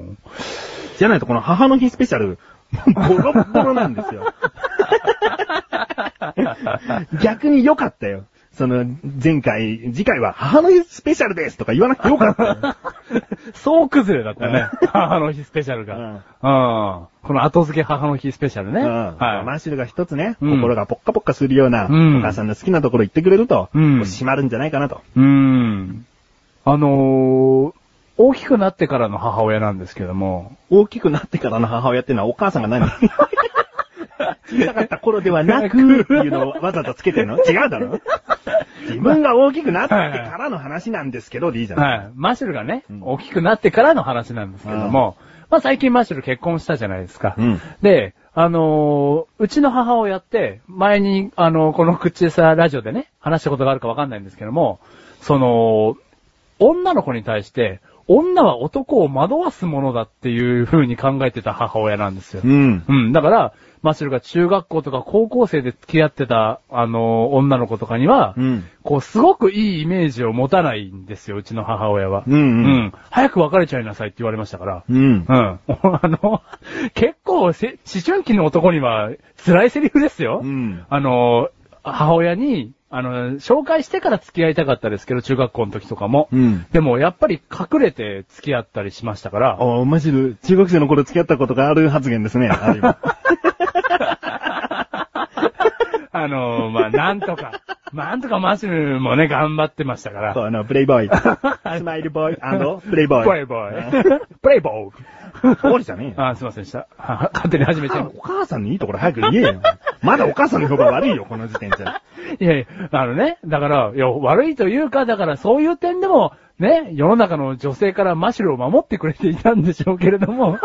Speaker 2: ー。
Speaker 1: じゃないとこの母の日スペシャル、ボロッボロなんです よ。逆に良かったよ。その、前回、次回は母の日スペシャルですとか言わなくてよかったよ。
Speaker 2: そう崩れだったね。母の日スペシャルが。
Speaker 1: う
Speaker 2: うんん。この後付け母の日スペシャルね。
Speaker 1: うんマ
Speaker 2: は
Speaker 1: ーシュルが一つね、
Speaker 2: うん
Speaker 1: 心がポッカポッカするような、
Speaker 2: うん
Speaker 1: お母さんの好きなところ言ってくれると、
Speaker 2: うん
Speaker 1: 締まるんじゃないかなと。
Speaker 2: い。うん。あのー、大きくなってからの母親なんですけども。
Speaker 1: 大きくなってからの母親っていうのはお母さん が何小さかった頃ではなくっていうのをわざとつけてるの違うだろ自分が大きくなってからの話なんですけどでいいじゃない、
Speaker 2: はい。マシュルがね、
Speaker 1: うん
Speaker 2: 大きくなってからの話なんですけども、まあ最近マシュル結婚したじゃないですか。
Speaker 1: うん
Speaker 2: で、あのーうちの母親って、前に、あのーこの口でさ、ラジオでね、話したことがあるかわかんないんですけども、その、女の子に対して、女は男を惑わすものだっていう風に考えてた母親なんですよ。
Speaker 1: うん。
Speaker 2: うん。だから、マシュルが中学校とか高校生で付き合ってた、あのー女の子とかには、
Speaker 1: うん。
Speaker 2: こう、すごくいいイメージを持たないんですよ、うちの母親は。
Speaker 1: うんうん
Speaker 2: 早く別れちゃいなさいって言われましたから。
Speaker 1: うん
Speaker 2: う。ん。 あの、結構せ、思春期の男には辛いセリフですよ。
Speaker 1: うん。
Speaker 2: あの、母親に、あの、紹介してから付き合いたかったですけど、中学校の時とかも。
Speaker 1: うん。
Speaker 2: でも、やっぱり隠れて付き合ったりしましたから。
Speaker 1: あ、マジで、中学生の頃付き合ったことがある発言ですね。ある 意味
Speaker 2: あの、まあ、なんと か、なんとかマシュルもね、頑張ってましたから。
Speaker 1: そう、あの、プレイボ ーイ。スマイルボーイプレイボーイ。
Speaker 2: プレイボ ーイ。プレイボーイ。
Speaker 1: ボーイじゃねえよ
Speaker 2: あ、すいませんでした。は勝手に始めちゃ
Speaker 1: あ
Speaker 2: う。
Speaker 1: お母さんのいいところ早く言え よ。まだお母さんの評判悪いよ、この時点じゃ。
Speaker 2: いやいや、あのね、だから、いや、悪いというか、だからそういう点でも、ね、世の中の女性からマシュルを守ってくれていたんでしょうけれど も、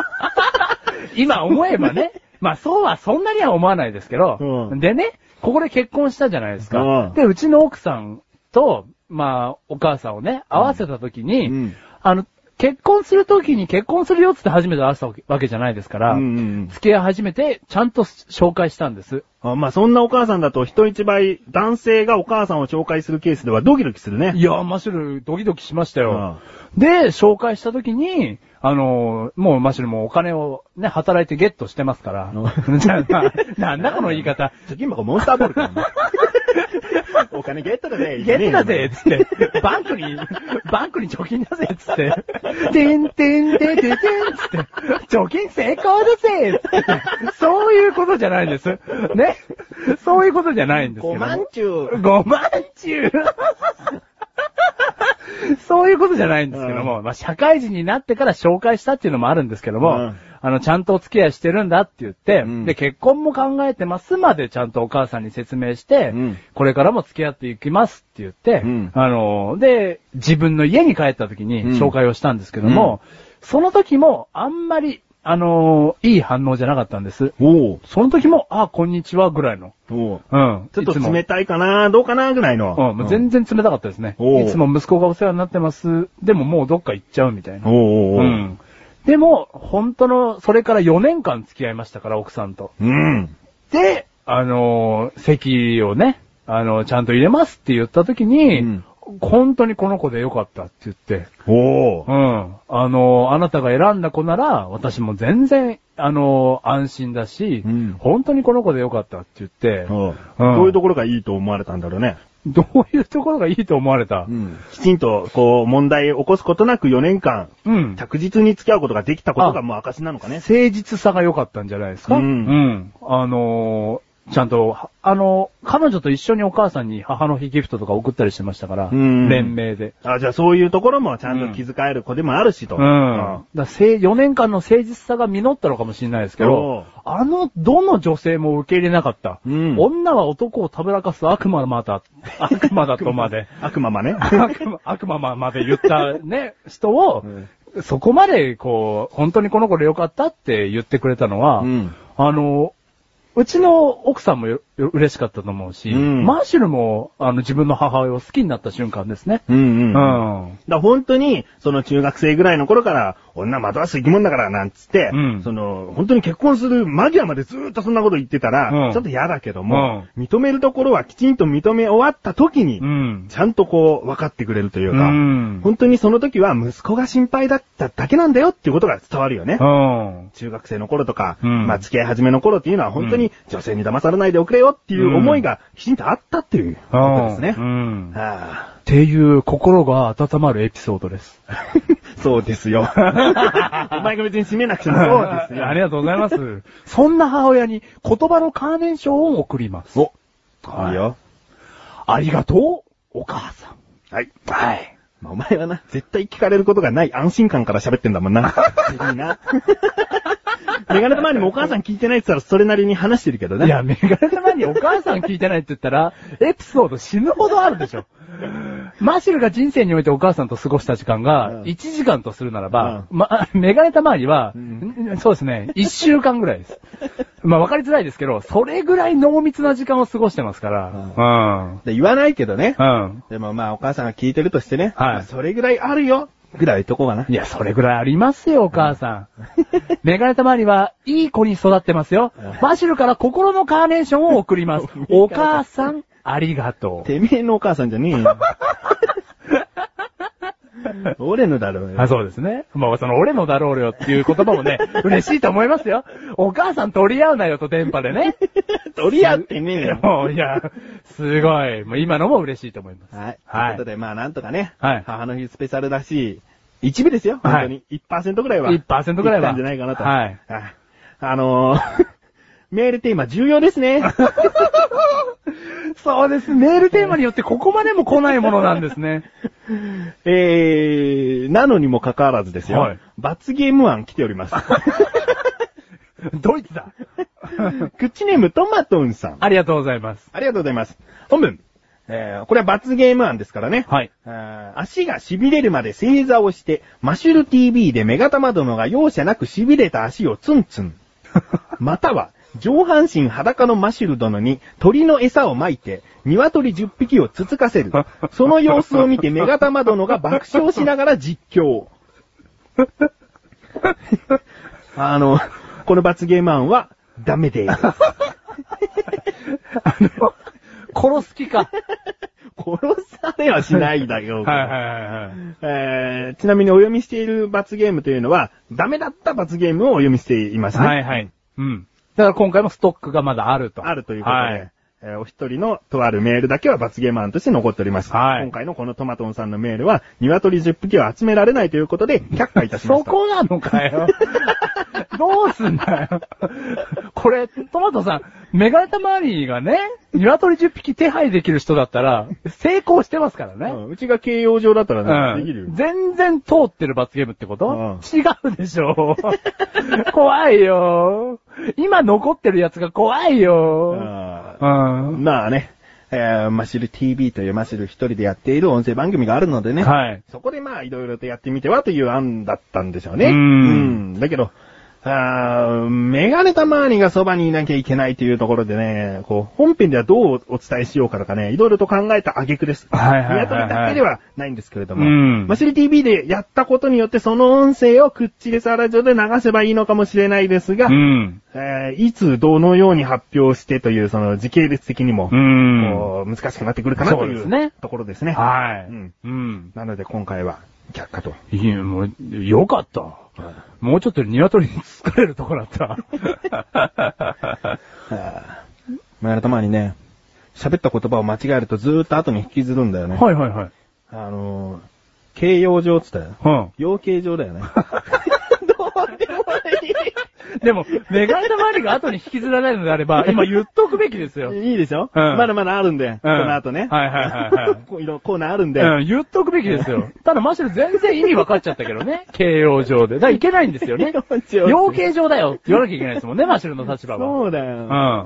Speaker 2: 今思えばね、まあそうはそんなには思わないですけど、
Speaker 1: うん
Speaker 2: でね、ここで結婚したじゃないですか。
Speaker 1: うん
Speaker 2: で、うちの奥さんと、まあ、お母さんをね、合わせたときに、
Speaker 1: うん
Speaker 2: あの、結婚するときに結婚するよって初めて会わせたわけじゃないですから、
Speaker 1: うんうん
Speaker 2: 付き合い始めて、ちゃんと紹介したんです。
Speaker 1: あまあそんなお母さんだと人一倍男性がお母さんを紹介するケースではドキドキするね
Speaker 2: い。やー、マシュル、ドキドキしましたよ。で、紹介した時に、あのーもうマシュルもお金をね、働いてゲットしてますから。じゃあな なんだこの言い方。
Speaker 1: 貯金箱モンスターボールかお 前お金ゲットだぜ
Speaker 2: ゲットだぜつって、バンクに、バンクに貯金だぜつって、てんてんてんてんてんつって、貯金成功だぜつって、そういうことじゃないんです。ね。そういうことじゃないんですけど
Speaker 1: 5
Speaker 2: も。
Speaker 1: 万中。
Speaker 2: ごまんちゅうそういうことじゃないんですけども、まあ、社会人になってから紹介したっていうのもあるんですけども、
Speaker 1: うん
Speaker 2: あの、ちゃんとお付き合いしてるんだって言って、
Speaker 1: うん
Speaker 2: で、結婚も考えてますまでちゃんとお母さんに説明して、
Speaker 1: うん
Speaker 2: これからも付き合っていきますって言って、
Speaker 1: うん
Speaker 2: あの、で、自分の家に帰った時に
Speaker 1: うん
Speaker 2: 紹介をしたんですけども、その時もあんまり、あの、いい反応じゃなかったんです。
Speaker 1: おう
Speaker 2: その時も、あ、こんにちはぐらいの。
Speaker 1: おう
Speaker 2: うん。
Speaker 1: ちょっと
Speaker 2: いつも
Speaker 1: 冷たいかなどうかなぐらいの。
Speaker 2: うん、もう全然冷たかったですね。
Speaker 1: お
Speaker 2: い
Speaker 1: う
Speaker 2: つも息子がお世話になってます。でももうどっか行っちゃうみたい
Speaker 1: お
Speaker 2: な。
Speaker 1: うおうお
Speaker 2: う
Speaker 1: う。。
Speaker 2: ん。でも、本当の、それから4年間付き合いましたから、奥さんと。
Speaker 1: うん。
Speaker 2: で、あのー席をね、あの、ちゃんと入れますって言った時に、
Speaker 1: うん
Speaker 2: 本当にこの子でよかったって言って、
Speaker 1: お
Speaker 2: う。ん。あの、あなたが選んだ子なら、私も全然、あの、安心だし、
Speaker 1: うん
Speaker 2: 本当にこの子でよかったって言って、
Speaker 1: うん
Speaker 2: うん
Speaker 1: どういうところがいいと思われたんだろうね。
Speaker 2: どういうところがいいと思われた、
Speaker 1: きちんと、こう、問題を起こすことなく4年間、
Speaker 2: うん
Speaker 1: 着実に付き合うことができたことが
Speaker 2: あ
Speaker 1: もう証なのかね。
Speaker 2: 誠実さが良かったんじゃないですか
Speaker 1: うん
Speaker 2: んあのーちゃんと、はあのー彼女と一緒にお母さんに母の日ギフトとか送ったりしてましたから、
Speaker 1: うん
Speaker 2: 連名で。
Speaker 1: あ、じゃあそういうところもちゃんと気遣える子でもあるしと。
Speaker 2: うん。
Speaker 1: うん
Speaker 2: だ4年間の誠実さが実ったのかもしれないですけ
Speaker 1: おう
Speaker 2: ど、あの、どの女性も受け入れなかった。
Speaker 1: うん
Speaker 2: 女は男をたぶらかす悪魔ま だ、悪魔だとまで。
Speaker 1: 悪魔 まね。
Speaker 2: 悪魔、悪魔まで言ったね、人を、
Speaker 1: う
Speaker 2: そこまで、こう、本当にこの子でよかったって言ってくれたのは、
Speaker 1: うん
Speaker 2: あの、うちの奥さんもよよ嬉しかったと思うし、
Speaker 1: うん
Speaker 2: マーシュルも、あの、自分の母親を好きになった瞬間ですね。
Speaker 1: うんうん。だか
Speaker 2: うん
Speaker 1: ら本当に、その中学生ぐらいの頃から、女惑わす生き物だから、なんつって、
Speaker 2: うん
Speaker 1: その、本当に結婚する間際までずーっとそんなこと言ってたら、
Speaker 2: うん
Speaker 1: ちょっと嫌だけども、認めるところはきちんと認め終わった時に、
Speaker 2: うん。
Speaker 1: ちゃんとこう、分かってくれるというか、
Speaker 2: うん
Speaker 1: 本当にその時は息子が心配だっただけなんだよっていうことが伝わるよね。
Speaker 2: うん。
Speaker 1: 中学生の頃とか、
Speaker 2: うん
Speaker 1: まあ付き合い始めの頃っていうのは本当
Speaker 2: う
Speaker 1: に女性に騙されないでおくれよっていう思いがきちんとあったっていうことですね。
Speaker 2: うん。っ
Speaker 1: あ
Speaker 2: ていう心が温まるエピソードです。
Speaker 1: あそうです よ。お前が別に締めなくてもそうですよ。
Speaker 2: ありがとうございます。そんな母親に言葉のカーネーションを送ります。
Speaker 1: お、
Speaker 2: はい
Speaker 1: いいよ。
Speaker 2: ありがとう、お母さん。
Speaker 1: はい。
Speaker 2: はい。
Speaker 1: まあお前はな、絶対聞かれることがない安心感から喋ってんだも んな。いいな。メガネと前にもお母さん聞いてないって言ったらそれなりに話してるけどね。
Speaker 2: いや、メガネ玉にお母さん聞いてないって言ったら、エピソード死ぬほどあるでしょ。マシルが人生においてお母さんと過ごした時間
Speaker 1: うん
Speaker 2: が1時間とするならば、ま、メガネたまには、
Speaker 1: ん
Speaker 2: んそうですね、1週間ぐらいです。まあわかりづらいですけど、それぐらい濃密な時間を過ごしてますから、
Speaker 1: で言わないけどね。
Speaker 2: うん。うん。
Speaker 1: でもまあお母さんが聞いてるとしてね。
Speaker 2: はい
Speaker 1: まあそれぐらいあるよ。ぐらい言っとこうかな。
Speaker 2: いや、それぐらいありますよ、お母さん。メガネたまには、いい子に育ってますよ
Speaker 1: うん。
Speaker 2: マシルから心のカーネーションを送ります。お母さん、ありがとう。
Speaker 1: てめえのお母さんじゃねえ よ。俺のだろうよ
Speaker 2: あ、。そうですね。まあ、その、俺のだろうよっていう言葉 もね、嬉しいと思いますよ。お母さん取り合うなよと電波で ね。
Speaker 1: 取り合ってねえ よ。
Speaker 2: もう、いや、すごい。もう今のも嬉しいと思い ます。
Speaker 1: はい。とい
Speaker 2: は
Speaker 1: う
Speaker 2: い
Speaker 1: ことで、まあなんとかね。
Speaker 2: はい
Speaker 1: 母の日スペシャルだし、一部ですよ。本当に。1%ぐらいは。
Speaker 2: 1%ぐらいは
Speaker 1: ったんじゃないかなと。
Speaker 2: はい
Speaker 1: あ。あのー、 メールテーマ重要ですね。
Speaker 2: そうです。メールテーマによってここまでも来ないものなんですね。
Speaker 1: えー、なのにもかかわらずですよ。
Speaker 2: はい
Speaker 1: 罰ゲーム案来てお ります。
Speaker 2: ドイツだ。
Speaker 1: クッチネームトマトンさん。
Speaker 2: ありがとうございます。
Speaker 1: ありがとうございます。本文。えー、これは罰ゲーム案ですからね。
Speaker 2: はい。
Speaker 1: あー足が痺れるまで正座をして、マシュル TV でメガタマ殿が容赦なく痺れた足をツン ツン。または、上半身裸のマシュル殿に鳥の餌をまいて、鶏10匹をつつかせる。その様子を見てメガタマ殿が爆笑しながら実 況。あの、この罰ゲーム案は、ダメです。
Speaker 2: あの、 殺す気か。
Speaker 1: 殺されはしないだ よ。
Speaker 2: はいはいはいはい。
Speaker 1: えーちなみにお読みしている罰ゲームというのは、ダメだった罰ゲームをお読みしていますね。
Speaker 2: はいはい。うん。だから今回もストックがまだあると。
Speaker 1: あるということで、
Speaker 2: はい
Speaker 1: えーお一人のとあるメールだけは罰ゲーム案として残っております。
Speaker 2: はい
Speaker 1: 今回のこのトマトンさんのメールは、鶏10匹を集められないということで、 却下いたしま
Speaker 2: そ
Speaker 1: した。
Speaker 2: こなのか よ。どうすんだよ。これ、トマトさん、メガネタマリーがね、鶏10匹手配できる人だったら、成功してますから
Speaker 1: う
Speaker 2: ね。
Speaker 1: んうちが形容上だったら
Speaker 2: う
Speaker 1: ね、できるよ
Speaker 2: ん。。全然通ってる罰ゲームってこと、
Speaker 1: うん
Speaker 2: 違うでしょ怖いよ。今残ってるやつが怖いよ。
Speaker 1: あ
Speaker 2: う
Speaker 1: ー
Speaker 2: ん。
Speaker 1: まあね、えーマシル TV というマシル一人でやっている音声番組があるのでね、
Speaker 2: はい。
Speaker 1: そこでまあいろいろとやってみてはという案だったんでしょうね。
Speaker 2: うん
Speaker 1: んだけど、あーメガネたまーにがそばにいなきゃいけないというところでね、こう、本編ではどうお伝えしようかとかね、いろいろと考えた挙句です。
Speaker 2: はいはいはいはい
Speaker 1: ニワトリだけではないんですけれども。
Speaker 2: うん
Speaker 1: マシリ TV でやったことによって、その音声をくっちりさラジオで流せばいいのかもしれないですが、
Speaker 2: うん。
Speaker 1: えーいつどのように発表してという、その時系列的にも、
Speaker 2: うん。
Speaker 1: こう難しくなってくるかなと
Speaker 2: そう
Speaker 1: い
Speaker 2: で
Speaker 1: う
Speaker 2: すね
Speaker 1: ところですね。
Speaker 2: はい。
Speaker 1: うん
Speaker 2: うん。
Speaker 1: なので今回は、却下と。
Speaker 2: いや、もう、よかった。もうちょっと鶏に疲れるとこだ った。
Speaker 1: はぁ前のたまにね、喋った言葉を間違えるとずーっと後に引きずるんだよね。
Speaker 2: はいはいはい。
Speaker 1: あのー、形容上って言ったよ。
Speaker 2: うん。
Speaker 1: 養形上 だよね。どうでも
Speaker 2: でも、メガネの周りが後に引きずらないのであれ ば、今言っとくべきですよ。
Speaker 1: いい。いいでしょ、
Speaker 2: うん
Speaker 1: まだまだあるんで、この後ね。
Speaker 2: はいはいはい はい
Speaker 1: こういろいろコーナーあるんで。
Speaker 2: うん、言っとくべきですよ。 ただ、マシュル全然意味分かっちゃったけどね。 形容上で。だからいけないんですよね。
Speaker 1: 形容上
Speaker 2: 養形上だよって言わなきゃいけないですもんね、マシュルの立場は。
Speaker 1: そうだよ。
Speaker 2: うん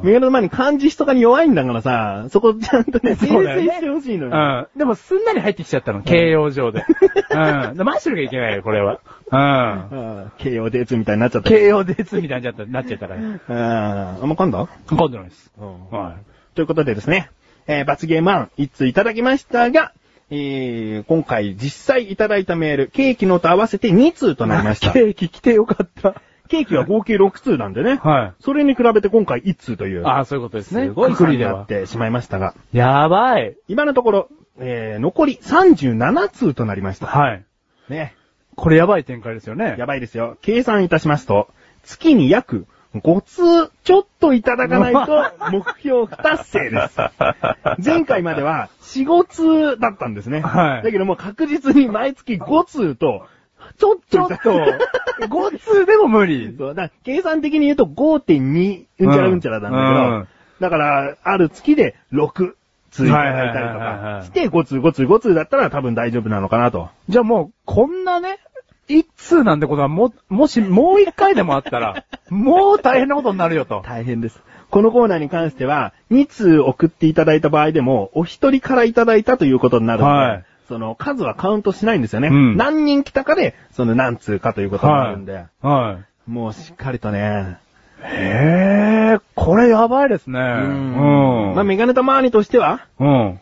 Speaker 1: メガネの前に漢字とかに弱いんだからさ、そこちゃんとね、訂
Speaker 2: そうだよ
Speaker 1: 正
Speaker 2: ね
Speaker 1: してほしいのよ。
Speaker 2: うん。でも、すんなり入ってきちゃったの、形容上で。うん。でマシュルがいけないよ、これは。うん。
Speaker 1: うん形容でつみたいになっちゃったけど。
Speaker 2: 形容でつみたいになっちゃったなっちゃったら、ね、
Speaker 1: うん。あ、もう噛んだ
Speaker 2: 今度ないです。
Speaker 1: うん
Speaker 2: は
Speaker 1: ということでですね、えー罰ゲーム案一通いただきましたが、えー、今回実際いただいたメール、ケーキのと合わせて2通と
Speaker 2: い。
Speaker 1: なりました。
Speaker 2: ケーキ来てよかった。
Speaker 1: ケーキは合計6通なんでね。
Speaker 2: はい。
Speaker 1: それに比べて今回1通という。
Speaker 2: ああ、そういうことですね。
Speaker 1: すごい
Speaker 2: くく
Speaker 1: 数
Speaker 2: り
Speaker 1: に
Speaker 2: で
Speaker 1: なっ
Speaker 2: は。
Speaker 1: てしまいましたが、
Speaker 2: やばい。
Speaker 1: 今のところ、えー、残り37通となりました。
Speaker 2: はい。
Speaker 1: ね。
Speaker 2: これやばい展開ですよね。
Speaker 1: やばいですよ。計算いたしますと、月に約5通ちょっといただかな いと目標不達成です。前回までは4、5通だったんですね。
Speaker 2: はい
Speaker 1: だけどもう確実に毎月5通と、ちょっ
Speaker 2: ちょ
Speaker 1: とい
Speaker 2: った
Speaker 1: だ
Speaker 2: と、5通 でも無理。
Speaker 1: そうだから計算的に言うと5.2うんちゃらうんちゃらなんだけど、
Speaker 2: うん
Speaker 1: だから、ある月で6通いただい
Speaker 2: はいはいは
Speaker 1: たりと
Speaker 2: いはいはい
Speaker 1: かして、5通5通5通だったら多分大丈夫なのかなと。
Speaker 2: じゃあもう、こんなね、一通なんてことは、も、もし、もう一回でもあった ら、もう大変なことになるよと。
Speaker 1: 大変です。このコーナーに関しては、2通送っていただいた場合でも、お一人からいただいたということになるので、
Speaker 2: はい
Speaker 1: その数はカウントしないんですよね。
Speaker 2: うん
Speaker 1: 何人来たかで、その何通かということになるんで、
Speaker 2: い。はい。
Speaker 1: もうしっかりとね、
Speaker 2: へえ、これやばいですね。う
Speaker 1: まあ、メガネたまわりとしては、
Speaker 2: うん。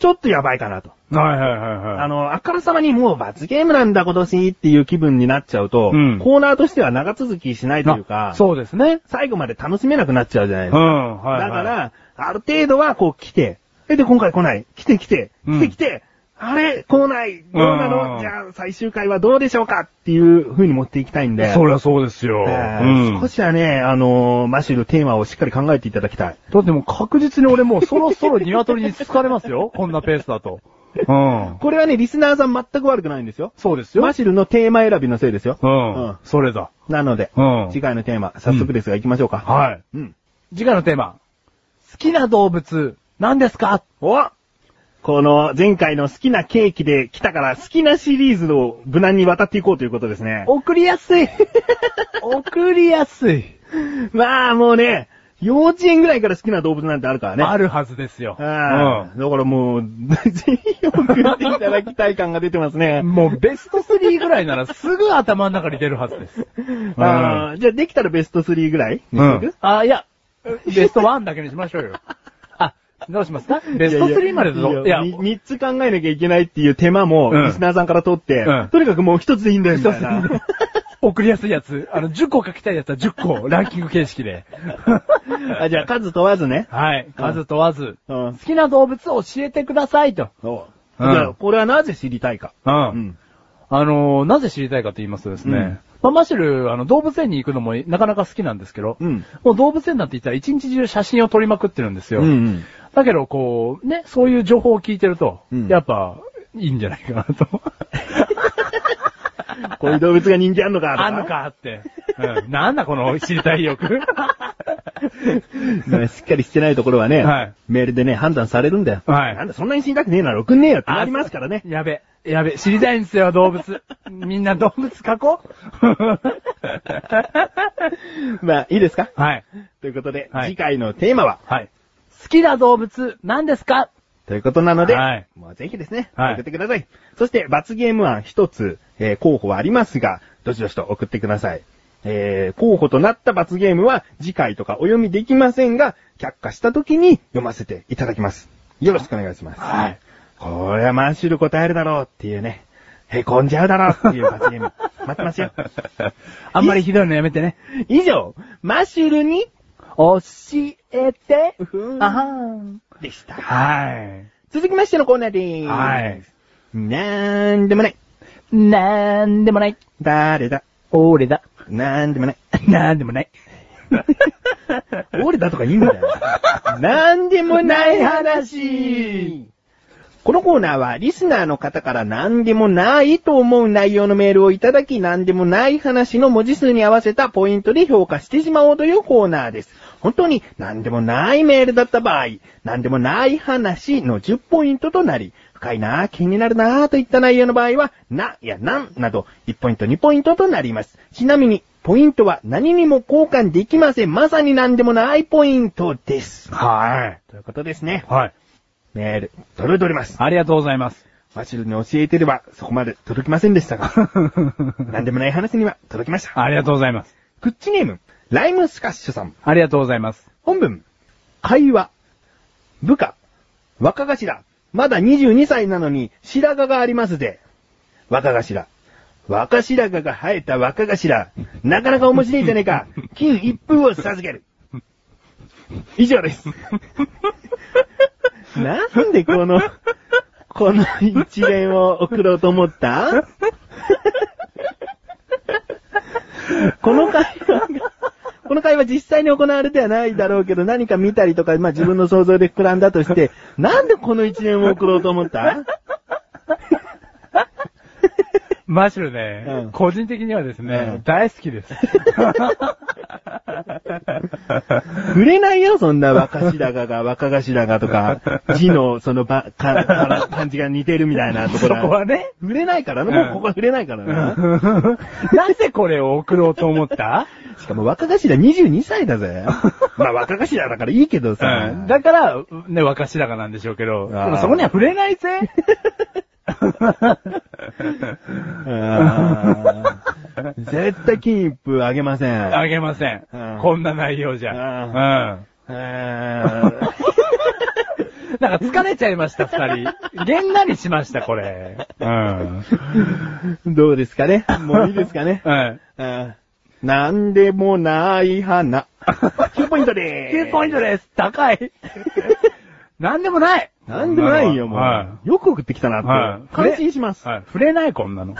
Speaker 1: ちょっとやばいかなと。
Speaker 2: はいはいはいはい。
Speaker 1: あの、あからさまにもう罰ゲームなんだ今年っていう気分になっちゃうと、
Speaker 2: うん
Speaker 1: コーナーとしては長続きしないというか、
Speaker 2: そうですね。
Speaker 1: 最後まで楽しめなくなっちゃうじゃないで
Speaker 2: う
Speaker 1: すか。
Speaker 2: ん、はい、は
Speaker 1: だ
Speaker 2: い。
Speaker 1: から、ある程度はこう来て、え、で、今回来ない。来て来て、
Speaker 2: うん
Speaker 1: 来て来て、あれ来ない。どうな
Speaker 2: う
Speaker 1: の
Speaker 2: ん
Speaker 1: じゃあ最終回はどうでしょうかっていう風に持っていきたいんで。
Speaker 2: そりゃそうですよ。
Speaker 1: えー少しはね、あのーマシュルテーマをしっかり考えていただきたい。
Speaker 2: だってもう確実に俺もうそろそろ鶏に疲れます よ。こんなペースだと。うん。
Speaker 1: これはね、リスナーさん全く悪くないんですよ。
Speaker 2: そうですよ。
Speaker 1: マシュルのテーマ選びのせいですよ。
Speaker 2: うん、
Speaker 1: うん
Speaker 2: それだ。
Speaker 1: なので、
Speaker 2: うん
Speaker 1: 次回のテーマ、早速ですが行きましょうか。
Speaker 2: はい。
Speaker 1: うん。
Speaker 2: 次回のテーマ。好きな動物、何ですか
Speaker 1: おこの前回の好きなケーキで来たから好きなシリーズを無難に渡っていこうということですね。
Speaker 2: 送りやす い送りやすい、
Speaker 1: まあもうね、幼稚園ぐらいから好きな動物なんてあるからね。
Speaker 2: あるはずですよ。
Speaker 1: ああ、だからもう、ぜひ送っていただきたい感が出てます
Speaker 2: う
Speaker 1: ね
Speaker 2: ん。。もうベスト3ぐらいならすぐ頭の中に出るはずです。うん
Speaker 1: ああじゃあできたらベスト3ぐらい
Speaker 2: うんあ、いや、ベスト1だけにしましょう よ。あ、どうしますかベスト3までだ
Speaker 1: と
Speaker 2: と。
Speaker 1: いや、3つ考えなきゃいけないっていう手間も、
Speaker 2: うん
Speaker 1: リスナーさんから取って、
Speaker 2: うん
Speaker 1: とにかくもう一つでいいんだよ、みたいな。
Speaker 2: 送りやすいやつ。あの、10個書きたいやつは10個、ランキング形式で。
Speaker 1: あじゃあ数問わずね。
Speaker 2: はい。数問わず、
Speaker 1: うん
Speaker 2: 好きな動物を教えてくださいと。
Speaker 1: そう。
Speaker 2: うん
Speaker 1: じゃあ、これはなぜ知りたいか。
Speaker 2: う
Speaker 1: う。ん。
Speaker 2: あのーなぜ知りたいかと言いますとですね。
Speaker 1: うん
Speaker 2: まあ、マシュル、あの、動物園に行くのもなかなか好きなんですけど、
Speaker 1: うん
Speaker 2: もう動物園なんて言ったら一日中写真を撮りまくってるんですよ。
Speaker 1: うんうん
Speaker 2: だけど、こう、ね、そういう情報を聞いてると、
Speaker 1: うん
Speaker 2: やっぱ、いいんじゃないかな と。
Speaker 1: こういう動物が人気あんのかとか。
Speaker 2: あんのかって。うん。なんだこの知りたい 欲。
Speaker 1: ね しっかりしてないところはね、
Speaker 2: はい
Speaker 1: メールでね、判断されるんだよ。
Speaker 2: はい
Speaker 1: なんだ、そんなに死にたくねえなら送んねえよってなりますからね。
Speaker 2: やべ、やべ、知りたいんですよ、動物。みんな動物描こ う
Speaker 1: まあ、いいですか
Speaker 2: はい。
Speaker 1: ということで、
Speaker 2: はい
Speaker 1: 次回のテーマは、
Speaker 2: はい。好きな動物、何ですか
Speaker 1: ということなので、
Speaker 2: はい
Speaker 1: もうぜひですね、
Speaker 2: はい
Speaker 1: 送ってください。そして、罰ゲーム案一つ、えー候補はありますが、どしどしと送ってください。えー、候補となった罰ゲームは次回とかお読みできませんが、却下した時に読ませていただきます。よろしくお願いします。
Speaker 2: はい。
Speaker 1: これはマッシュル答えるだろうっていうね。へこんじゃうだろうっていう罰ゲ ーム。待ってますよ。
Speaker 2: あんまりひどいのやめてね。
Speaker 1: 以上、マッシュルに、
Speaker 2: 教えて
Speaker 1: うふん
Speaker 2: あはーん。
Speaker 1: でした。
Speaker 2: は
Speaker 1: 続きましてのコーナーでー
Speaker 2: い。
Speaker 1: す。
Speaker 2: はい。。
Speaker 1: なんでもない。
Speaker 2: なんでもない。
Speaker 1: 誰だ。
Speaker 2: 俺だ。
Speaker 1: なんでもない。
Speaker 2: なんでもない。
Speaker 1: 俺だとか言うんだよ。なんでもない話。このコーナーは、リスナーの方から何でもないと思う内容のメールをいただき、何でもない話の文字数に合わせたポイントで評価してしまおうというコーナーです。本当に何でもないメールだった場合、何でもない話の10ポイントとなり、深いなぁ、気になるなぁといった内容の場合は、な、やなんなど、1ポイント2ポイントとなります。ちなみに、ポイントは何にも交換できません。まさに何でもないポイントです。
Speaker 2: は
Speaker 1: ということですね
Speaker 2: い。。はい。
Speaker 1: メール、届いております。
Speaker 2: ありがとうございます。
Speaker 1: マシルに教えてれば、そこまで届きませんでしたが、何でもない話には届きました。
Speaker 2: ありがとうございます。
Speaker 1: クッチネーム、ライムスカッシュさん。
Speaker 2: ありがとうございます。
Speaker 1: 本文、会話、部下、若頭、まだ22歳なのに白髪がありますで、若頭、若白髪が生えた若頭、なかなか面白いじゃねえか、金一封を授ける。以上です。なんでこの、この一連を送ろうと思ったこの会話が、この会話実際に行われてはないだろうけど、何か見たりとか、まあ自分の想像で膨らんだとして、なんでこの一年を送ろうと思った
Speaker 2: マシュルね、
Speaker 1: うん
Speaker 2: 個人的にはですね、
Speaker 1: うん
Speaker 2: 大好き です。
Speaker 1: 触れないよ、そんな若白髪が、若頭がとか、字のそのば、か、か感じが似てるみたいなとこ
Speaker 2: そ
Speaker 1: ろ
Speaker 2: こはね。
Speaker 1: 触れないからね、
Speaker 2: うん
Speaker 1: もうここは触れないから ね。
Speaker 2: なぜこれを送ろうと思 った
Speaker 1: しかも若頭22歳だぜ。まあ若頭だからいいけどさ。
Speaker 2: うんだから、ね、若白髪なんでしょうけど、で
Speaker 1: あー
Speaker 2: もそこには触れないぜ
Speaker 1: あー絶対金一封あげません。
Speaker 2: あげません
Speaker 1: うん。
Speaker 2: こんな内容じゃ。うん。
Speaker 1: ああー
Speaker 2: なんか疲れちゃいました、二人。げんなりしました、これ。うん。
Speaker 1: どうですかねもういいですかね
Speaker 2: うん。
Speaker 1: あーなんでもな い花。9ポイントでーす。
Speaker 2: 9ポイントです高 いなんでもない
Speaker 1: なんでもないよ、もう。
Speaker 2: は
Speaker 1: よく送ってきたなって。
Speaker 2: はい
Speaker 1: 感心します。
Speaker 2: い。はい。触れない、こんな の。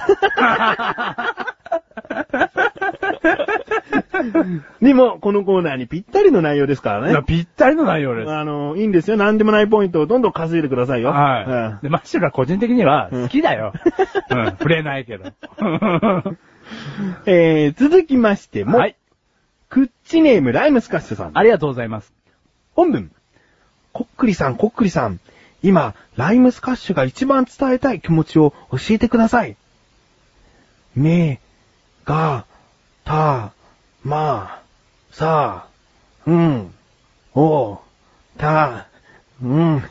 Speaker 1: でも、このコーナーにぴったりの内容ですから
Speaker 2: いや
Speaker 1: ね。
Speaker 2: ぴったりの内容です。
Speaker 1: あの、いいんですよ。なんでもないポイントをどんどん稼いでくださいよ。
Speaker 2: は
Speaker 1: う
Speaker 2: い。
Speaker 1: ん
Speaker 2: で、マッシュルは個人的には好きだ よ。うん、触れないけど。
Speaker 1: えー、続きましても、
Speaker 2: はい。
Speaker 1: クッチネームライムスカッシュさん。
Speaker 2: ありがとうございます。
Speaker 1: 本文。こっくりさん、こっくりさん。今、ライムスカッシュが一番伝えたい気持ちを教えてください。め、が、た、ま、さ、うん、お、た、うん、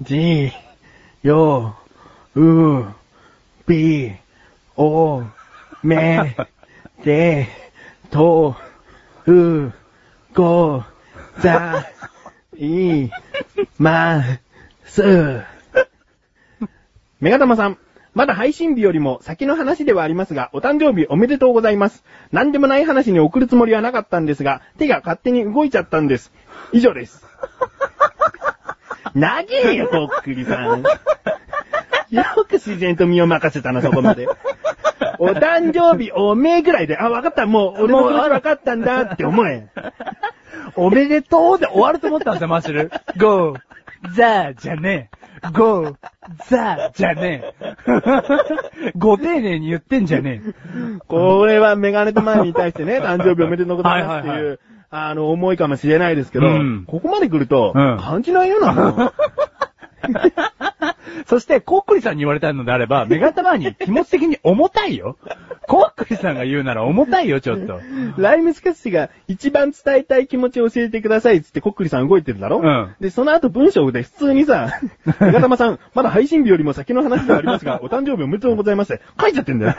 Speaker 1: じ、よ、う、び、お、め、で、と、う、ご、ざ、い、ま、す。メガタマさん、まだ配信日よりも先の話ではありますが、お誕生日おめでとうございます。何でもない話に送るつもりはなかったんですが、手が勝手に動いちゃったんです。以上です。なげえよ、こっくりさん。よく自然と身を任せたな、そこまで。お誕生日おめえぐらいで、あ、わかった、もう俺の気持ちわかったんだって思え。
Speaker 2: おめでとうで終わると思ったんですよ、マッシュ ル。ゴー、ザーじゃねえ。ゴー、ザーじゃねえ。 ご丁寧に言ってんじゃね
Speaker 1: これはメガネとマミに対して ね、誕生日おめでとうございますって、
Speaker 2: はいいはいう
Speaker 1: あの、思いかもしれないですけど
Speaker 2: うん、
Speaker 1: ここまで来ると、
Speaker 2: うん
Speaker 1: 感じないよな、もう
Speaker 2: え。そして、コックリさんに言われたいのであれば、目がたまに気持ち的に重たいよ。コックリさんが言うなら重たいよ、ちょっと。
Speaker 1: ライムスカッシュが一番伝えたい気持ちを教えてくださいっつってコックリさん動いてるだろ
Speaker 2: うん
Speaker 1: で、その後文章で普通 にさ、メガタマさん、まだ配信日よりも先の話ではありま すが、お誕生日おめでとうございますって書いちゃってんだよ。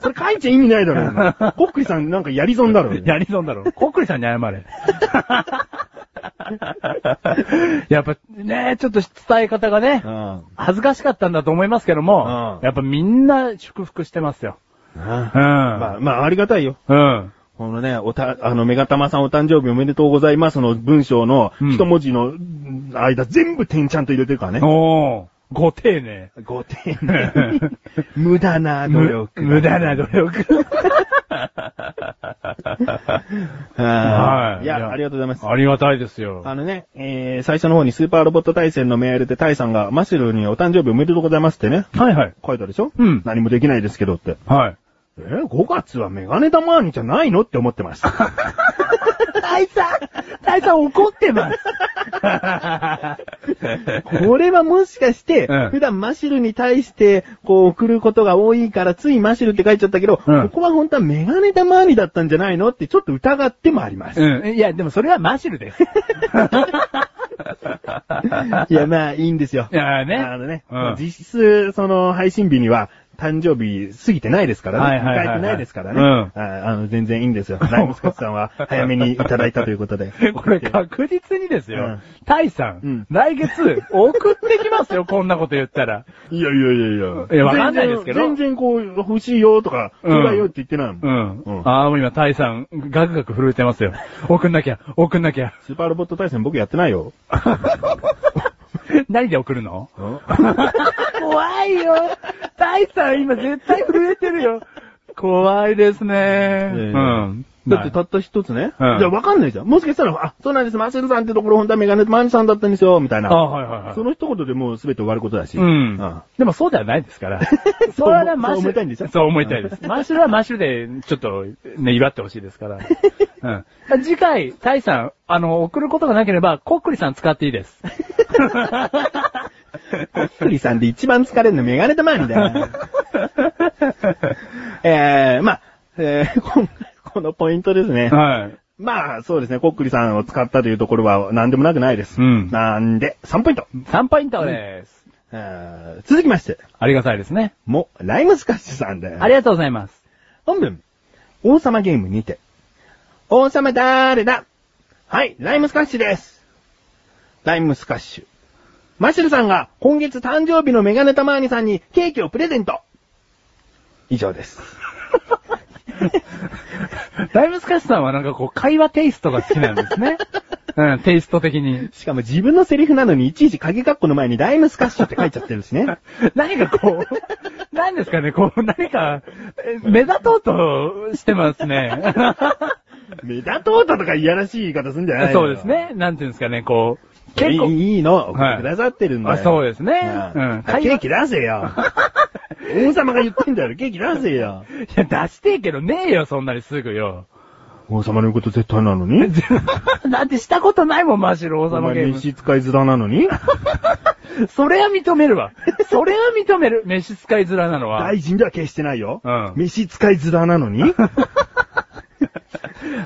Speaker 1: それ書いちゃ意味ないだろ今、コックリさんなんかやり損だろ。
Speaker 2: やりそうだろ。コックリさんに謝 れ。やっぱね、ちょっと伝え方がね
Speaker 1: う、ん。
Speaker 2: 恥ずかしかったんだと思いますけども、
Speaker 1: うん
Speaker 2: やっぱみんな祝福してますよ。
Speaker 1: ま
Speaker 2: うん。
Speaker 1: あ、まあ、ありがたいよ。
Speaker 2: うん。
Speaker 1: このね、おた、あの、メガタマさんお誕生日おめでとうございますの文章の
Speaker 2: うん
Speaker 1: 一文字のうん間、全部点ちゃんと入れてるからね。
Speaker 2: おー、ご丁寧。
Speaker 1: ご丁寧 に。無駄な努
Speaker 2: 無
Speaker 1: 力。
Speaker 2: 無駄な努 力。
Speaker 1: はい。い
Speaker 2: いや
Speaker 1: や、ありがとうございます。
Speaker 2: ありがたいですよ。
Speaker 1: あのね、えー、最初の方にスーパーロボット対戦のメールでタイさんが、マシュルにお誕生日おめでとうございますってね、
Speaker 2: はいはい。
Speaker 1: 書いたでしょ
Speaker 2: うん
Speaker 1: 何もできないですけどって。
Speaker 2: はい。
Speaker 1: えー、5月はメガネ玉兄じゃないのって思ってました。
Speaker 2: 大佐大佐怒ってます。
Speaker 1: これはもしかして、
Speaker 2: うん
Speaker 1: 普段マシュルに対して、こう、送ることが多いから、ついマシュルって書いちゃったけど、
Speaker 2: うん
Speaker 1: ここは本当はメガネ玉兄だったんじゃないのってちょっと疑ってもあります。
Speaker 2: うん。いや、でもそれはマシルです。
Speaker 1: いや、まあ、いいんですよ。
Speaker 2: いやね。
Speaker 1: あのね、
Speaker 2: うん
Speaker 1: 実質、その、配信日には、誕生日過ぎてないですからね。
Speaker 2: はいはいはいはい
Speaker 1: 迎えてないですからね。
Speaker 2: うん
Speaker 1: ああの、全然いいんですよ。ライムスカッツさんは早めにいただいたということ で。
Speaker 2: これ確実にですよ。
Speaker 1: うん
Speaker 2: タイさん、
Speaker 1: うん
Speaker 2: 来月送ってきますよ、 こんなこと言ったら。
Speaker 1: いやいやいやい
Speaker 2: いやわかんないですけど
Speaker 1: 全然こう、欲しいよとか、
Speaker 2: うん
Speaker 1: くらいよって言ってないもん。
Speaker 2: うん。
Speaker 1: うん
Speaker 2: ああ、もう今タイさん、ガクガク震えてますよ。送んなきゃ、送んなきゃ。
Speaker 1: スーパーロボット対戦僕やってないよ。
Speaker 2: 何で送るの
Speaker 1: あ
Speaker 2: 怖いよ。タイさん今絶対震えてるよ。怖いですね。うん。
Speaker 1: だってたった一つね。
Speaker 2: うん
Speaker 1: じゃあわかんないじゃん。もしかしたら、あ、そうなんです、マシルさんってところ本当はメガネマンさんだったんですよ、みたい
Speaker 2: あ
Speaker 1: な。
Speaker 2: はいはいはい。
Speaker 1: その一言でもう全て終わることだし。
Speaker 2: うん。でもそうではないですから。 それはね、マシュ
Speaker 1: そう思いたいんでしょ
Speaker 2: そう思いたいです。マッシュルはマッシュルで、ちょっと、ね、祝ってほしいです から。うん。次回、タイさん、あの、送ることがなければ、コックリさん使っていいです。
Speaker 1: コックリさんで一番疲れるのメガネ玉なん だよ。えー、まあ、えー、こんこのポイントですね。
Speaker 2: はい。
Speaker 1: まあ、そうですね。コックリさんを使ったというところは何でもなくないです。
Speaker 2: うん
Speaker 1: なんで、3ポイント。
Speaker 2: 3ポイントです。
Speaker 1: えー続きまして、
Speaker 2: ありがたいですね。
Speaker 1: も、ライムスカッシュさんです。
Speaker 2: ありがとうございます。
Speaker 1: 本文、王様ゲームにて、王様だーれだはい、ライムスカッシュです。ライムスカッシュ。マシュルさんが今月誕生日のメガネタマーニさんにケーキをプレゼント。以上です。
Speaker 2: ライムスカッシュさんはなんかこう、会話テイストが好きなんです ね。うん、テイスト的に。
Speaker 1: しかも自分のセリフなのにいちいち鍵括弧の前にライムスカッシュって書いちゃってるしね。
Speaker 2: 何か こう、何ですかね、こう、何か、え目立とうとしてますね。
Speaker 1: 目立とうだとかいやらしい言い方すんじゃないの
Speaker 2: そうです。ね。なんていうんですかね、こう。
Speaker 1: 結
Speaker 2: 結
Speaker 1: 構
Speaker 2: 構、
Speaker 1: いいの、
Speaker 2: はい
Speaker 1: くださってるんだよ。
Speaker 2: あそうですね
Speaker 1: なあ
Speaker 2: うん
Speaker 1: ケーキ出せ よ。王様が言ってんだよ、ケーキ出せよ。
Speaker 2: いや、出してえけどねえよ、そんなにすぐよ。
Speaker 1: 王様の言うこと絶対なのに
Speaker 2: だってしたことないもん、マシロ、王様ゲーム。
Speaker 1: 飯使い面なのに
Speaker 2: それは認めるわ。それは認める。飯使い面なのは。
Speaker 1: 大臣では決してないよ。
Speaker 2: うん
Speaker 1: 飯使い面なのに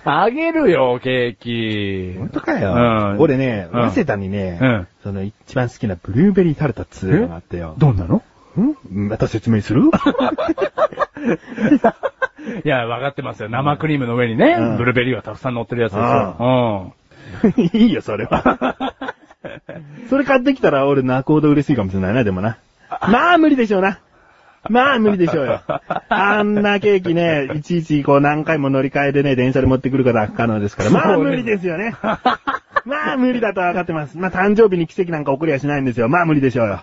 Speaker 2: あげるよ、ケーキ。
Speaker 1: 本当かよ。
Speaker 2: うん
Speaker 1: 俺ね、
Speaker 2: うん
Speaker 1: 早稲田にね、
Speaker 2: うん
Speaker 1: その一番好きなブルーベリータルトっつうのがあってよ。
Speaker 2: どんなの
Speaker 1: んまた説明する
Speaker 2: いや、わかってますよ。生クリームの上にね、
Speaker 1: うん
Speaker 2: ブルーベリーがたくさん乗ってるやつですよ。
Speaker 1: いいよ、それは。 それ買ってきたら俺泣くほど嬉しいかもしれないな、でもな。まあ無理でしょうな。まあ無理でしょうよ。あんなケーキね、いちいちこう何回も乗り換えでね、電車で持ってくることは不可能ですから。まあ
Speaker 2: そうね
Speaker 1: 無理ですよね。まあ無理だとは分かってます。まあ誕生日に奇跡なんか起こりはしないんですよ。まあ無理でしょうよ。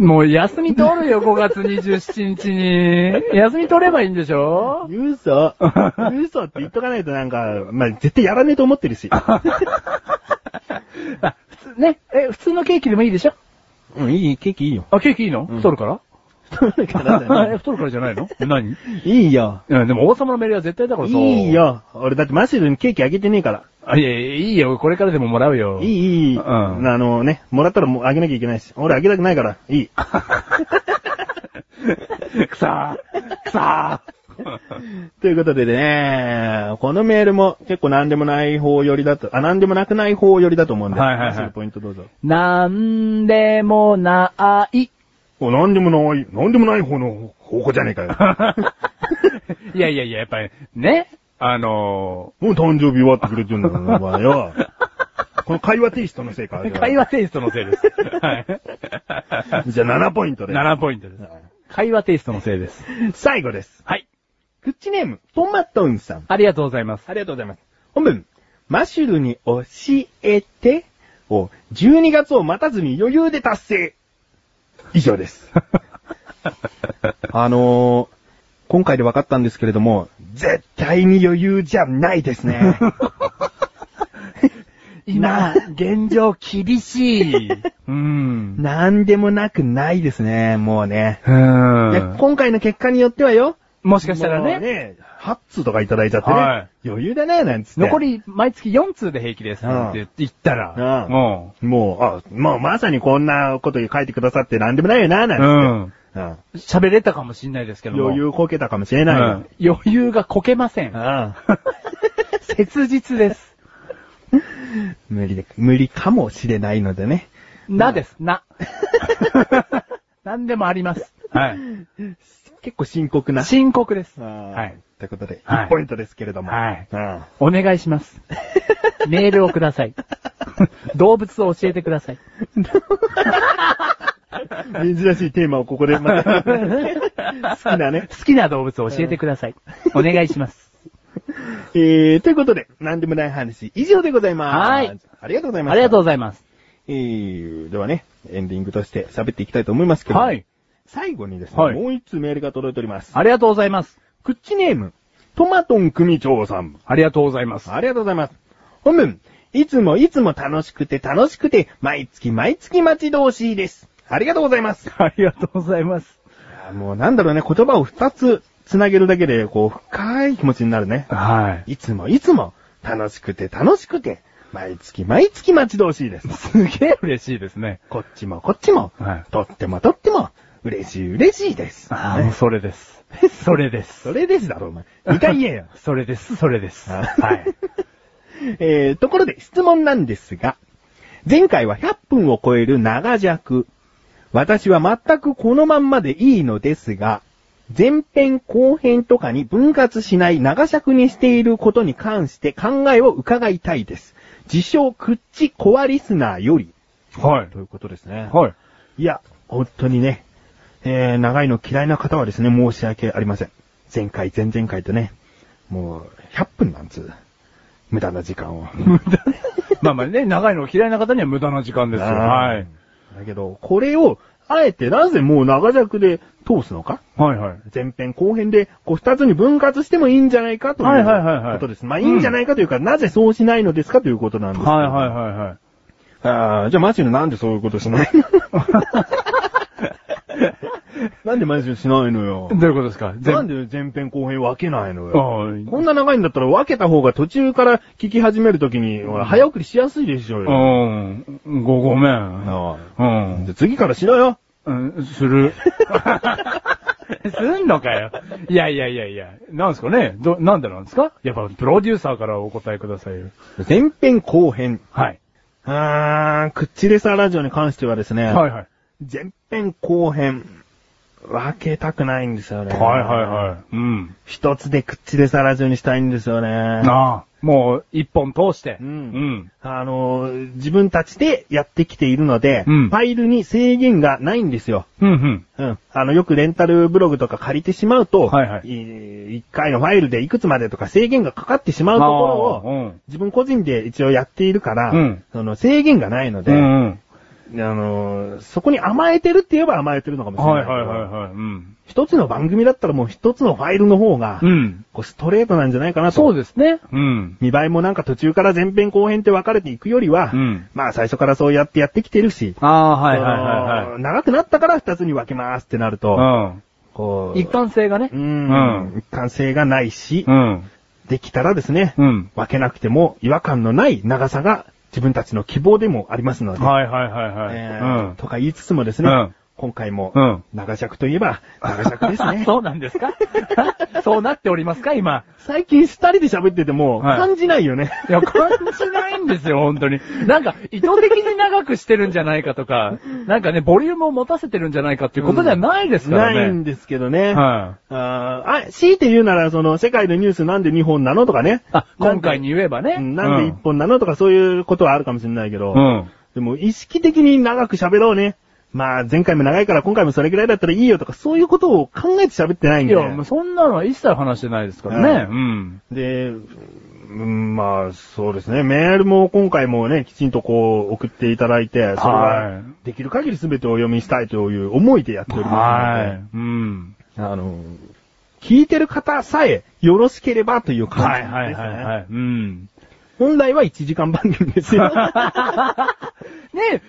Speaker 2: うん。もう休み取るよ、5月27日に。休み取ればいいんでしょ
Speaker 1: 嘘。 嘘って言っとかないとなんか、まあ絶対やらねえと思ってるし。
Speaker 2: あ、普通ね、え、普通のケーキでもいいでしょ
Speaker 1: うん、いい、ケーキい いよ。
Speaker 2: あ、ケーキいいの、太るから
Speaker 1: だからだ
Speaker 2: え
Speaker 1: よ
Speaker 2: 太るからじゃないの何
Speaker 1: いいよ。
Speaker 2: うん、でも王様のメールは絶対だからそう。
Speaker 1: いい。よ。俺だってマシュルにケーキあげてねえから。
Speaker 2: あ、いやいや、いいよ、これからでももらうよ。
Speaker 1: い
Speaker 2: い。
Speaker 1: い、いい、
Speaker 2: うん
Speaker 1: あのね、もらったらもうあげなきゃいけないし。俺あげたくないから、いい。
Speaker 2: くさー、くさー。
Speaker 1: ということでね、このメールも結構何でもない方寄りだと、あ、何でもなくない方寄りだと思うんで、
Speaker 2: はいはいはい
Speaker 1: 話するポイントどうぞ。
Speaker 2: なんでも ない。
Speaker 1: お、何でもない、何でもない方の方向じゃねえか よ。
Speaker 2: いやいやいや、やっぱり、ね。あの
Speaker 1: もう誕生日終わってくれてるんだから、お前 よ。この会話テイストのせいか。あれ
Speaker 2: ー、
Speaker 1: は
Speaker 2: 会話テイストのせいです。はい。
Speaker 1: じゃあ7ポイントで。
Speaker 2: 7ポイントです。会話テイストのせいです。
Speaker 1: 最後です。
Speaker 2: はい。
Speaker 1: クッチネーム、トマトンさん。
Speaker 2: ありがとうございます。
Speaker 1: ありがとうございます。本文、マシュルに教えて、を12月を待たずに余裕で達成。以上です。 あのー、今回で分かったんですけれども、絶対に余裕じゃないです ね。
Speaker 2: 今、現状厳しい。 うん。
Speaker 1: なんでもなくないですね、もうね。
Speaker 2: う
Speaker 1: い
Speaker 2: ー
Speaker 1: や
Speaker 2: ん。
Speaker 1: 今回の結果によってはよ、
Speaker 2: もしかしたら
Speaker 1: もう
Speaker 2: ね、
Speaker 1: ね、8通とかいただいちゃってね、
Speaker 2: はい
Speaker 1: 余裕だね、なんつって。
Speaker 2: 残り毎月4通で平気ですなんて言ったら、
Speaker 1: うん
Speaker 2: も
Speaker 1: もう、あ、もうまさにこんなこと書いてくださってなんでもないよな、
Speaker 2: う、
Speaker 1: なん
Speaker 2: うん。
Speaker 1: つって。うん
Speaker 2: 喋れたかもしんないですけども。
Speaker 1: 余裕こけたかもしれ
Speaker 2: う
Speaker 1: ないよ
Speaker 2: ん。余裕がこけません。
Speaker 1: ああ
Speaker 2: 切実です。
Speaker 1: 無理で、無理かもしれないのでね。
Speaker 2: なです、な。 何でもあります。はい。
Speaker 1: 結構深刻な。
Speaker 2: 深刻です。
Speaker 1: ああ
Speaker 2: はい。。
Speaker 1: ということで、
Speaker 2: はい
Speaker 1: 1ポイントですけれども。
Speaker 2: はい
Speaker 1: あ
Speaker 2: お願いし ます。メールをくださ い。動物を教えてください。
Speaker 1: あ珍しいテーマをここでま た、好きなね。
Speaker 2: 好きな動物を教えてください。お願いし ます。
Speaker 1: えー、ということで、なんでもない話、以上でございます。
Speaker 2: はい。
Speaker 1: ありがとうございます。
Speaker 2: ありがとうご
Speaker 1: う。
Speaker 2: ざいます。
Speaker 1: えー、ではね、エンディングとして喋っていきたいと思いますけど。。。最後にですね、
Speaker 2: はい
Speaker 1: もう一通メールが届いております。
Speaker 2: ありがとうございます。
Speaker 1: クッチネーム、トマトン組長さん。
Speaker 2: ありがとうございます。
Speaker 1: ありがとうございます。本文、いつもいつも楽しくて楽しくて、毎月毎月待ち遠しいです。ありがとうございます。
Speaker 2: ありがとうございます。
Speaker 1: もうなんだろうね、言葉を二つ繋げるだけで、こう、深い気持ちになるね。
Speaker 2: はい。
Speaker 1: いつもいつも楽しくて楽しくて、毎月毎月待ち遠しいです。
Speaker 2: すげえ嬉しいですね。
Speaker 1: こっちもこっちも、
Speaker 2: はい
Speaker 1: とってもとっても、嬉しい嬉しいです。
Speaker 2: ああ、
Speaker 1: ね
Speaker 2: もうそれです。 それです。
Speaker 1: それですだろ、お前。二回言えよ。
Speaker 2: それです、それ です。
Speaker 1: あ
Speaker 2: はい。
Speaker 1: えー、ところで質問なんですが、前回は100分を超える長尺。私は全くこのまんまでいいのですが、前編後編とかに分割しない長尺にしていることに関して考えを伺いたいです。自称、くっちコアリスナーより。
Speaker 2: はい。
Speaker 1: ということですね。
Speaker 2: はい。
Speaker 1: いや、本当にね、えー、長いの嫌いな方はですね、申し訳ありません。前回、前々回とね、もう、100分なんつう、無駄な時間を。
Speaker 2: まあまあね、長いの嫌いな方には無駄な時間ですよ。
Speaker 1: あー
Speaker 2: はい。。
Speaker 1: だけど、これを、あえてなぜもう長尺で通すのか
Speaker 2: はいはい。
Speaker 1: 前編後編で、こう二つに分割してもいいんじゃないかという
Speaker 2: はいはいはいはい
Speaker 1: ことです。まあいいんじゃないかというか、なぜそうしないのですかということなんですけど。
Speaker 2: はいはいはいはい。
Speaker 1: あーじゃあマジでなんでそういうことしないの なんでマジでしないのよ。
Speaker 2: どういうことですか
Speaker 1: なん
Speaker 2: 部。
Speaker 1: で前編後編分けないのよ。
Speaker 2: あ
Speaker 1: こんな長いんだったら分けた方が途中から聞き始めるときに、ほら早送りしやすいでしょうよ。
Speaker 2: あ。うん。ご、ごめん。
Speaker 1: あー
Speaker 2: うん
Speaker 1: じゃ。あ次からしろよ。
Speaker 2: うん、する。 すんのかよ。いやいやいやいや。なんですかねど、なんでなんですかやっぱプロデューサーからお答えくださいよ。
Speaker 1: 前編後編。
Speaker 2: はい。
Speaker 1: あー、クッチレサラジオに関してはですね、
Speaker 2: はいはい。
Speaker 1: 前編後編、分けたくないんですよね。
Speaker 2: はいはいはい。うん。
Speaker 1: 一つでクッチレサラジオにしたいんですよね。あ
Speaker 2: なあ。もう、一本通して。
Speaker 1: うんのー、自分たちでやってきているので、
Speaker 2: うん
Speaker 1: ファイルに制限がないんですよ。
Speaker 2: うん。うん
Speaker 1: うん。あの、よくレンタルブログとか借りてしまうと、
Speaker 2: はいはい
Speaker 1: い一回のファイルでいくつまでとか制限がかかってしま
Speaker 2: う。
Speaker 1: うんところを、
Speaker 2: うん。
Speaker 1: 自分個人で一応やっているから、
Speaker 2: うん
Speaker 1: その制限がないので、
Speaker 2: うんうん。
Speaker 1: あのーそこに甘えてるって言えば甘えてるのかもしれ
Speaker 2: は
Speaker 1: ないいけど。
Speaker 2: はいはいはい。うん。
Speaker 1: 一つの番組だったらもう一つのファイルの方が、
Speaker 2: うん。
Speaker 1: こうストレートなんじゃないかなと。
Speaker 2: そうですね。うん。
Speaker 1: 見栄えもなんか途中から前編後編って分かれていくよりは、
Speaker 2: うん
Speaker 1: まあ最初からそうやってやってきてるし、
Speaker 2: ああ、はいはいはい
Speaker 1: そ
Speaker 2: は
Speaker 1: の長くなったから二つに分けますってなると、
Speaker 2: い。
Speaker 1: こ
Speaker 2: うん。
Speaker 1: う、
Speaker 2: 一貫性がね
Speaker 1: う。ん、一貫性がないし、
Speaker 2: うん。
Speaker 1: できたらですね、
Speaker 2: うん。
Speaker 1: 分けなくても違和感のない長さが自分たちの希望でもありますので、
Speaker 2: はいはいはいはい。
Speaker 1: え
Speaker 2: う
Speaker 1: ー
Speaker 2: ん。
Speaker 1: とか言いつつもですね、
Speaker 2: うん
Speaker 1: 今回も、
Speaker 2: うん
Speaker 1: 長尺といえば、長尺です ね。
Speaker 2: そうなんですかそうなっておりますか今。
Speaker 1: 最近二人で喋ってても、
Speaker 2: はい
Speaker 1: 感じないよね。
Speaker 2: いや、感じないんですよ、本当に。なんか、意図的に長くしてるんじゃないかとか、なんかね、ボリュームを持たせてるんじゃないかっていうことではないですからね。
Speaker 1: ないんですけど
Speaker 2: は
Speaker 1: ね。
Speaker 2: い。
Speaker 1: あーあ、強いて言うなら、その、世界のニュースなんで2本なのとかね。
Speaker 2: あ、今回に言えばね。
Speaker 1: うんなんで1本なのとかそういうことはあるかもしれないけど。
Speaker 2: うん。
Speaker 1: でも、意識的に長く喋ろうね。まあ、前回も長いから今回もそれぐらいだったらいいよとか、そういうことを考えて喋ってないん
Speaker 2: い
Speaker 1: で。
Speaker 2: や、もうそんなのは一切話してないですからね。うん。
Speaker 1: で、うんまあ、そうですね。メールも今回もね、きちんとこう、送っていただいて、それ
Speaker 2: は
Speaker 1: が、できる限り全てお読みしたいという思いでやっておりますので、
Speaker 2: い。うん。
Speaker 1: あの、聞いてる方さえ、よろしければという感
Speaker 2: は
Speaker 1: じ
Speaker 2: い
Speaker 1: ですね。
Speaker 2: はいはいはい。うん。
Speaker 1: 本来は1時間番組で すよ。
Speaker 2: ね、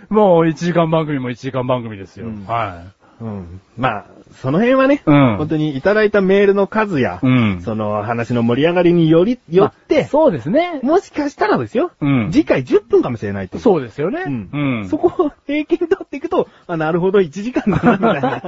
Speaker 2: もう1時間番組も1時間番組ですよ。
Speaker 1: うん
Speaker 2: は
Speaker 1: うん、まあ、その辺はね、
Speaker 2: うん
Speaker 1: 本当にいただいたメールの数や、
Speaker 2: い。うん。
Speaker 1: その話の盛り上がりにより、よ
Speaker 2: ま
Speaker 1: っ
Speaker 2: あ
Speaker 1: て、
Speaker 2: そうですね。
Speaker 1: もしかしたらですよ、
Speaker 2: うん
Speaker 1: 次回10分かもしれないという。
Speaker 2: そうですよね。
Speaker 1: うん
Speaker 2: うん。
Speaker 1: そこを平均取っていくと、あ、なるほど、1時間だな、みたい な。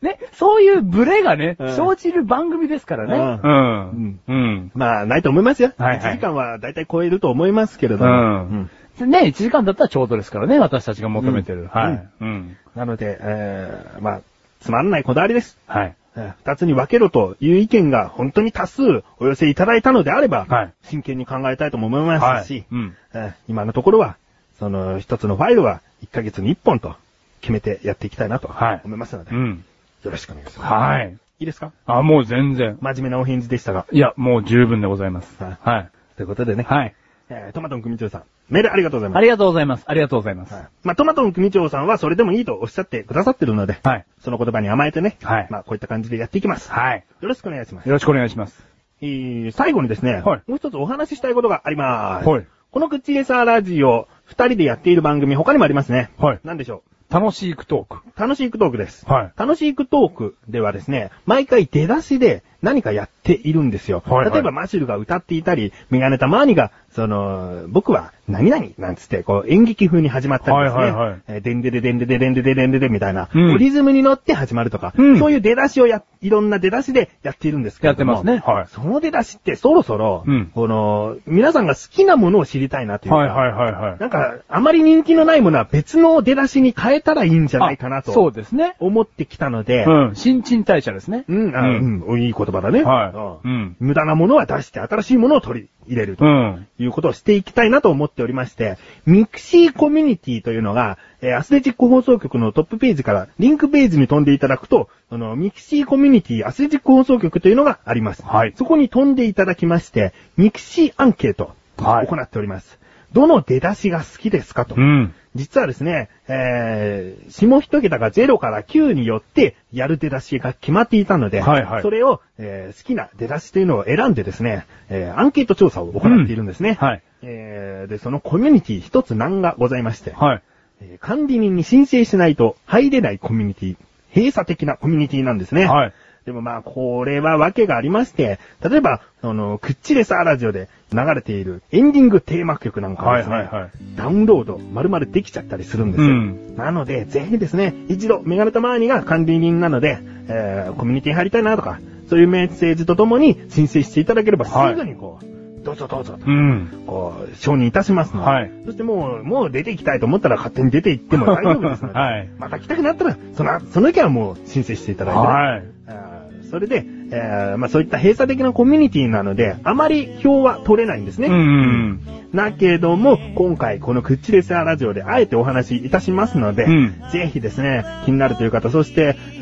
Speaker 2: ね、そういうブレがね、
Speaker 1: うん
Speaker 2: 生じる番組ですからね。。
Speaker 1: うん
Speaker 2: うん。
Speaker 1: まあ、ないと思いますよ。
Speaker 2: はいはい
Speaker 1: 1時間はだいたい超えると思いますけれども。
Speaker 2: うん
Speaker 1: うん
Speaker 2: ね、1時間だったらちょうどですからね、私たちが求めて
Speaker 1: うん
Speaker 2: る。はい。うん。
Speaker 1: なので、えー、まあ、つまんないこだわりです。
Speaker 2: はい。
Speaker 1: えー二つに分けろという意見が本当に多数お寄せいただいたのであれば、
Speaker 2: はい
Speaker 1: 真剣に考えたいとも思いますし、
Speaker 2: うん。
Speaker 1: えー今のところは、その一つのファイルは1ヶ月に1本と決めてやっていきたいなと
Speaker 2: はい
Speaker 1: 思いますので、
Speaker 2: う
Speaker 1: よ
Speaker 2: ん。
Speaker 1: ろしくお願いします。
Speaker 2: はい。
Speaker 1: いいですか
Speaker 2: あ、もう全然。
Speaker 1: 真面目なお返事でしたが。
Speaker 2: いや、もう十分でございます。
Speaker 1: はい
Speaker 2: はい。
Speaker 1: ということでね、
Speaker 2: はい。
Speaker 1: えートマトン組長さん、メールありがとうございます
Speaker 2: あ。りがとうございます。ありがとうございます。
Speaker 1: はいまあ、トマトン組長さんはそれでもいいとおっしゃってくださってるので、
Speaker 2: はい。
Speaker 1: その言葉に甘えてね、
Speaker 2: はい
Speaker 1: まあ、こういった感じでやっていきます。
Speaker 2: はい。
Speaker 1: よろしくお願いします。
Speaker 2: よろしくお願いします。
Speaker 1: えー最後にですね、
Speaker 2: はい
Speaker 1: もう一つお話ししたいことがあります。
Speaker 2: はい
Speaker 1: この口レサーラジオ、二人でやっている番組、他にもありますね。
Speaker 2: はい
Speaker 1: なんでしょ
Speaker 2: 楽しいクトーク。
Speaker 1: う。楽しいクトークです。
Speaker 2: はい
Speaker 1: 楽しいクトークではですね、毎回出だしで何かやっているんですよ。
Speaker 2: はいはい
Speaker 1: 例えばマシルが歌っていたり、メガネタマーニが、その、僕は何々なんつって、こう演劇風に始まったりですね。
Speaker 2: はいはいはい
Speaker 1: えーでんでででんでででんでででんででみたいな、
Speaker 2: うん
Speaker 1: リズムに乗って始まるとか、
Speaker 2: うん
Speaker 1: そういう出だしをや、いろんな出だしでやっているんですけれども。
Speaker 2: やってますねはい
Speaker 1: その出だしってそろそろ、
Speaker 2: うん
Speaker 1: この、皆さんが好きなものを知りたいなというか、
Speaker 2: はいはいはいはい。
Speaker 1: なんか、あまり人気のないものは別の出だしに変えたらいいんじゃないかな
Speaker 2: あそう
Speaker 1: と、
Speaker 2: ですね。
Speaker 1: 思ってきたので、
Speaker 2: うん。新陳代謝ですね。
Speaker 1: うん、あうん、いい言葉だね。
Speaker 2: はい。
Speaker 1: う
Speaker 2: うんん。
Speaker 1: 無駄なものは出して新しいものを取り入れると
Speaker 2: うん。
Speaker 1: いうことをしていきたいなと思っておりまして、ミクシーコミュニティというのが、えーアスレチック放送局のトップページからリンクページに飛んでいただくと、あの、ミクシーコミュニティアスレチック放送局というのがあります。
Speaker 2: はい
Speaker 1: そこに飛んでいただきまして、ミクシーアンケートを
Speaker 2: はい
Speaker 1: 行っております。どの出だしが好きですかと。
Speaker 2: うん。
Speaker 1: 実はですね、えー、下一桁が0から9によってやる出だしが決まっていたので、
Speaker 2: はいはい
Speaker 1: それを、えー好きな出だしというのを選んでですね、えーアンケート調査を行っているんですね。
Speaker 2: うんはい
Speaker 1: えー、で、そのコミュニティ一つ難がございまして、
Speaker 2: はい。
Speaker 1: えー管理人に申請しないと入れないコミュニティ、閉鎖的なコミュニティなんですね。
Speaker 2: はい。
Speaker 1: でもまあ、これは訳がありまして、例えば、あの、クッチレサーラジオで流れているエンディングテーマ曲なんかはですね、
Speaker 2: はいはいはい
Speaker 1: ダウンロード、丸々できちゃったりするんです
Speaker 2: う
Speaker 1: よ。
Speaker 2: ん
Speaker 1: なので、ぜひですね、一度、メガネタマーニが管理人なので、えー、コミュニティ入りたいなとか、そういうメッセージとともに申請していただければ、
Speaker 2: はい
Speaker 1: すぐにこう、どうぞどうぞと、
Speaker 2: うん。
Speaker 1: こう、承認いたしますので、
Speaker 2: はい
Speaker 1: そしてもう、もう出ていきたいと思ったら勝手に出て行っても大丈夫ですので、
Speaker 2: はい
Speaker 1: また来たくなったら、その、その意見はもう申請していただいてね、
Speaker 2: はい。
Speaker 1: あーそれで、えーまあ、そういった閉鎖的なコミュニティなので、あまり票は取れないんですね。
Speaker 2: うんうん
Speaker 1: だけども、今回このクッチレスアラジオであえてお話しいたしますので、
Speaker 2: うん
Speaker 1: ぜひですね、気になるという方、そして、え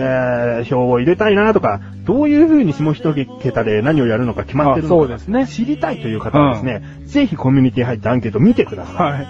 Speaker 1: ー票を入れたいなとか、どういう風に下一桁で何をやるのか決まってるのか、
Speaker 2: あそうですね
Speaker 1: 知りたいという方はですね、ぜひコミュニティ入ってアンケート見てください。
Speaker 2: はい。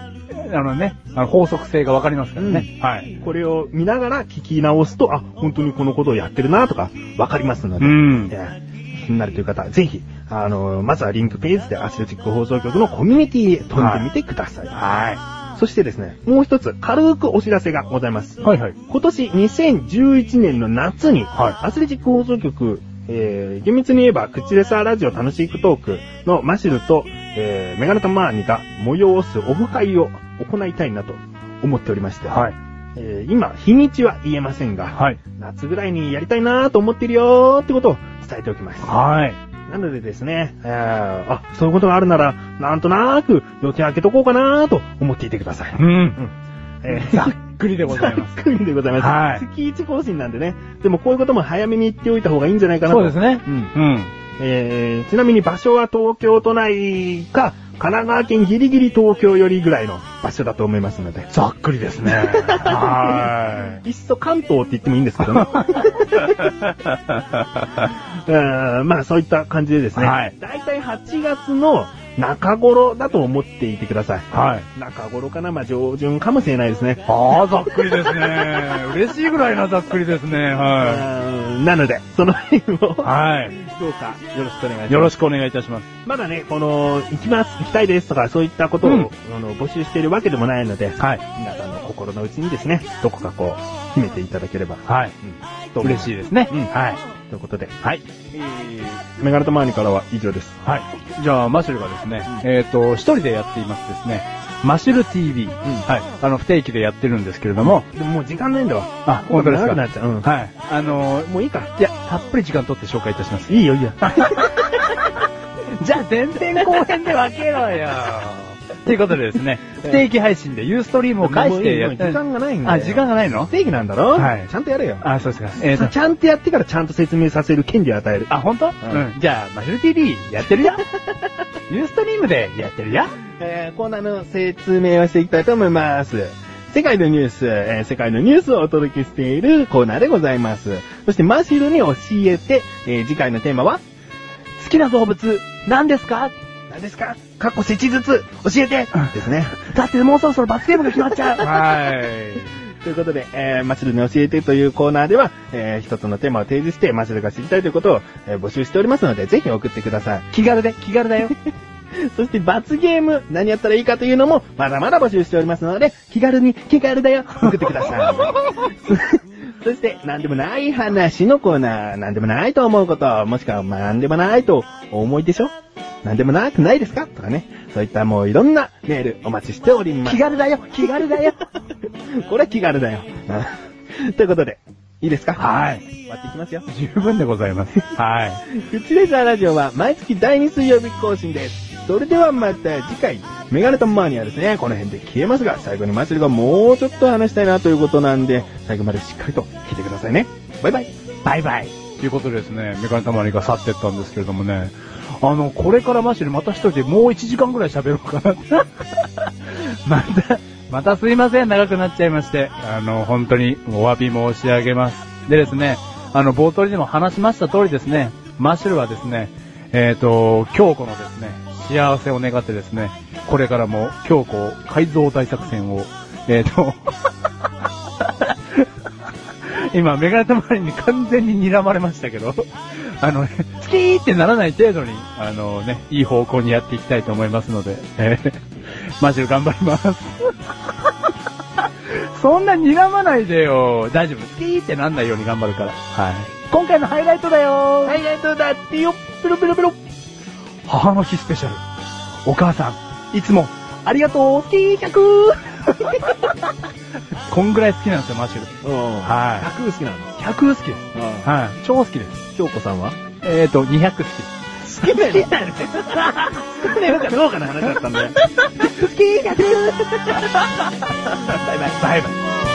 Speaker 2: あのね、あの法則性がわかりますからね。はい。
Speaker 1: これを見ながら聞き直すと、あ、本当にこのことをやってるなとか、わかりますので、
Speaker 2: うん
Speaker 1: えー気になるという方は、ぜひ、あのまずはリンクページでアスレチック放送局のコミュニティへ飛んでみてください。
Speaker 2: は
Speaker 1: そしてですね、もう一つ軽くお知らせがございます。
Speaker 2: い。はいはい。
Speaker 1: 今年2011年の夏に、
Speaker 2: は
Speaker 1: アスレチック放送局、えー、厳密に言えば、口レサーラジオ楽しいクトークのマシルと、えー、メガネタマーニが催すオフ会を行いたいなと思っておりまして、
Speaker 2: はい。
Speaker 1: えー今、日にちは言えませんが、
Speaker 2: はい
Speaker 1: 夏ぐらいにやりたいなーと思ってるよーってことを伝えておきます。
Speaker 2: はい。
Speaker 1: なのでですね、えーあ、そういうことがあるなら、なんとなーく予定開けとこうかなーと思っていてください。
Speaker 2: うん。
Speaker 1: えー
Speaker 2: ざっくりでございます。
Speaker 1: ざっくりでございます。
Speaker 2: はい
Speaker 1: 月一更新なんでね。でもこういうことも早めに言っておいた方がいいんじゃないかなと。
Speaker 2: そうですね。
Speaker 1: うん。
Speaker 2: うん。
Speaker 1: えー、ちなみに場所は東京都内か、神奈川県ギリギリ東京よりぐらいの場所だと思いますので。
Speaker 2: ざっくりですね。はい
Speaker 1: っそ関東って言ってもいいんですけ どね。 えーまあそういった感じでですね。
Speaker 2: はい
Speaker 1: だいたい8月の中頃だと思っていてください。
Speaker 2: い。はい。
Speaker 1: 中頃かなまあ上旬かもしれないですね。
Speaker 2: ああ、ざっくりですね。嬉しいぐらいなざっくりですね。は
Speaker 1: うんなので、その辺 を、
Speaker 2: い。はい。
Speaker 1: どうかよろしくお願いします。
Speaker 2: よろしくお願いいたします。
Speaker 1: まだね、この、行きます、行きたいですとか、そういったことを、
Speaker 2: うん
Speaker 1: あの募集しているわけでもないので、
Speaker 2: はい。
Speaker 1: 皆さんの心の内にですね、どこかこう、秘めていただければ、
Speaker 2: はい。
Speaker 1: うん、と
Speaker 2: 嬉しいですね。
Speaker 1: うん
Speaker 2: はい。
Speaker 1: い。ということで、
Speaker 2: はい。
Speaker 1: メガネとマーニからは以上です。
Speaker 2: はい。じゃあ、マシュルがですね、えっ、と、一人でやっていますですね、マシュル TV。はい。あの、不定期でやってるんですけれども、
Speaker 1: でももう時間ないんだわ。
Speaker 2: あ、本当です
Speaker 1: 長くな
Speaker 2: か。
Speaker 1: っちゃう。うん。
Speaker 2: はい。あのー
Speaker 1: もういいか。
Speaker 2: いや、たっぷり時間取って紹介いたします。
Speaker 1: いいよ、いいよ。
Speaker 2: じゃあ、前編後編で分けろよ。 ということでですね、不定期配信でユーストリームを介してやって
Speaker 1: もういいもう時間がないんだよ。
Speaker 2: あ、時間がないの
Speaker 1: 不定期なんだろ
Speaker 2: はい
Speaker 1: ちゃんとやれよ。
Speaker 2: あ、そうですか。えっ、
Speaker 1: ち
Speaker 2: と、
Speaker 1: ゃんとやってからちゃんと説明させる権利を与える。
Speaker 2: あ、本当？うんん。じゃあ、マシュル TV やってるよ。ユーストリームでやってるよ。
Speaker 1: えーコーナーの説明をしていきたいと思います。世界のニュース、えー世界のニュースをお届けしているコーナーでございます。そしてマシルに教えて、えー次回のテーマは
Speaker 2: 好きな動物、何ですか
Speaker 1: 何ですかかっこ切実教えてですね。
Speaker 2: だってもうそろそろ罰ゲームが決まっちゃう。はい。
Speaker 1: ということで、えーマシルに教えてというコーナーでは、えー一つのテーマを提示してマシルが知りたいということを、えー募集しておりますので、ぜひ送ってください。
Speaker 2: 気軽で、気軽だよ。
Speaker 1: そして罰ゲーム、何やったらいいかというのも、まだまだ募集しておりますので、気軽に、気軽だよ、送ってくだ さい。そして、何でもない話のコーナー、何でもないと思うこと、もしくは、まあ何でもないとお思いでしょ何でもなくないですかとかね。そういったもういろんなメールお待ちしております。
Speaker 2: 気軽だよ、気軽だよ。
Speaker 1: これは気軽だよ。 うんということで、いいですか
Speaker 2: はい。
Speaker 1: 終わっていきますよ。
Speaker 2: 十分でござい ます。はい。
Speaker 1: プチレジャーラジオは毎月第2水曜日更新です。それではまた次回、メガネとマーニアですね、この辺で消えますが、最後にマシルがもうちょっと話したいなということなんで、最後までしっかりと聞いてくださいね。バイバイ。
Speaker 2: バイバイ。ということでですね、メガネたまりが去ってったんですけれどもね、あの、これからマシュルまた一人でもう一時間ぐらい喋ろうかな。 また、またすいません、長くなっちゃいまして、あの、本当にお詫び申し上げます。でですね、あの、冒頭にでも話しました通りですね、マシュルはですね、えっ、と、京子のですね、幸せを願ってですね、これからも京子改造大作戦を、えっ、と、 今、メガネたまりに完全に睨まれましたけど、あのね、好きーってならない程度に、あのね、いい方向にやっていきたいと思いますので、えー、マジで頑張ります。 そんな睨まないでよ。大丈夫。好きーってなんないように頑張るから。はい。今回のハイライトだよ
Speaker 1: ハイライトだってよ、ペロペロペロ。
Speaker 2: 母の日スペシャル。お母さん、いつも、ありがとう、好きー100こんぐらい好きなんですよ、マジで。
Speaker 1: うん。
Speaker 2: はい
Speaker 1: 100好きなの。
Speaker 2: 100好きです。
Speaker 1: は
Speaker 2: はい。超好きです。
Speaker 1: い。京子さんは
Speaker 2: えーと、200好きです。
Speaker 1: 好きだよ。好きだよ。好きだよ。どうかな話だったんだよ。好き、100! バイバイ。
Speaker 2: バイバイ。